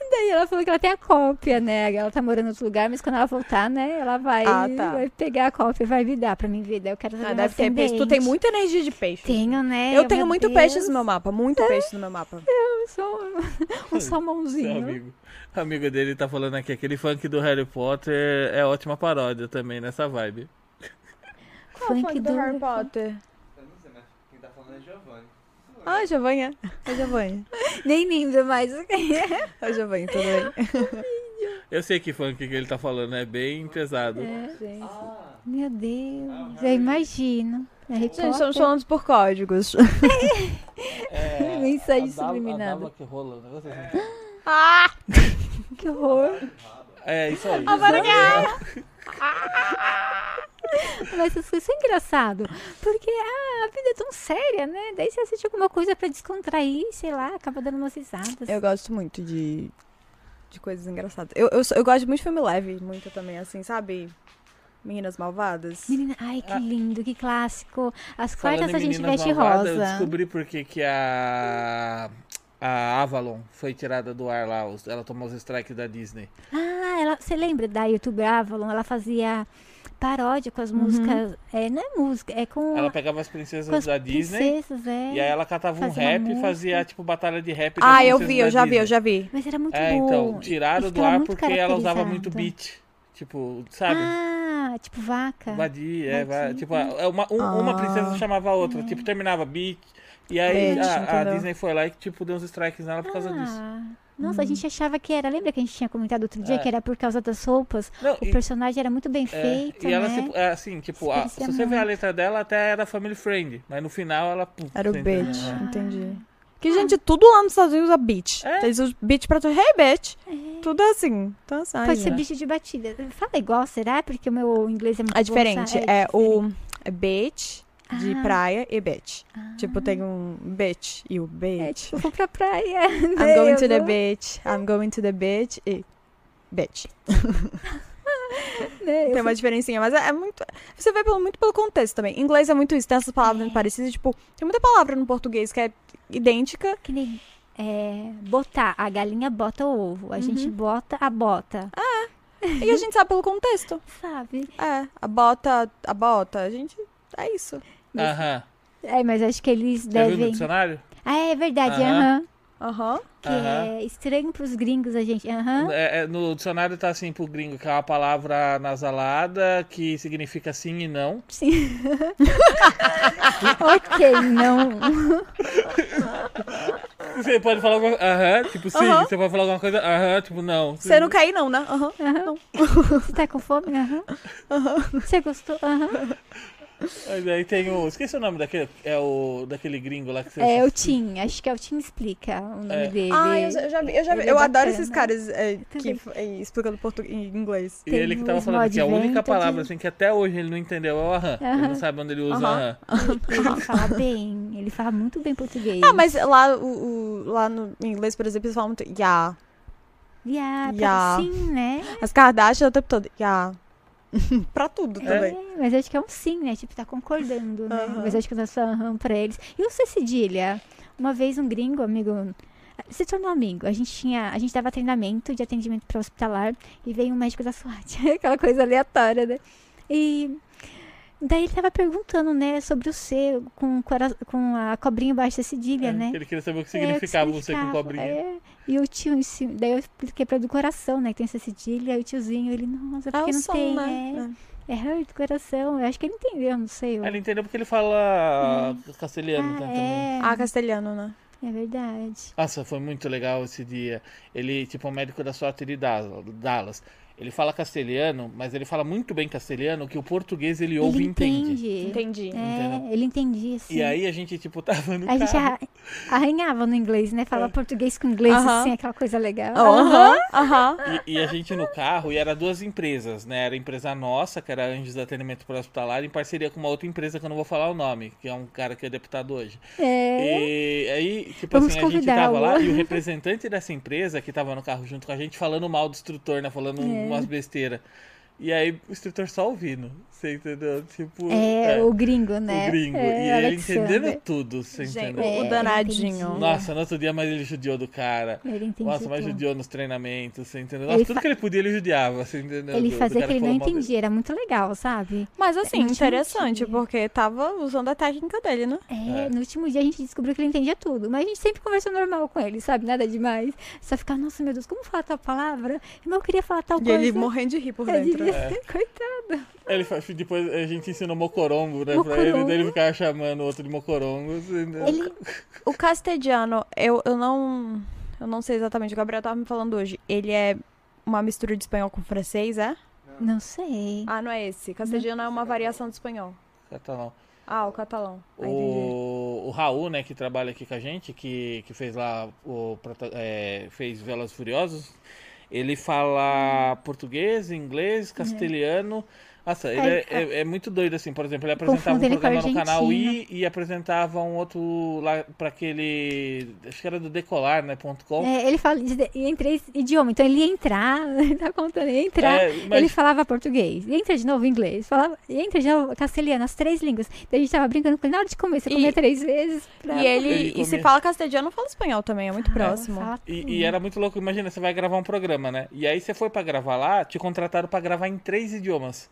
S1: Daí ela falou que ela tem a cópia, né, ela tá morando em outro lugar, mas quando ela voltar, né, ela vai,
S2: Ah, tá.
S1: vai pegar a cópia e vai me dar pra mim ver, daí eu quero saber
S2: Ah,
S1: meu
S2: deve ter peixe. Tu tem
S1: ascendente.
S2: muita energia de peixe.
S1: Tenho, né?
S2: Eu tenho muito peixe
S1: peixes, [LAUGHS]
S2: no meu É. mapa. Muito peixe no meu mapa.
S1: Sou um
S3: Seu
S1: salmãozinho.
S3: amigo. Amigo dele tá falando aqui, aquele funk do Harry Potter é ótima paródia também nessa vibe.
S1: Funk do Harry
S2: Potter?
S5: Eu não sei, mas quem tá falando é Giovanni.
S2: Ah, Giovanha.
S1: É
S2: Oi, Giovanha.
S1: Nem lembro mais. é.
S2: Oi, Giovanha, É tudo bem?
S3: Eu sei que funk que ele tá falando é bem pesado.
S1: [LAUGHS]
S5: Ah,
S1: É. Meu
S3: Ah,
S1: Deus, eu imagino. Harry
S2: Gente,
S1: Potter.
S2: estamos falando por códigos. [LAUGHS]
S3: É,
S1: Mensagem
S3: a dava- a
S1: subliminada.
S3: dava que rola, um negócio assim.
S2: Ah!
S1: Que horror.
S3: É isso aí.
S1: [LAUGHS] Mas isso isso é engraçado. Porque ah, a vida é tão séria, né? Daí você assiste alguma coisa pra descontrair, sei lá, acaba dando umas risadas.
S2: Eu gosto muito de, de coisas engraçadas. Eu, eu, sou- eu gosto muito de filme leve, muito também, assim, sabe? Meninas Malvadas?
S1: Menina, ai, que lindo, que clássico. As
S3: Ah. Falando
S1: quartas
S3: em
S1: a gente
S3: Meninas
S1: veste
S3: Malvadas, Eu
S1: rosa.
S3: descobri por que que a... A Avalon foi tirada do ar lá, os- ela tomou os strikes da Disney.
S1: Ah, ela, você lembra da YouTube Avalon? Ela fazia paródia com as músicas. É, não é música, é com,
S3: Ela pegava as princesas
S1: com as
S3: da Disney
S1: princesas, é.
S3: e aí ela catava um
S1: Fazia uma
S3: rap e
S1: música.
S3: fazia tipo batalha de rap. das
S2: Ah, eu
S3: princesas
S2: vi, eu
S3: da
S2: já vi, eu
S3: Disney.
S2: já vi.
S1: Mas era muito
S3: É,
S1: bom.
S3: então,
S1: e-
S3: tiraram
S1: e
S3: do
S1: ficava
S3: ar
S1: muito
S3: porque ela usava muito
S1: caracterizado.
S3: beat. Tipo, sabe?
S1: Ah, tipo vaca.
S3: Vadia, é, va-
S1: Vadia. Ah.
S3: tipo, a- uma, um- uma
S2: Ah.
S3: princesa chamava a outra, tipo, terminava beat. E aí
S2: Beat,
S3: a, a
S2: entendeu?
S3: Disney foi lá e, tipo, deu uns strikes nela por causa disso. Uhum.
S1: Ah, Nossa, a gente achava que era. Lembra que a gente tinha comentado outro dia
S3: É.
S1: que era por causa das roupas?
S3: Não,
S1: O
S3: e-
S1: personagem era muito bem
S3: é,
S1: feito.
S3: e ela,
S1: né?
S3: se- é, assim, tipo,
S1: Se
S3: a- se
S1: parecia
S3: você vê a
S1: muito.
S3: letra dela, até era family friend, mas no final ela... pum,
S2: Era o
S3: você entendeu?
S2: Bitch,
S3: É.
S2: entendi. Que, gente, tudo lá nos Estados Unidos Ah. é Bitch.
S3: É.
S2: Eles usam Bitch pra tu. Hey, Bitch! Tudo é assim. Então, assim, ai,
S1: Pode ser
S2: gente.
S1: bicho de batida. Fala igual, será? Porque o meu inglês é muito
S2: É
S1: bom,
S2: diferente.
S1: sabe?
S2: É o é beach de
S1: Ah.
S2: praia e beach. Tipo, tem um beach e o
S1: É
S2: beach.
S1: tipo, eu vou pra praia.
S2: I'm going to
S1: beach.
S2: the beach. I'm going to the beach e beach. Tem uma diferencinha, mas é, é muito. Você vê pelo, muito pelo contexto também. Em inglês é muito isso, tem essas palavras parecidas. Tipo, tem muita palavra no português que é idêntica.
S1: Que nem é, botar. A galinha bota o ovo. A gente
S3: Uhum.
S1: bota a bota.
S2: e
S1: Uhum.
S2: a gente sabe pelo contexto.
S1: Sabe?
S2: É, a bota, a bota. A gente. É isso.
S3: Aham.
S1: É, mas acho que eles
S3: Já viu no
S1: devem.
S3: dicionário?
S1: Ah, é verdade.
S3: Aham.
S1: Aham.
S2: Aham.
S1: Que
S3: Aham.
S1: é estranho pros gringos, a gente. Aham.
S3: É, é, no dicionário tá assim pro gringo, que é uma palavra nasalada que significa sim e não. [LAUGHS]
S1: Sim. [LAUGHS] ok, não.
S3: Você pode falar alguma aham, tipo sim.
S2: Aham.
S3: Você pode falar alguma coisa, aham, tipo não.
S2: Você não cai, não, né? Aham.
S1: Aham. Você tá com fome? Aham. Você gostou? Aham.
S3: Mas aí tem o. Esqueci o nome daquele. É o. Daquele gringo lá que você.
S1: É o Tim, acho que é o Tim Explica o nome
S3: É.
S1: dele.
S2: Ah, eu, já- eu já vi. Eu, já vi.
S1: Ele é
S2: eu adoro
S1: bacana.
S2: esses caras é, que
S1: também.
S2: f- é, explicando portu- em inglês.
S3: E ele que tava
S1: Tem
S3: falando
S1: os
S3: que a única
S1: Advented.
S3: palavra assim que até hoje ele não entendeu é o aham. Ele não
S1: Aham.
S3: sabe onde ele usa o
S2: Aham.
S3: aham.
S1: Ele fala bem, ele fala muito bem português.
S2: Ah, mas lá, o, o- lá no em inglês, por exemplo, eles falam muito yeah.
S1: Yeah, pra-
S2: Yeah.
S1: Sim, né?
S2: As Kardashian o tempo todo, yeah. [LAUGHS] pra tudo também.
S1: É, mas acho que é um sim, né? Tipo, tá concordando, né?
S2: Aham.
S1: Mas acho que eu dou só aham pra eles. E não sei cedilha. Uma vez um gringo, amigo, se tornou amigo. A gente tinha, a gente dava treinamento de atendimento para hospitalar e veio um médico da SWAT, [LAUGHS] aquela coisa aleatória, né? E daí ele tava perguntando, né, sobre o C com, o cora- com a cobrinha embaixo da cedilha, né?
S3: Ele queria saber o que
S1: É, o que
S3: significava você com cobrinha.
S1: é. E o tio em cima. Daí eu expliquei pra do coração, né? Que tem essa cedilha. E o tiozinho, ele, nossa, É porque
S2: É o
S1: não
S2: som,
S1: tem, né?
S2: né?
S1: É hurt, coração. Eu acho que ele entendeu, não sei. eu-
S3: Aí Ele entendeu porque ele fala castelhano
S1: Uhum. ah,
S3: tá, também.
S1: é.
S2: Ah, castelhano, né?
S1: É verdade.
S3: Nossa, foi muito legal esse dia. Ele, tipo, é um médico da sorte de Dal- Dallas. Ele fala castelhano, mas ele fala muito bem castelhano que o português ele ouve
S1: ele
S3: e entende.
S2: Entendi.
S1: É, ele entendia, sim.
S3: E aí a gente, tipo, [LAUGHS] tava no
S1: A gente
S3: carro.
S1: arra- arranhava no inglês, né?
S3: É.
S1: Falava português com inglês,
S2: Aham.
S1: assim, aquela coisa legal.
S2: Aham, aham.
S3: E, e a gente no carro, e era duas empresas, né? Era a empresa nossa, que era Anjos de Atendimento para Hospitalar, em parceria com uma outra empresa que eu não vou falar o nome, que é um cara que é deputado hoje.
S1: É.
S3: E aí, tipo
S1: Vamos
S3: assim, a gente
S1: convidá-lo.
S3: tava lá e o representante dessa empresa que tava no carro junto com a gente falando mal do instrutor, né?
S1: É.
S3: Falando umas besteiras. E aí o instrutor só ouvindo, você entendeu? Tipo,
S1: É,
S3: é,
S1: o gringo, né?
S3: o gringo.
S1: É,
S3: e ele né?
S1: Alexander.
S3: entendendo tudo, você
S2: Gente,
S3: entendeu?
S2: o
S3: É.
S2: danadinho.
S1: entendi.
S3: Nossa, no outro dia, mas ele judiou do cara.
S1: Ele entendia.
S3: Nossa, mas
S1: tudo.
S3: judiou nos treinamentos, você entendeu?
S1: Ele
S3: Nossa, tudo
S1: fa-
S3: que ele podia, ele judiava, você entendeu?
S1: Ele
S3: Do- do
S1: fazia
S3: cara
S1: que ele não
S3: falou mal dele.
S1: entendia, era muito legal, sabe?
S2: Mas assim,
S1: Gente,
S2: interessante,
S1: mentira.
S2: porque tava usando a técnica dele, né?
S1: É,
S3: É.
S1: no último dia a gente descobriu que ele entendia tudo, mas a gente sempre conversou normal com ele, sabe? Nada demais. Só ficava, nossa, meu Deus, como falar tal palavra? Mas eu queria falar tal
S2: E
S1: coisa.
S2: ele morrendo de rir por
S1: É,
S2: dentro.
S1: devia
S2: né?
S1: ser, [LAUGHS] coitado.
S3: Ele fa- Depois a gente ensinou mocorongo, né? Pra ele,
S1: Mocorongo.
S3: daí ele ficava chamando o outro de mocorongo. você entendeu?
S1: Ele-
S2: [LAUGHS] O castelhano, eu, eu não. Eu não sei exatamente, o Gabriel tava me falando hoje. Ele é uma mistura de espanhol com francês, é?
S1: Não sei.
S2: Ah, não é esse. Castelhano é uma variação do espanhol.
S3: Catalão.
S2: Ah, o catalão. Ah, entendi.
S3: O, o Raul, né, que trabalha aqui com a gente, que, que fez lá o prota- é, fez Velas
S1: Hum. Uhum.
S3: Furiosos, ele fala português, inglês, castelhano, Nossa, ele
S1: Aí,
S3: é, é- é muito doido, assim. Por exemplo, ele apresentava um
S1: Confundo ele tá. com a
S3: programa no canal I
S1: Argentina.
S3: e apresentava um outro lá pra aquele. Acho que era do Decolar, né? ponto .com.
S1: É, ele fala de, de- em três idiomas, então ele ia entrar, [LAUGHS] tá contando, ia entrar.
S3: É, mas-
S1: Ele falava português, ia entrar de novo inglês, falava, ia entrar de novo castelhano, as três línguas. Daí a gente tava brincando com ele, na hora de comer, você
S2: E-
S1: comia três vezes. Pra...
S2: E
S3: Ele
S2: ele. E se
S3: comia.
S2: fala castelhano, fala espanhol também, é muito próximo.
S1: Fala
S3: E, e era muito louco, imagina, você vai gravar um programa, né? E aí você foi pra gravar lá, te contrataram pra gravar em três idiomas.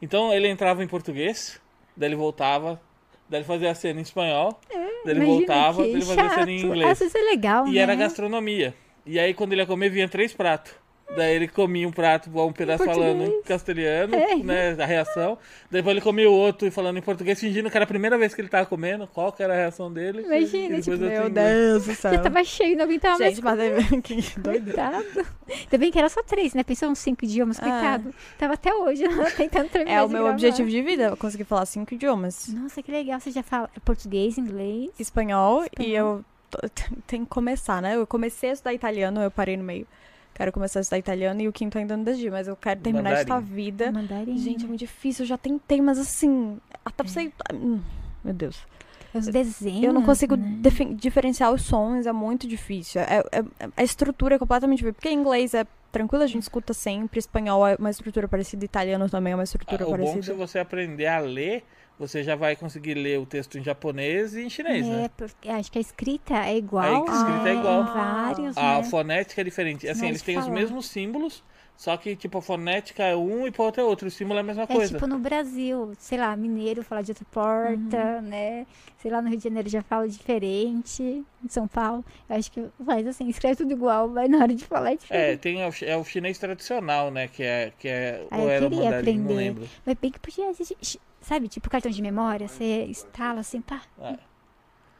S3: Então ele entrava em português, daí ele voltava, daí ele fazia a cena em espanhol, daí ele
S1: É, Imagina
S3: voltava, daí
S1: que
S3: ele fazia a
S1: chato.
S3: cena em inglês.
S1: Às vezes é legal,
S3: E
S1: né?
S3: era gastronomia. E aí quando ele ia comer, vinha três pratos. Daí ele comia um prato, um pedaço falando em
S1: português.
S3: castelhano,
S1: É.
S3: né? A reação. Depois ele comia o outro falando em português, fingindo que era a primeira vez que ele tava comendo, qual que era a reação dele.
S1: Imagina,
S3: E depois
S1: tipo,
S3: outro em
S2: Meu
S3: inglês.
S2: Deus do céu.
S1: Porque tava cheio, alguém tava mais
S2: Gente, mas é- [LAUGHS] que doido.
S1: Coitado. Ainda bem que era só três, né? Pensou uns cinco idiomas,
S2: Ah.
S1: coitado. Tava até hoje lá [LAUGHS] tentando terminar
S2: É o
S1: de
S2: meu
S1: gravar.
S2: objetivo de vida, eu conseguir falar cinco idiomas.
S1: Nossa, que legal. Você já fala português, inglês.
S2: Espanhol, e
S1: Espanhol.
S2: eu tô- tenho que começar, né? Eu comecei a estudar italiano, eu parei no meio. Quero começar a estudar italiano e o quinto ainda não decidi, mas eu quero terminar
S3: Mandarim.
S2: esta vida.
S1: Mandarim.
S2: Gente, é muito difícil, eu já tentei, mas assim, até pra você. Hum, Meu Deus.
S1: os desenhos.
S2: Eu não consigo
S1: né?
S2: defi- diferenciar os sons, é muito difícil. É, é- a estrutura é completamente diferente. Porque inglês é tranquilo, a gente escuta sempre. Espanhol é uma estrutura parecida, italiano também é uma estrutura
S3: Ah, o bom é que se
S2: parecida.
S3: você aprender a ler, você já vai conseguir ler o texto em japonês e em chinês,
S1: É,
S3: né?
S1: porque acho que a escrita é igual.
S3: A escrita
S1: né?
S3: é igual.
S1: Em vários,
S3: A
S1: né?
S3: fonética é diferente. Assim,
S1: Mas
S3: eles têm os
S1: fala.
S3: mesmos símbolos, só que, tipo, a fonética é um e pra outra é outro. O símbolo é a mesma
S1: É
S3: coisa.
S1: tipo no Brasil, sei lá, mineiro fala de outra porta,
S2: Uhum.
S1: né? Sei lá, no Rio de Janeiro já fala diferente, em São Paulo. Eu acho que faz assim, escreve tudo igual, mas na hora de falar é diferente.
S3: É, tem o, chi- é o chinês tradicional, né? Que é. Que é
S1: Ah,
S3: ou
S1: eu
S3: era o
S1: queria
S3: mandarim, não
S1: aprender.
S3: lembro.
S1: Mas bem que podia existir. sh- Sabe, tipo cartão de memória, você instala assim, pá.
S3: Ah.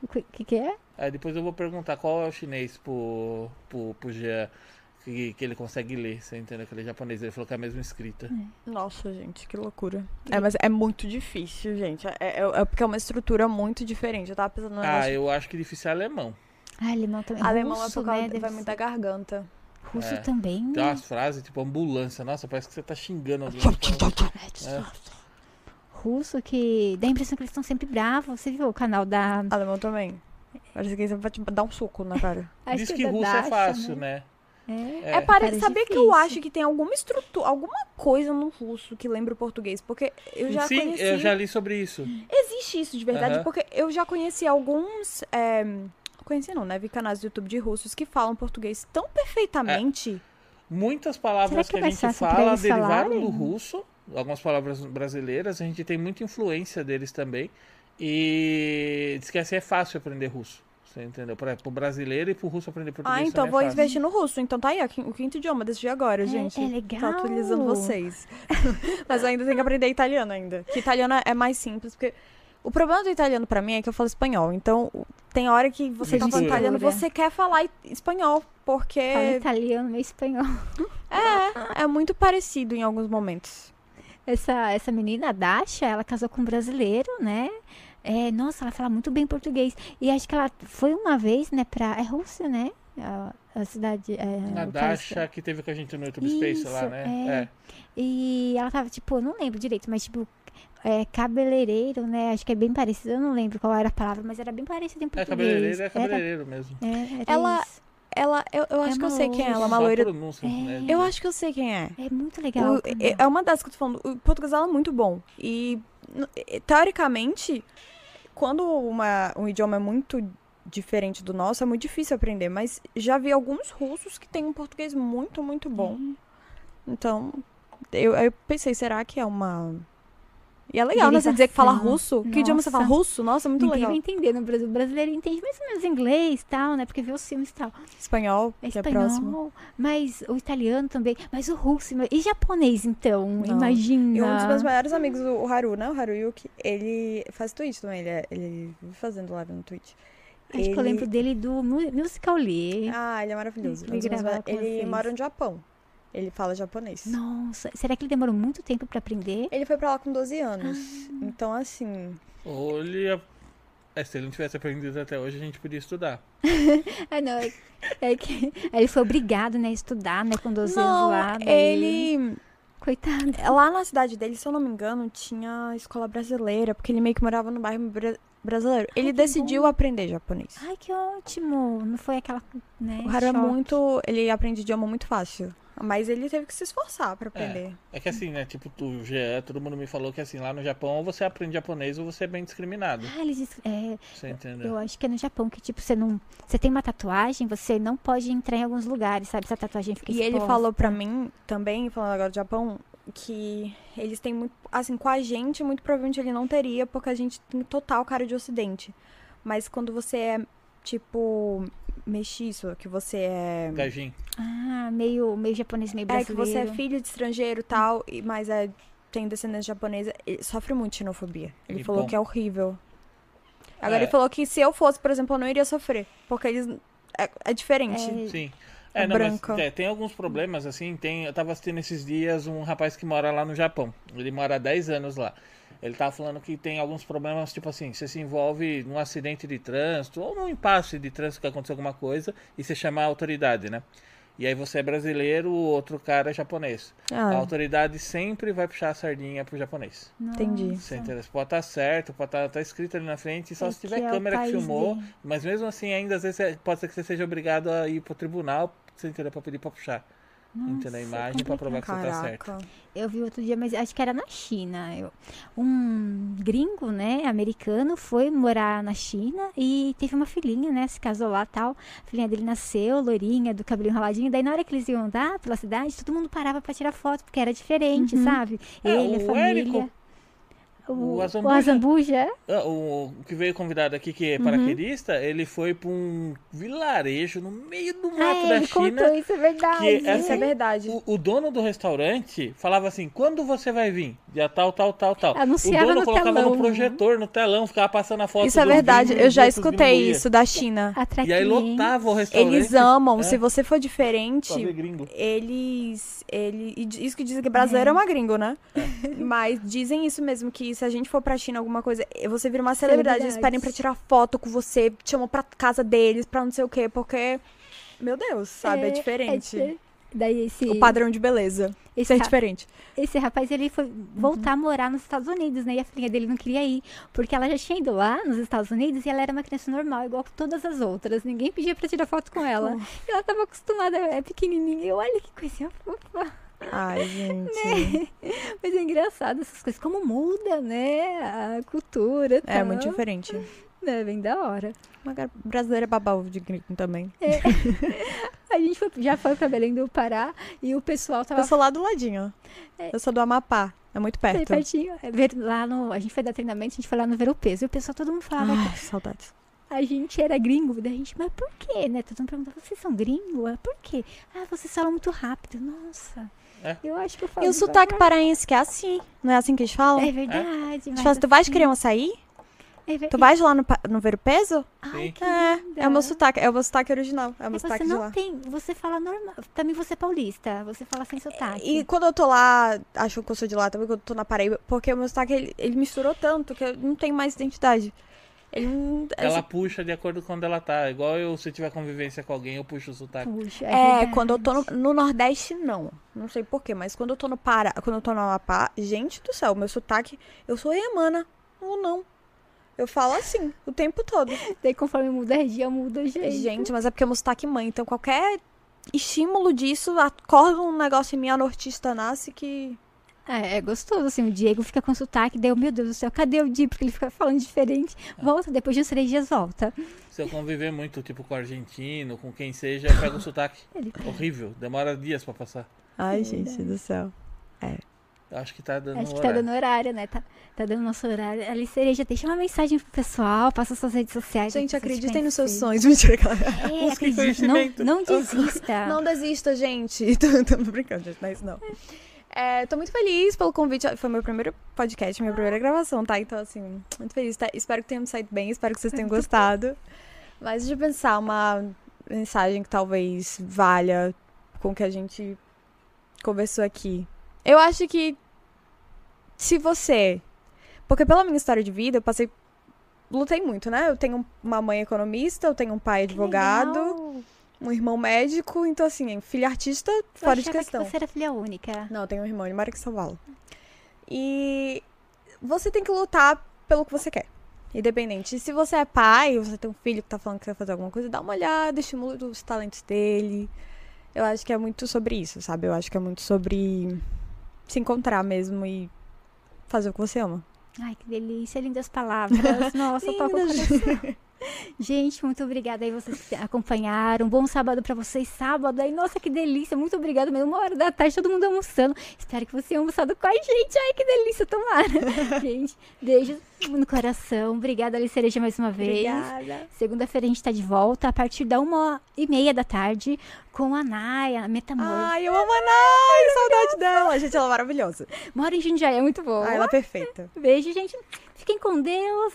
S1: O que, que que é?
S3: Aí depois eu vou perguntar qual é o chinês pro, pro, pro Jean que, que ele consegue ler. Você entendeu? Aquele japonês. Ele falou que é a mesma escrita.
S1: Hum.
S2: Nossa, gente, que loucura. É, mas é muito difícil, gente. É, é- é porque é uma estrutura muito diferente. Eu tava pensando no
S3: Ah,
S2: negócio.
S3: eu acho que difícil é alemão.
S1: Ah, alemão também.
S2: Alemão é
S1: russo,
S2: por causa
S1: né? Deve
S2: vai
S1: ser-
S2: muito da garganta.
S1: Russo
S3: É.
S1: também.
S3: Tem
S1: Né?
S3: umas frases tipo ambulância. Nossa, parece que você tá xingando alguém.
S2: tá
S3: É.
S1: Russo que dá a impressão que eles estão sempre bravos. Você viu o canal da.
S2: Alemão também. Parece que você vai te dar um soco na cara.
S1: acho
S3: Diz que,
S1: da
S3: russo
S1: Dasha,
S3: é fácil, né?
S1: É.
S3: É.
S2: É, pare-
S1: Parece
S2: sabia que eu
S1: difícil.
S2: acho que tem alguma estrutura, alguma coisa no russo que lembra o português, porque eu já
S3: Sim,
S2: conheci.
S3: eu já li sobre isso.
S2: Existe isso de verdade,
S3: Aham.
S2: porque eu já conheci alguns. É... Conheci não, né? Vi canais do YouTube de russos que falam português
S3: É.
S2: tão perfeitamente.
S3: Muitas
S1: Será
S3: palavras
S1: que
S3: que, a
S1: vai
S3: gente
S1: ser assim pra
S3: fala
S1: eles
S3: derivaram
S1: falarem?
S3: do russo, algumas palavras brasileiras, a gente tem muita influência deles também. E diz que assim é fácil aprender russo. Você entendeu? Para o brasileiro e pro russo aprender português.
S2: ah, então
S3: também
S2: vou
S3: é fácil.
S2: investir no russo. Então tá aí, ó, quin- o quinto idioma desse dia agora,
S1: É-
S2: gente. tá
S1: é legal.
S2: Tô atualizando vocês. [LAUGHS] Mas eu ainda tem que aprender italiano ainda. Que italiano é mais simples, porque. O problema do italiano pra mim é que eu falo espanhol. Então, o- tem hora que você tá falando
S3: Mistura.
S2: italiano, você quer falar i- espanhol,
S1: Fala
S2: porque
S1: italiano, meio espanhol.
S2: é muito parecido em alguns momentos.
S1: Essa, essa menina, a Dasha, ela casou com um brasileiro, né? É, nossa, ela fala muito bem português. E acho que ela foi uma vez, né, pra. É Rússia, né? A, a cidade. É,
S3: A
S1: o país-
S3: Dasha que teve com a gente no YouTube Space lá,
S1: Isso, é.
S3: né?
S1: E ela tava, tipo, eu não lembro direito, mas tipo, é, cabeleireiro, né? Acho que é bem parecido, eu não lembro qual era a palavra, mas era bem parecido em
S3: É, é
S1: português.
S3: cabeleireiro, é
S1: Era-
S3: cabeleireiro mesmo.
S1: é, era
S2: Ela-
S1: isso.
S2: Ela, eu, eu acho que eu
S1: uma
S2: sei quem é ela, uma
S3: Só
S2: loira.
S3: pronúncia, né?
S2: Eu acho que eu sei quem é.
S1: É muito legal.
S2: O- é- é uma das que eu tô falando. O português dela é muito bom. E, n- e, teoricamente, quando uma, um idioma é muito diferente do nosso, é muito difícil aprender. Mas já vi alguns russos que têm um português muito, muito bom. Então, eu, eu pensei, será que é uma. E é legal, né? Você dizer que fala russo.
S1: Derivação.
S2: Que idioma você fala
S1: Nossa.
S2: russo? Nossa, muito
S1: Ninguém
S2: legal.
S1: vai entender no Brasil. O brasileiro entende mais ou menos inglês e tal, né? Porque vê os filmes e tal.
S2: Espanhol,
S1: É
S2: que é próximo.
S1: espanhol, mas o italiano também. Mas o russo. ima- E japonês, então? Imagina.
S2: E um dos meus maiores amigos, o Haru, né? O Haruyuki, ele faz Twitch também, ele, é- ele vive fazendo live no Twitch.
S1: Acho que eu lembro dele do mu- Musical Lee.
S2: Ah, ele é maravilhoso.
S1: Ele
S2: Um dos meus
S1: gravava
S2: ma-
S1: com
S2: Ele
S1: vocês.
S2: mora no Japão. Ele fala japonês.
S1: Nossa, será que ele demorou muito tempo pra aprender?
S2: Ele foi pra lá com 12 anos.
S1: Ah.
S2: Então, assim.
S3: Olha. É, se ele não tivesse aprendido até hoje, a gente podia estudar.
S1: Ah, não. É,
S2: [LAUGHS]
S1: é que aí ele foi obrigado, né, a estudar, né, com 12 anos lá. daí-
S2: ele.
S1: Coitado.
S2: Lá na cidade dele, se eu não me engano, tinha escola brasileira, porque ele meio que morava no bairro bra- brasileiro. Ele
S1: que
S2: decidiu aprender japonês.
S1: Ai, que ótimo. Não foi aquela, né?
S2: o Haru é
S1: choque.
S2: muito. Ele aprende idioma muito fácil. Mas ele teve que se esforçar pra aprender.
S3: É que assim, né? Tipo, tu, Jean, todo mundo me falou que assim, lá no Japão, ou você aprende japonês ou você é bem discriminado.
S1: Ah, eles... dis- É,
S3: Você entendeu?
S1: Eu acho que é no Japão que, tipo, você não. Você tem uma tatuagem, você não pode entrar em alguns lugares, sabe? Se a tatuagem fica
S2: E ele
S1: exposta.
S2: falou pra mim também, falando agora do Japão, que eles têm muito. Assim, com a gente, muito provavelmente ele não teria, porque a gente tem total cara de ocidente. Mas quando você é, tipo, mexiço, que você é.
S3: Gajin.
S1: Ah, meio, meio japonês, meio
S2: É, que
S1: brasileiro.
S2: você é filho de estrangeiro e tal, e- mas é, tem descendência japonesa, ele sofre muito xenofobia. Ele
S3: E
S2: falou
S3: bom.
S2: que é horrível. Agora
S3: É.
S2: ele falou que se eu fosse, por exemplo, eu não iria sofrer, porque eles. É, é diferente.
S3: Sim.
S2: É
S3: É, não, mas
S2: branca.
S3: é, tem alguns problemas, assim, tem, eu tava assistindo esses dias um rapaz que mora lá no Japão, ele mora há 10 anos lá, ele tava falando que tem alguns problemas, tipo assim, você se envolve num acidente de trânsito, ou num impasse de trânsito que aconteceu alguma coisa, e você chama a autoridade, né? E aí você é brasileiro, o outro cara é japonês. A
S2: Ah,
S3: autoridade sempre vai puxar a sardinha pro japonês.
S2: entendi.
S3: Você entendeu? Pode estar certo, pode estar tá escrito ali na frente, só
S1: É
S3: se tiver
S1: que é o
S3: câmera que
S1: país
S3: filmou.
S1: dele.
S3: Mas mesmo assim, ainda às vezes é- pode ser que você seja obrigado a ir pro tribunal, você entendeu? Pra pedir pra puxar. entendeu? A imagem pra provar que você tá certo.
S2: Caraca.
S1: Eu vi outro dia, mas acho que era na China. Eu- um gringo, né, americano, foi morar na China e teve uma filhinha, né, se casou lá tal. A filhinha dele nasceu, loirinha, do cabelinho raladinho. Daí na hora que eles iam andar pela cidade, todo mundo parava pra tirar foto, porque era diferente, sabe?
S3: É,
S1: Ele, a
S3: o
S1: família.
S3: Érico, o
S1: O
S3: Azambuja.
S1: Azambuja.
S3: Ah, O o que veio convidado aqui, que
S1: Uhum.
S3: é paraquedista, ele foi pra um vilarejo no meio do mato
S1: Ah,
S3: da
S1: ele
S3: China.
S1: contou, isso é verdade.
S3: que é
S2: Isso é verdade.
S3: O, o dono do restaurante falava assim: quando você vai vir? Dia tal, tal, tal, tal.
S1: Anunciava
S3: o dono
S1: no
S3: colocava
S1: telão,
S3: no
S1: né?
S3: projetor, no telão, ficava passando a foto
S2: Isso é
S3: dos
S2: verdade.
S3: vinhos,
S2: Eu já
S3: dos
S2: escutei
S3: vinhos.
S2: isso da China.
S1: Atrai
S3: E aí
S1: clientes.
S3: lotava o restaurante.
S2: Eles amam.
S3: É.
S2: Se você for
S3: Pra ver
S2: diferente,
S3: gringo.
S2: eles. Ele, e di- isso que dizem que brasileiro é, uma gringo, né?
S3: É.
S2: Mas dizem isso mesmo, que se a gente for pra China alguma coisa, você vira uma celebridade. Eles
S1: Celebridade.
S2: pedem pra tirar foto com você, te chamam pra casa deles, pra não sei o quê, porque. Meu Deus, sabe? É, diferente.
S1: difer- Daí esse,
S2: O padrão de beleza.
S1: esse,
S2: Isso é
S1: ra-
S2: diferente.
S1: esse rapaz, ele foi voltar a morar nos Estados Unidos, né? E a filhinha dele não queria ir, porque ela já tinha ido lá nos Estados Unidos e ela era uma criança normal, igual todas as outras. Ninguém pedia pra tirar foto com ela. E ela tava acostumada, é pequenininha. E eu, olha que coisinha fofa.
S2: Ai, [LAUGHS] gente.
S1: Mas é engraçado essas coisas, como muda, né? A cultura
S2: É
S1: tal,
S2: muito diferente.
S1: né? Bem da hora.
S2: Uma gar- brasileira baba ovo de gringo também.
S1: A gente foi- já foi pra Belém do Pará e o pessoal tava
S2: Eu sou lá do ladinho. Eu sou do Amapá. É muito
S1: Aí
S2: perto.
S1: pertinho. É, ver- Lá no, a gente foi dar treinamento, a gente foi lá no ver o peso. E o pessoal, todo mundo falava
S2: Ai, saudades.
S1: que a gente era gringo. Daí a gente, mas por quê, né? Todo mundo perguntava, vocês são gringo? É, Por quê? Ah, vocês falam muito rápido. Nossa.
S3: É.
S1: Eu acho que eu falo
S2: E o
S1: devagar.
S2: sotaque paraense que é assim. Não é assim que eles falam?
S1: É verdade.
S2: Eles
S1: mas
S2: falam, tu vais
S1: assim,
S2: querer um açaí?
S1: é ver-
S2: Tu vais lá no, pa- no ver o peso?
S3: Sim.
S2: É, é o meu sotaque. É o meu sotaque original. É o
S1: É,
S2: meu
S1: você
S2: sotaque de
S1: não
S2: lá.
S1: tem, você fala normal. Também você é paulista, você fala sem sotaque.
S2: E quando eu tô lá, acho que eu sou de lá também, quando eu tô na Paraíba, porque o meu sotaque, ele, ele misturou tanto que eu não tenho mais identidade. Ele não...
S3: Ela puxa de acordo com onde ela tá. Igual eu, se eu tiver convivência com alguém, eu puxo o sotaque.
S1: Puxa,
S2: É,
S1: verdade.
S2: quando eu tô no, no Nordeste, não. Não sei porquê, mas quando eu tô no Pará, quando eu tô no Amapá, gente do céu, meu sotaque, eu sou iamana, ou não. Eu falo assim, o tempo todo.
S1: Daí conforme muda a região, muda o jeito.
S2: Gente, mas é porque é meu sotaque mãe, então qualquer estímulo disso, acorda um negócio em mim, a nortista nasce que...
S1: É, é gostoso, assim, o Diego fica com sotaque, daí eu, meu Deus do céu, cadê o Di? Porque ele fica falando diferente. Volta, depois de uns três dias volta.
S3: Se eu conviver muito, tipo, com argentino, com quem seja, eu pego o sotaque.
S1: Ele
S3: Horrível. Demora dias pra passar.
S2: Ai, gente do céu. É.
S3: Eu acho que tá dando
S1: Acho que tá
S3: horário.
S1: dando horário, né? Tá, tá dando nosso horário. Ali, Cereja, deixa uma mensagem pro pessoal, passa suas redes sociais.
S2: Gente,
S1: as pessoas te
S2: acreditem nos seus
S1: conhecerem.
S2: sonhos, [LAUGHS] mentira, galera.
S1: É,
S3: Busquem
S1: acredite,
S3: conhecimento.
S1: não, não desista.
S2: [LAUGHS] Não desista, gente. [LAUGHS] Tô, tô brincando, gente, não é isso não. É, tô muito feliz pelo convite. Foi meu primeiro podcast, minha primeira gravação, tá? Então, assim, muito feliz. tá? Espero que tenha me saído bem, espero que vocês tenham gostado. Mas deixa eu pensar uma mensagem que talvez valha com o que a gente conversou aqui. Eu acho que se você. Porque pela minha história de vida, eu passei. Lutei muito, né? Eu tenho uma mãe economista, eu tenho um pai
S1: Que
S2: advogado.
S1: legal.
S2: um irmão médico, então assim, filha artista,
S1: Eu
S2: fora de
S1: achava
S2: questão.
S1: que você é. era filha única.
S2: Não, eu tenho um irmão, ele mora aqui em São Paulo. E você tem que lutar pelo que você quer. Independente. E se você é pai, você tem um filho que tá falando que quer fazer alguma coisa, dá uma olhada, estimula os talentos dele. Eu acho que é muito sobre isso, sabe? Eu acho que é muito sobre se encontrar mesmo e fazer o que você ama.
S1: Ai, que delícia, lindas palavras. Nossa, tocou o
S2: Lindas.
S1: coração. Gente, muito obrigada aí vocês que acompanharam. Bom sábado pra vocês, sábado. Ai, nossa, que delícia. Muito obrigada mesmo. Uma hora da tarde, todo mundo almoçando. Espero que você tenha almoçado com a gente. Ai, que delícia, tomara. gente, beijo no coração. Obrigada, Alice Cereja, mais uma vez. Segunda-feira a gente tá de volta a partir da uma e meia da tarde com a Naya, a Metamor.
S2: Ai, eu amo a Nai, saudade dela. Gente, ela é maravilhosa.
S1: Mora em Jundiaí, é muito bom.
S2: Ai, ela é perfeita.
S1: Beijo, gente. Fiquem com Deus.